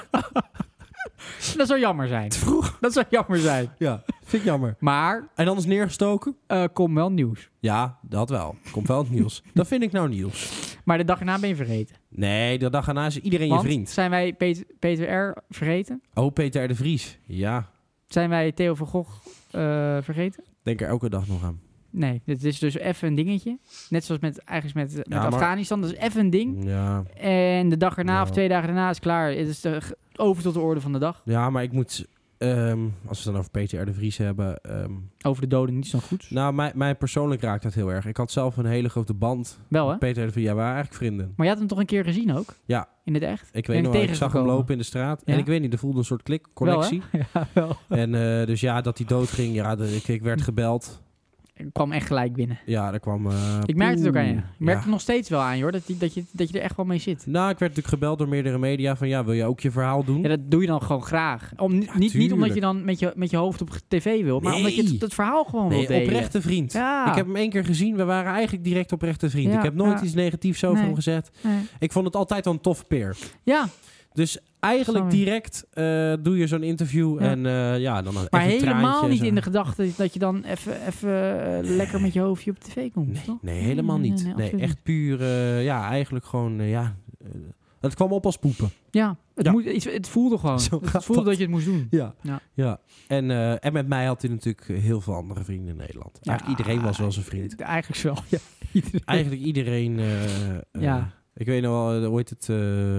[SPEAKER 2] dat zou jammer zijn.
[SPEAKER 1] vroeg.
[SPEAKER 2] Dat zou jammer zijn.
[SPEAKER 1] Ja, vind ik jammer.
[SPEAKER 2] Maar
[SPEAKER 1] En anders neergestoken?
[SPEAKER 2] eh, kom wel nieuws.
[SPEAKER 1] Ja, dat wel. Komt wel het nieuws. Dat vind ik nou nieuws.
[SPEAKER 2] Maar de dag erna ben je vergeten.
[SPEAKER 1] Nee, de dag daarna is iedereen
[SPEAKER 2] Want
[SPEAKER 1] je vriend.
[SPEAKER 2] zijn wij Peter, Peter R. vergeten?
[SPEAKER 1] Oh, Peter R. de Vries. Ja,
[SPEAKER 2] Zijn wij Theo van Gogh eh, vergeten?
[SPEAKER 1] denk er elke dag nog aan.
[SPEAKER 2] Nee, dit is dus even een dingetje. Net zoals met, eigenlijk met, met
[SPEAKER 1] Ja, maar-
[SPEAKER 2] Afghanistan. Dat is even een ding.
[SPEAKER 1] Ja.
[SPEAKER 2] En de dag erna
[SPEAKER 1] Ja.
[SPEAKER 2] of twee dagen daarna is klaar. Het is de, over tot de orde van de dag.
[SPEAKER 1] ja, maar ik moet... ehm, als we het dan over Peter R. de Vries hebben... ehm,
[SPEAKER 2] Over de doden niet zo goed.
[SPEAKER 1] nou, mij, mij persoonlijk raakt dat heel erg. Ik had zelf een hele grote band.
[SPEAKER 2] Wel Oh, hè?
[SPEAKER 1] met Peter R. de Vries, ja, we waren eigenlijk vrienden.
[SPEAKER 2] Maar je had hem toch een keer gezien ook?
[SPEAKER 1] Ja.
[SPEAKER 2] In het echt?
[SPEAKER 1] Ik
[SPEAKER 2] je
[SPEAKER 1] weet nog, wel, ik zag
[SPEAKER 2] tegengekomen?
[SPEAKER 1] hem lopen in de straat.
[SPEAKER 2] Ja?
[SPEAKER 1] En ik weet niet, er voelde een soort klik, connectie. en eh, dus ja, dat hij doodging. Ja, de- ik, ik werd gebeld.
[SPEAKER 2] Ik kwam echt gelijk binnen.
[SPEAKER 1] Ja, er kwam... eh,
[SPEAKER 2] Ik merkte het ook aan je. Ik
[SPEAKER 1] poeh.
[SPEAKER 2] merkte
[SPEAKER 1] Ja.
[SPEAKER 2] het nog steeds wel aan je hoor. Dat, die- dat, je, dat je er echt wel mee zit.
[SPEAKER 1] Nou, ik werd natuurlijk gebeld door meerdere media van ja, wil je ook je verhaal doen?
[SPEAKER 2] Ja, dat doe je dan gewoon graag. Om, niet- niet, niet
[SPEAKER 1] tuurlijk.
[SPEAKER 2] omdat je dan met je, met je hoofd op tv wil, maar omdat je
[SPEAKER 1] Nee.
[SPEAKER 2] het, het verhaal gewoon
[SPEAKER 1] nee,
[SPEAKER 2] wil delen.
[SPEAKER 1] oprechte vriend.
[SPEAKER 2] Ja.
[SPEAKER 1] Ik heb hem één keer gezien. We waren eigenlijk direct oprechte vriend.
[SPEAKER 2] Ja,
[SPEAKER 1] ik heb nooit
[SPEAKER 2] ja.
[SPEAKER 1] iets negatiefs over
[SPEAKER 2] Nee.
[SPEAKER 1] hem gezegd. Ik vond het altijd wel een toffe peer.
[SPEAKER 2] ja,
[SPEAKER 1] Dus eigenlijk
[SPEAKER 2] Sorry.
[SPEAKER 1] direct eh, doe je zo'n interview
[SPEAKER 2] Ja.
[SPEAKER 1] en eh, ja, dan een
[SPEAKER 2] maar
[SPEAKER 1] even een traantje
[SPEAKER 2] helemaal
[SPEAKER 1] en
[SPEAKER 2] niet
[SPEAKER 1] zo.
[SPEAKER 2] in de gedachte dat je dan even even eh, lekker met je hoofdje op tv komt,
[SPEAKER 1] Nee,
[SPEAKER 2] toch?
[SPEAKER 1] nee, helemaal
[SPEAKER 2] Nee,
[SPEAKER 1] niet. Nee,
[SPEAKER 2] nee, nee, absoluut
[SPEAKER 1] echt puur, eh, ja, eigenlijk gewoon, eh, ja. eh, het kwam op als poepen.
[SPEAKER 2] Ja, het,
[SPEAKER 1] Ja.
[SPEAKER 2] Moet, iets- het voelde gewoon.
[SPEAKER 1] Zo
[SPEAKER 2] het
[SPEAKER 1] gaat
[SPEAKER 2] voelde dat.
[SPEAKER 1] dat.
[SPEAKER 2] je het moest doen.
[SPEAKER 1] Ja.
[SPEAKER 2] Ja.
[SPEAKER 1] ja. En, eh, en met mij had hij natuurlijk heel veel andere vrienden in Nederland.
[SPEAKER 2] Ja.
[SPEAKER 1] Eigenlijk iedereen was wel zijn vriend.
[SPEAKER 2] Eh, Eigenlijk wel, ja. Iedereen.
[SPEAKER 1] Eigenlijk iedereen. eh, eh,
[SPEAKER 2] Ja.
[SPEAKER 1] Ik weet nog wel, eh, hoe heet het? eh,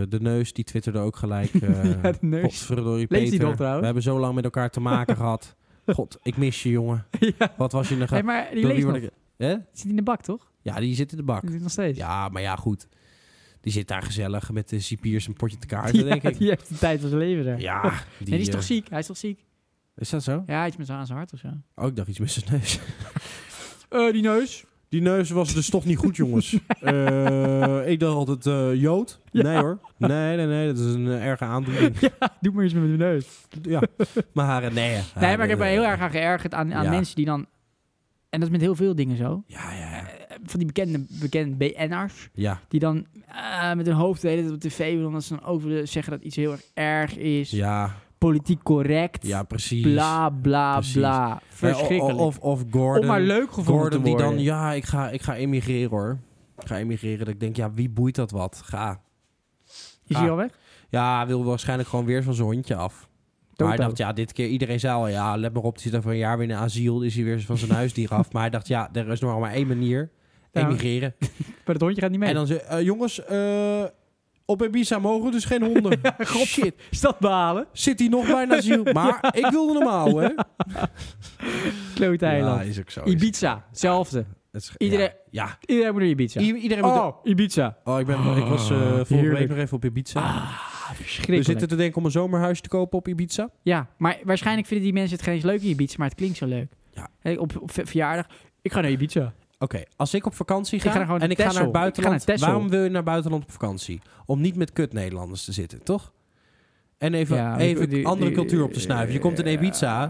[SPEAKER 1] de neus, die twitterde ook gelijk. eh
[SPEAKER 2] Ja, de neus.
[SPEAKER 1] Godverdorie,
[SPEAKER 2] Leeft die
[SPEAKER 1] Peter.
[SPEAKER 2] nog trouwens?
[SPEAKER 1] We hebben zo lang met elkaar te maken gehad. God, ik mis je, jongen.
[SPEAKER 2] ja.
[SPEAKER 1] Wat was je nog?
[SPEAKER 2] Hey, maar
[SPEAKER 1] Door
[SPEAKER 2] die
[SPEAKER 1] wie
[SPEAKER 2] leeft nog.
[SPEAKER 1] word ik- Hè?
[SPEAKER 2] Zit die in de bak, toch?
[SPEAKER 1] Ja, die zit in de bak.
[SPEAKER 2] Die zit nog steeds.
[SPEAKER 1] Ja, maar ja, goed. Die zit daar gezellig met de cipiers een potje te kaarten,
[SPEAKER 2] Ja,
[SPEAKER 1] denk ik.
[SPEAKER 2] die heeft de tijd van zijn leven daar.
[SPEAKER 1] Ja,
[SPEAKER 2] Nee,
[SPEAKER 1] die,
[SPEAKER 2] die is toch
[SPEAKER 1] eh,
[SPEAKER 2] ziek? Hij is toch ziek?
[SPEAKER 1] Is dat zo?
[SPEAKER 2] Ja, iets met zijn aan zijn hart of zo.
[SPEAKER 1] Oh, ik dacht iets met zijn neus.
[SPEAKER 2] Eh, die neus.
[SPEAKER 1] Die neus was dus toch niet goed, jongens. Eh, ik dacht altijd eh, Jood.
[SPEAKER 2] Ja.
[SPEAKER 1] Nee hoor. Nee, nee, nee. Dat is een eh, erge aandoening.
[SPEAKER 2] Doe maar iets met mijn neus.
[SPEAKER 1] Ja, maar eh, nee. eh,
[SPEAKER 2] Nee, maar ik heb me
[SPEAKER 1] eh,
[SPEAKER 2] heel erg aan geërgerd aan, aan
[SPEAKER 1] Ja.
[SPEAKER 2] mensen die dan... En dat is met heel veel dingen zo.
[SPEAKER 1] Ja, ja, ja.
[SPEAKER 2] Eh, Van die bekende, bekende BN'ers.
[SPEAKER 1] Ja,
[SPEAKER 2] Die dan eh, met hun hoofd de hele tijd op tv willen. Omdat ze dan ook willen zeggen dat iets heel erg erg is.
[SPEAKER 1] ja,
[SPEAKER 2] Politiek correct.
[SPEAKER 1] ja precies.
[SPEAKER 2] bla, bla,
[SPEAKER 1] Precies.
[SPEAKER 2] bla. Verschrikkelijk.
[SPEAKER 1] Eh, o- o- Of, of
[SPEAKER 2] Om
[SPEAKER 1] Gordon.
[SPEAKER 2] maar leuk gevonden
[SPEAKER 1] Gordon
[SPEAKER 2] te
[SPEAKER 1] die
[SPEAKER 2] worden.
[SPEAKER 1] dan, ja, ik ga, ik ga emigreren hoor. Ik ga emigreren. Dat ik denk, ja, wie boeit dat wat? Ga.
[SPEAKER 2] Is
[SPEAKER 1] Ja.
[SPEAKER 2] hij al weg?
[SPEAKER 1] Ja, hij wil waarschijnlijk gewoon weer van zijn hondje af. Maar hij
[SPEAKER 2] Toto.
[SPEAKER 1] dacht, ja, dit keer iedereen zei al, ja, let maar op, die zit over een jaar weer in asiel, is hij weer van zijn huisdier af. Maar hij dacht, ja, er is nog maar één manier,
[SPEAKER 2] Ja.
[SPEAKER 1] emigreren.
[SPEAKER 2] Maar het hondje gaat niet mee.
[SPEAKER 1] En dan zei, eh, jongens, eh, Op Ibiza mogen dus geen honden. Shit,
[SPEAKER 2] Is dat behalen?
[SPEAKER 1] zit hij nog bijna ziel. Maar ik wilde hem houden, hè?
[SPEAKER 2] Kloot eiland.
[SPEAKER 1] Ja, is ook zo. Is-
[SPEAKER 2] Ibiza, hetzelfde.
[SPEAKER 1] het is-
[SPEAKER 2] Iedereen-
[SPEAKER 1] Ja.
[SPEAKER 2] Iedereen moet naar Ibiza.
[SPEAKER 1] ja. I- iedereen moet...
[SPEAKER 2] Oh, Ibiza.
[SPEAKER 1] Oh, ik, ben, ik was eh, vorige
[SPEAKER 2] heerlijk. Ah,
[SPEAKER 1] week nog even op Ibiza. we
[SPEAKER 2] Verschrikkelijk.
[SPEAKER 1] zitten te denken om een zomerhuis te kopen op Ibiza.
[SPEAKER 2] Ja, maar waarschijnlijk vinden die mensen het geen eens leuk in Ibiza, maar het klinkt zo leuk.
[SPEAKER 1] Ja.
[SPEAKER 2] Hey, op, op ver- verjaardag, ik ga naar Ibiza.
[SPEAKER 1] Oké, als ik op vakantie
[SPEAKER 2] Ik
[SPEAKER 1] ga,
[SPEAKER 2] ga gewoon
[SPEAKER 1] en ik ga
[SPEAKER 2] Texel.
[SPEAKER 1] naar het
[SPEAKER 2] Ik ga
[SPEAKER 1] buitenland.
[SPEAKER 2] naar Texel.
[SPEAKER 1] waarom wil je naar buitenland op vakantie? Om niet met kut Nederlanders te zitten, toch? En even,
[SPEAKER 2] Ja,
[SPEAKER 1] even
[SPEAKER 2] die-
[SPEAKER 1] andere
[SPEAKER 2] die-
[SPEAKER 1] cultuur op te snuiven. Je komt in
[SPEAKER 2] Ja,
[SPEAKER 1] Ibiza.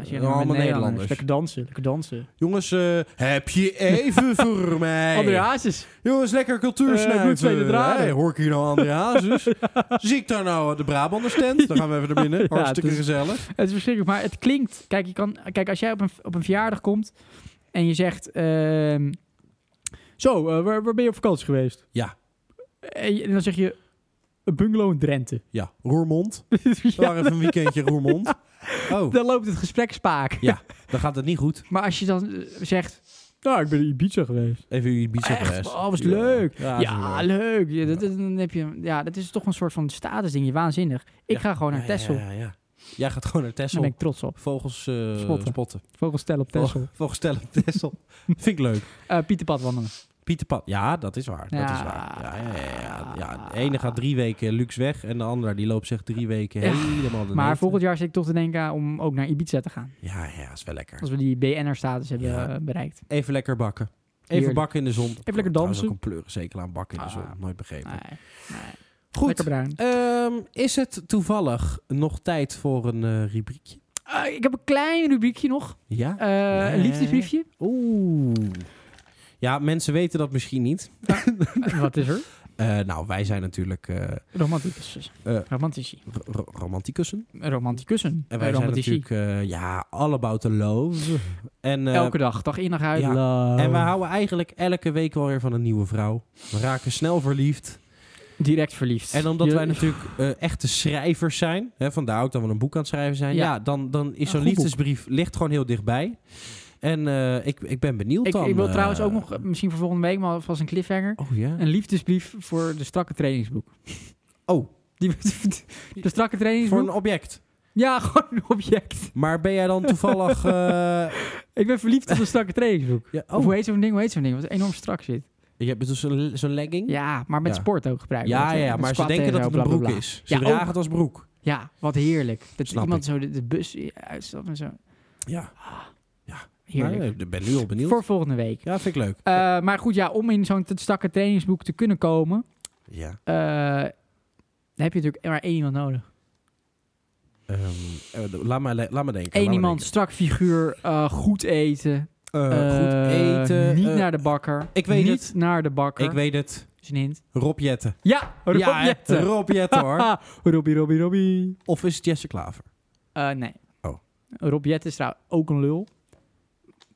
[SPEAKER 2] als je
[SPEAKER 1] allemaal
[SPEAKER 2] nou met
[SPEAKER 1] Nederlanders.
[SPEAKER 2] Lekker dansen, lekker dansen.
[SPEAKER 1] Jongens, eh, heb je even voor mij?
[SPEAKER 2] André Hazes.
[SPEAKER 1] Jongens, lekker cultuur
[SPEAKER 2] Eh,
[SPEAKER 1] snuiven.
[SPEAKER 2] bloed, zweet en tranen.
[SPEAKER 1] Hey, hoor ik hier nou André Hazes? Zie ik daar nou eh, de Brabander stand? Dan gaan we even naar binnen.
[SPEAKER 2] Ja,
[SPEAKER 1] Hartstikke
[SPEAKER 2] het is-
[SPEAKER 1] gezellig.
[SPEAKER 2] Het is verschrikkelijk, maar het klinkt... Kijk, je kan, kijk als jij op een, op een verjaardag komt en je zegt... ehm, Zo, eh, waar, waar ben je op vakantie geweest?
[SPEAKER 1] Ja.
[SPEAKER 2] En, je- en dan zeg je... Een bungalow in Drenthe.
[SPEAKER 1] Ja, Roermond. We waren even een weekendje Roermond. Oh,
[SPEAKER 2] Dan loopt het gesprek spaak.
[SPEAKER 1] dan gaat het niet goed.
[SPEAKER 2] Maar als je dan eh, zegt... Nou, ik ben in Ibiza geweest.
[SPEAKER 1] Even jullie bicep
[SPEAKER 2] Echt?
[SPEAKER 1] rest.
[SPEAKER 2] Oh, was
[SPEAKER 1] Ja.
[SPEAKER 2] leuk.
[SPEAKER 1] Ja,
[SPEAKER 2] Ja,
[SPEAKER 1] dat is wel-
[SPEAKER 2] leuk. Ja, dat, dat- dan heb je, ja, dat is toch een soort van statusdingje. Waanzinnig. Ik
[SPEAKER 1] Ja.
[SPEAKER 2] ga gewoon naar
[SPEAKER 1] Ja,
[SPEAKER 2] Texel.
[SPEAKER 1] Ja, ja, ja. Jij gaat gewoon naar
[SPEAKER 2] Daar
[SPEAKER 1] Texel.
[SPEAKER 2] ben ik trots op.
[SPEAKER 1] Vogels eh,
[SPEAKER 2] Spotten.
[SPEAKER 1] spotten.
[SPEAKER 2] Vogels tellen op Texel.
[SPEAKER 1] Vogels Vogels tellen op Texel. Vind ik leuk.
[SPEAKER 2] Eh Pieterpad wandelen.
[SPEAKER 1] Pieter Pan. Ja, dat is waar. Dat is
[SPEAKER 2] Ja.
[SPEAKER 1] waar. Ja, ja, ja, ja, ja. De ene gaat drie weken luxe weg en de andere die loopt zich drie weken
[SPEAKER 2] Ja.
[SPEAKER 1] helemaal de
[SPEAKER 2] Maar
[SPEAKER 1] neef.
[SPEAKER 2] volgend jaar zit ik toch te denken om ook naar Ibiza te gaan.
[SPEAKER 1] Ja, ja, is wel lekker.
[SPEAKER 2] Als we die BNR-status hebben
[SPEAKER 1] Ja.
[SPEAKER 2] eh, bereikt.
[SPEAKER 1] Even lekker bakken. Even
[SPEAKER 2] Heerlijk.
[SPEAKER 1] bakken in de zon.
[SPEAKER 2] Even lekker
[SPEAKER 1] Trouwens
[SPEAKER 2] dansen.
[SPEAKER 1] ook een pleuren zeker aan bakken in de zon.
[SPEAKER 2] Ah.
[SPEAKER 1] Nooit begrepen.
[SPEAKER 2] Nee, nee.
[SPEAKER 1] Goed.
[SPEAKER 2] Lekker bruin.
[SPEAKER 1] Ehm, is het toevallig nog tijd voor een eh, rubriekje?
[SPEAKER 2] Eh, ik heb een klein rubriekje nog.
[SPEAKER 1] Ja?
[SPEAKER 2] Eh, Een liefdesbriefje.
[SPEAKER 1] Oeh. Ja, mensen weten dat misschien niet.
[SPEAKER 2] Eh, Wat is er?
[SPEAKER 1] Eh, nou, wij zijn natuurlijk eh,
[SPEAKER 2] Romanticus.
[SPEAKER 1] Eh.
[SPEAKER 2] Romantici.
[SPEAKER 1] ro- ro- romanticussen.
[SPEAKER 2] Romanticussen.
[SPEAKER 1] En wij zijn
[SPEAKER 2] Romantici.
[SPEAKER 1] natuurlijk eh, ja, all about the love. En, eh,
[SPEAKER 2] Elke dag, dag in dag uit.
[SPEAKER 1] ja.
[SPEAKER 2] Love.
[SPEAKER 1] en we houden eigenlijk elke week wel weer van een nieuwe vrouw. We raken snel verliefd.
[SPEAKER 2] Direct verliefd.
[SPEAKER 1] En omdat
[SPEAKER 2] Je-
[SPEAKER 1] wij natuurlijk eh, echte schrijvers zijn, hè, vandaar ook dat we een boek aan het schrijven zijn, ja,
[SPEAKER 2] Ja.
[SPEAKER 1] dan, dan is
[SPEAKER 2] Een
[SPEAKER 1] zo'n
[SPEAKER 2] goed boek.
[SPEAKER 1] liefdesbrief ligt gewoon heel dichtbij. En eh, ik, ik ben benieuwd
[SPEAKER 2] Ik,
[SPEAKER 1] dan.
[SPEAKER 2] ik wil
[SPEAKER 1] eh,
[SPEAKER 2] trouwens ook nog, eh, misschien voor volgende week, maar vast een cliffhanger.
[SPEAKER 1] Oh ja.
[SPEAKER 2] Een liefdesbrief voor de strakke trainingsboek.
[SPEAKER 1] Oh.
[SPEAKER 2] Die, de strakke
[SPEAKER 1] Voor
[SPEAKER 2] trainingsboek?
[SPEAKER 1] een object.
[SPEAKER 2] Ja, gewoon een object.
[SPEAKER 1] Maar ben jij dan toevallig... eh,
[SPEAKER 2] Ik ben verliefd op een strakke trainingsboek.
[SPEAKER 1] ja,
[SPEAKER 2] Of
[SPEAKER 1] oh,
[SPEAKER 2] hoe heet zo'n ding? Hoe heet zo'n ding? Wat enorm strak zit.
[SPEAKER 1] je hebt dus zo'n zo'n legging?
[SPEAKER 2] Ja, maar met
[SPEAKER 1] Ja.
[SPEAKER 2] sport ook gebruikt.
[SPEAKER 1] ja,
[SPEAKER 2] wordt, hè?
[SPEAKER 1] ja,
[SPEAKER 2] Met
[SPEAKER 1] maar ze
[SPEAKER 2] squatten
[SPEAKER 1] denken
[SPEAKER 2] en
[SPEAKER 1] dat het
[SPEAKER 2] zo,
[SPEAKER 1] een
[SPEAKER 2] bla, bla,
[SPEAKER 1] broek
[SPEAKER 2] bla.
[SPEAKER 1] is. Ze
[SPEAKER 2] Ja,
[SPEAKER 1] dragen
[SPEAKER 2] ook.
[SPEAKER 1] het als broek.
[SPEAKER 2] Ja, wat heerlijk. Dat
[SPEAKER 1] Snap
[SPEAKER 2] iemand zo de, de bus uitstapt en zo.
[SPEAKER 1] Ja,
[SPEAKER 2] Heerlijk.
[SPEAKER 1] Nou, ik ben nu al benieuwd.
[SPEAKER 2] voor volgende week.
[SPEAKER 1] Ja, vind ik leuk.
[SPEAKER 2] Eh, maar goed, ja, om in zo'n strakke trainingsboek te kunnen komen,
[SPEAKER 1] ja.
[SPEAKER 2] eh, dan heb je natuurlijk maar één iemand nodig.
[SPEAKER 1] Ehm, eh, laat, maar, le- laat maar denken. laat
[SPEAKER 2] Eén
[SPEAKER 1] maar
[SPEAKER 2] iemand,
[SPEAKER 1] denken.
[SPEAKER 2] strak figuur, eh, goed eten.
[SPEAKER 1] Eh, goed
[SPEAKER 2] eh,
[SPEAKER 1] eten.
[SPEAKER 2] Niet
[SPEAKER 1] eh,
[SPEAKER 2] naar de bakker.
[SPEAKER 1] ik weet
[SPEAKER 2] niet
[SPEAKER 1] het.
[SPEAKER 2] naar de bakker.
[SPEAKER 1] Ik weet het.
[SPEAKER 2] Is een hint.
[SPEAKER 1] Rob Jetten.
[SPEAKER 2] Ja, Oh, Rob
[SPEAKER 1] ja, eh,
[SPEAKER 2] Jetten.
[SPEAKER 1] Rob Jetten hoor.
[SPEAKER 2] Ah, Robbie, Robbie, Robbie.
[SPEAKER 1] Of is het Jesse Klaver?
[SPEAKER 2] Eh, nee.
[SPEAKER 1] Oh.
[SPEAKER 2] Rob Jetten is trouwens ook een lul.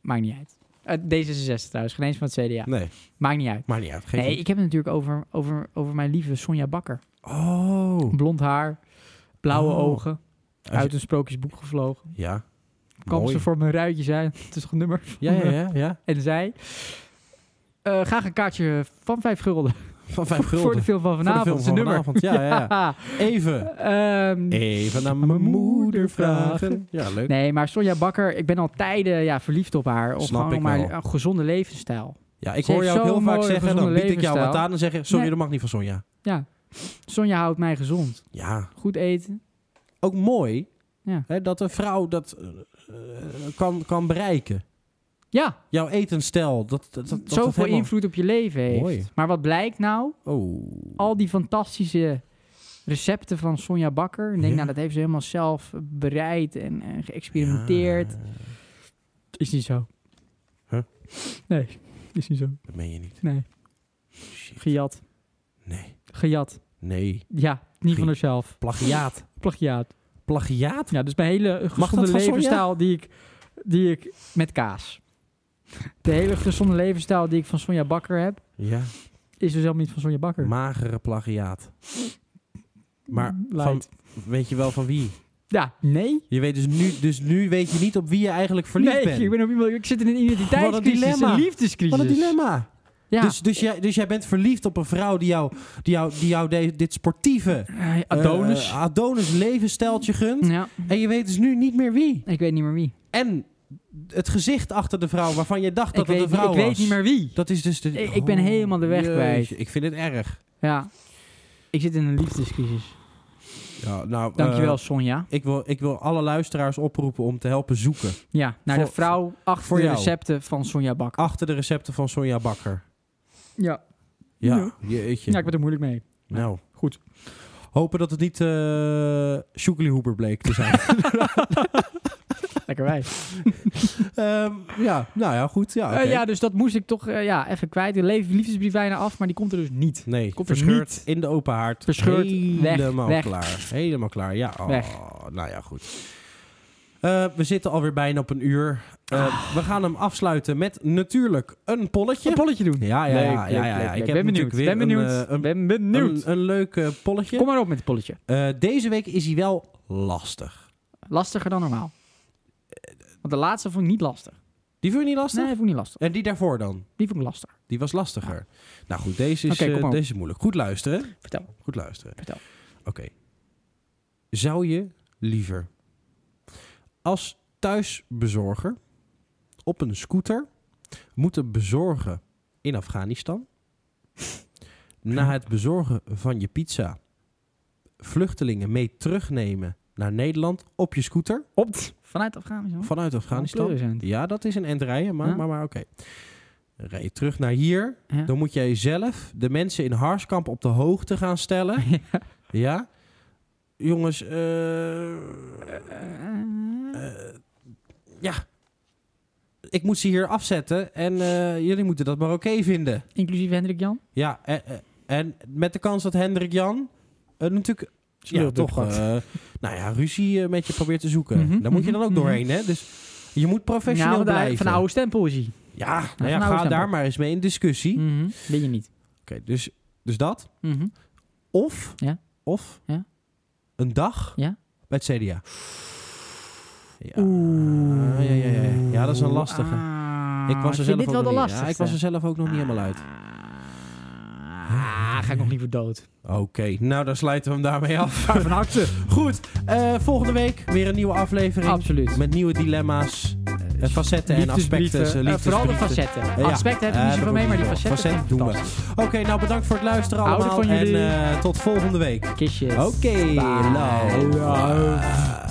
[SPEAKER 2] Maakt niet uit. Eh, D66 trouwens, geen eens van het CDA.
[SPEAKER 1] Nee,
[SPEAKER 2] Maakt niet uit.
[SPEAKER 1] maar niet uit. Geen
[SPEAKER 2] Nee, ik heb het natuurlijk over, over, over mijn lieve Sonja Bakker.
[SPEAKER 1] Oh.
[SPEAKER 2] Blond haar, blauwe
[SPEAKER 1] Oh.
[SPEAKER 2] ogen,
[SPEAKER 1] Als
[SPEAKER 2] uit
[SPEAKER 1] je-
[SPEAKER 2] een sprookjesboek gevlogen.
[SPEAKER 1] Ja.
[SPEAKER 2] Kwam
[SPEAKER 1] Mooi.
[SPEAKER 2] ze voor mijn ruitje, zei Het is toch een nummer?
[SPEAKER 1] Ja, ja, ja. ja.
[SPEAKER 2] En zij... eh, graag een kaartje van vijf gulden.
[SPEAKER 1] Van vijf gulden.
[SPEAKER 2] Voor de film van
[SPEAKER 1] Voor de
[SPEAKER 2] vanavond.
[SPEAKER 1] film
[SPEAKER 2] zijn
[SPEAKER 1] van
[SPEAKER 2] nummer.
[SPEAKER 1] vanavond. Ja, ja, ja. Even.
[SPEAKER 2] Ehm,
[SPEAKER 1] Even aan mijn moeder vragen. Ja, leuk.
[SPEAKER 2] nee, maar Sonja Bakker, ik ben al tijden ja, verliefd op haar. Of
[SPEAKER 1] Snap
[SPEAKER 2] gewoon
[SPEAKER 1] ik
[SPEAKER 2] om haar
[SPEAKER 1] wel.
[SPEAKER 2] een gezonde levensstijl.
[SPEAKER 1] Ja, ik
[SPEAKER 2] Ze
[SPEAKER 1] hoor
[SPEAKER 2] heeft
[SPEAKER 1] jou ook heel
[SPEAKER 2] zo'n
[SPEAKER 1] vaak
[SPEAKER 2] mooie,
[SPEAKER 1] zeggen, dan
[SPEAKER 2] gezonde
[SPEAKER 1] bied ik jou wat
[SPEAKER 2] levensstijl.
[SPEAKER 1] aan en zeg ik, sorry,
[SPEAKER 2] Nee.
[SPEAKER 1] dat mag niet van Sonja.
[SPEAKER 2] Sonja houdt mij gezond.
[SPEAKER 1] Ja,
[SPEAKER 2] Goed eten.
[SPEAKER 1] ook mooi
[SPEAKER 2] Ja.
[SPEAKER 1] hè, dat een vrouw dat eh, eh, kan, kan bereiken.
[SPEAKER 2] Ja,
[SPEAKER 1] Jouw etenstijl, dat, dat, dat, dat
[SPEAKER 2] zoveel
[SPEAKER 1] dat helemaal-
[SPEAKER 2] invloed op je leven heeft.
[SPEAKER 1] Mooi.
[SPEAKER 2] Maar wat blijkt nou?
[SPEAKER 1] Oh.
[SPEAKER 2] Al die fantastische recepten van Sonja Bakker. Ik denk,
[SPEAKER 1] Ja.
[SPEAKER 2] nou, dat heeft ze helemaal zelf bereid en, en geëxperimenteerd.
[SPEAKER 1] Ja,
[SPEAKER 2] Is niet zo.
[SPEAKER 1] Huh?
[SPEAKER 2] Nee, is niet zo.
[SPEAKER 1] dat meen je niet.
[SPEAKER 2] Nee,
[SPEAKER 1] Shit.
[SPEAKER 2] gejat.
[SPEAKER 1] Nee,
[SPEAKER 2] Gejat.
[SPEAKER 1] nee.
[SPEAKER 2] Ja, niet
[SPEAKER 1] Ge-
[SPEAKER 2] van haarzelf.
[SPEAKER 1] Plagiaat.
[SPEAKER 2] Plagiaat.
[SPEAKER 1] Plagiaat?
[SPEAKER 2] Ja, dus mijn hele
[SPEAKER 1] dat
[SPEAKER 2] gezonde
[SPEAKER 1] van Sonja?
[SPEAKER 2] levensstijl die ik, die ik met kaas. De hele gezonde levensstijl die ik van Sonja Bakker heb,
[SPEAKER 1] Ja,
[SPEAKER 2] is dus helemaal niet van Sonja Bakker.
[SPEAKER 1] magere plagiaat. Maar van,
[SPEAKER 2] Light.
[SPEAKER 1] weet je wel van wie?
[SPEAKER 2] Ja, nee.
[SPEAKER 1] Je weet dus nu, dus nu weet je niet op wie je eigenlijk verliefd
[SPEAKER 2] nee,
[SPEAKER 1] bent.
[SPEAKER 2] ik ben op iemand. Ik zit in een identiteitscrisis,
[SPEAKER 1] dilemma.
[SPEAKER 2] een liefdescrisis.
[SPEAKER 1] Wat een dilemma.
[SPEAKER 2] Ja.
[SPEAKER 1] Dus, dus, jij, dus jij bent verliefd op een vrouw die jou, die jou, die jou de- dit sportieve
[SPEAKER 2] Eh,
[SPEAKER 1] eh,
[SPEAKER 2] Adonis.
[SPEAKER 1] Adonis levensstijltje gunt.
[SPEAKER 2] ja,
[SPEAKER 1] En je weet dus nu niet meer wie.
[SPEAKER 2] ik weet niet meer wie.
[SPEAKER 1] En het gezicht achter de vrouw waarvan je dacht dat
[SPEAKER 2] ik
[SPEAKER 1] het
[SPEAKER 2] weet,
[SPEAKER 1] een vrouw
[SPEAKER 2] ik
[SPEAKER 1] was.
[SPEAKER 2] weet niet meer wie.
[SPEAKER 1] Dat is dus de...
[SPEAKER 2] Ik- ik ben helemaal de weg kwijt.
[SPEAKER 1] Ik vind het erg.
[SPEAKER 2] Ja. Ik zit in een liefdescrisis.
[SPEAKER 1] Ja, nou,
[SPEAKER 2] Dankjewel,
[SPEAKER 1] eh,
[SPEAKER 2] Sonja.
[SPEAKER 1] ik, wil, ik wil alle luisteraars oproepen om te helpen zoeken.
[SPEAKER 2] Ja, naar de
[SPEAKER 1] voor-
[SPEAKER 2] vrouw achter
[SPEAKER 1] voor
[SPEAKER 2] de
[SPEAKER 1] jou. Ah,
[SPEAKER 2] recepten van Sonja Bak.
[SPEAKER 1] Achter de recepten van Sonja Bakker.
[SPEAKER 2] Ja.
[SPEAKER 1] Ja,
[SPEAKER 2] Ja.
[SPEAKER 1] jeetje.
[SPEAKER 2] ja, ik ben er moeilijk mee.
[SPEAKER 1] Nou.
[SPEAKER 2] Goed.
[SPEAKER 1] Hopen dat het niet eh Sjoekeli Hoeber bleek te zijn.
[SPEAKER 2] Lekker wij.
[SPEAKER 1] Ehm, ja, nou ja, goed. Ja, oké.
[SPEAKER 2] Eh, ja, dus dat moest ik toch eh, ja, even kwijt. De le- liefdesbrief bijna af, maar die komt er dus niet.
[SPEAKER 1] Nee,
[SPEAKER 2] Komt er
[SPEAKER 1] verscheurd
[SPEAKER 2] niet.
[SPEAKER 1] in de open haard.
[SPEAKER 2] Verscheurd, weg,
[SPEAKER 1] Helemaal
[SPEAKER 2] weg.
[SPEAKER 1] klaar. Helemaal klaar, ja. Oh,
[SPEAKER 2] Weg.
[SPEAKER 1] Nou ja, goed. Eh, we zitten alweer bijna op een uur. Eh, We gaan hem afsluiten met natuurlijk een polletje.
[SPEAKER 2] Ah. Een polletje doen.
[SPEAKER 1] ja, ja,
[SPEAKER 2] Leuk,
[SPEAKER 1] ja,
[SPEAKER 2] leuk,
[SPEAKER 1] ja, ja,
[SPEAKER 2] leuk,
[SPEAKER 1] ja.
[SPEAKER 2] leuk.
[SPEAKER 1] Ik heb
[SPEAKER 2] ben benieuwd.
[SPEAKER 1] natuurlijk weer
[SPEAKER 2] Ben benieuwd.
[SPEAKER 1] een, eh, een,
[SPEAKER 2] ben benieuwd.
[SPEAKER 1] een, een leuk eh, polletje.
[SPEAKER 2] Kom maar op met het polletje.
[SPEAKER 1] Eh, deze week is hij wel lastig.
[SPEAKER 2] Lastiger dan normaal. Want de laatste vond ik niet lastig.
[SPEAKER 1] Die vond je niet lastig?
[SPEAKER 2] Nee, vond ik niet lastig.
[SPEAKER 1] En die daarvoor dan?
[SPEAKER 2] Die vond ik lastig.
[SPEAKER 1] Die was lastiger. Nou goed, deze is,
[SPEAKER 2] Oké, kom
[SPEAKER 1] eh,
[SPEAKER 2] maar op.
[SPEAKER 1] deze is moeilijk. Goed luisteren.
[SPEAKER 2] Vertel.
[SPEAKER 1] Goed luisteren.
[SPEAKER 2] Vertel.
[SPEAKER 1] Oké. Zou je liever als thuisbezorger op een scooter moeten bezorgen in Afghanistan? Na het bezorgen van je pizza vluchtelingen mee terugnemen naar Nederland op je scooter
[SPEAKER 2] Op vanuit Afghanistan.
[SPEAKER 1] vanuit Afghanistan?
[SPEAKER 2] Kleuren zijn het.
[SPEAKER 1] Ja, dat is een end rijden, maar,
[SPEAKER 2] Ja.
[SPEAKER 1] maar, maar oké. Dan Rij je terug naar hier.
[SPEAKER 2] Ja.
[SPEAKER 1] Dan moet jij zelf de mensen in Harskamp op de hoogte gaan stellen. ja. Jongens, eh, eh, ja. Ik moet ze hier afzetten en eh, jullie moeten dat maar oké vinden.
[SPEAKER 2] Inclusief Hendrik Jan.
[SPEAKER 1] Ja, en, en- en met de kans dat Hendrik Jan eh, natuurlijk ja,
[SPEAKER 2] Slurp
[SPEAKER 1] toch
[SPEAKER 2] doorpakt.
[SPEAKER 1] eh, nou ja, ruzie eh, met je probeert te zoeken.
[SPEAKER 2] Mhm,
[SPEAKER 1] Daar moet je dan ook
[SPEAKER 2] mhm,
[SPEAKER 1] doorheen, hè? Dus je moet professioneel
[SPEAKER 2] Nou, daar-
[SPEAKER 1] blijven.
[SPEAKER 2] van de oude stempel is hij.
[SPEAKER 1] Ja, nou ja,
[SPEAKER 2] van oude
[SPEAKER 1] ga
[SPEAKER 2] stempel.
[SPEAKER 1] daar maar eens mee in discussie. Oké,
[SPEAKER 2] Mhm. Ben je niet.
[SPEAKER 1] dus, dus dat.
[SPEAKER 2] Mhm.
[SPEAKER 1] Of,
[SPEAKER 2] Ja.
[SPEAKER 1] of
[SPEAKER 2] Ja.
[SPEAKER 1] een dag
[SPEAKER 2] Ja.
[SPEAKER 1] bij het CDA. Ja.
[SPEAKER 2] Oeh.
[SPEAKER 1] Ah, ja, ja, ja. ja, dat is een lastige.
[SPEAKER 2] Ah,
[SPEAKER 1] ik was er
[SPEAKER 2] vind
[SPEAKER 1] zelf
[SPEAKER 2] dit
[SPEAKER 1] ook nog
[SPEAKER 2] wel de
[SPEAKER 1] niet-
[SPEAKER 2] lastigste.
[SPEAKER 1] Ja, ik was er zelf ook nog niet helemaal uit.
[SPEAKER 2] Ah, ga ik nog liever dood.
[SPEAKER 1] Oké, nou dan sluiten we hem daarmee af.
[SPEAKER 2] Van harte.
[SPEAKER 1] Goed, eh, volgende week weer een nieuwe aflevering.
[SPEAKER 2] Absoluut.
[SPEAKER 1] Met nieuwe dilemma's, eh, facetten en
[SPEAKER 2] Liefdesbrieven.
[SPEAKER 1] aspecten. eh,
[SPEAKER 2] Eh, vooral de
[SPEAKER 1] liefdesbrieven.
[SPEAKER 2] facetten.
[SPEAKER 1] Eh, ja.
[SPEAKER 2] Aspecten heb ik
[SPEAKER 1] Eh,
[SPEAKER 2] niet
[SPEAKER 1] daar
[SPEAKER 2] zoveel mee, maar die
[SPEAKER 1] komt ie
[SPEAKER 2] facetten,
[SPEAKER 1] Facetten doen we.
[SPEAKER 2] fantastisch.
[SPEAKER 1] Oké, nou bedankt voor het luisteren
[SPEAKER 2] Houden
[SPEAKER 1] allemaal.
[SPEAKER 2] van
[SPEAKER 1] En
[SPEAKER 2] jullie.
[SPEAKER 1] eh, tot volgende week.
[SPEAKER 2] Kisjes.
[SPEAKER 1] Okay,
[SPEAKER 2] Bye.
[SPEAKER 1] love.
[SPEAKER 2] Love.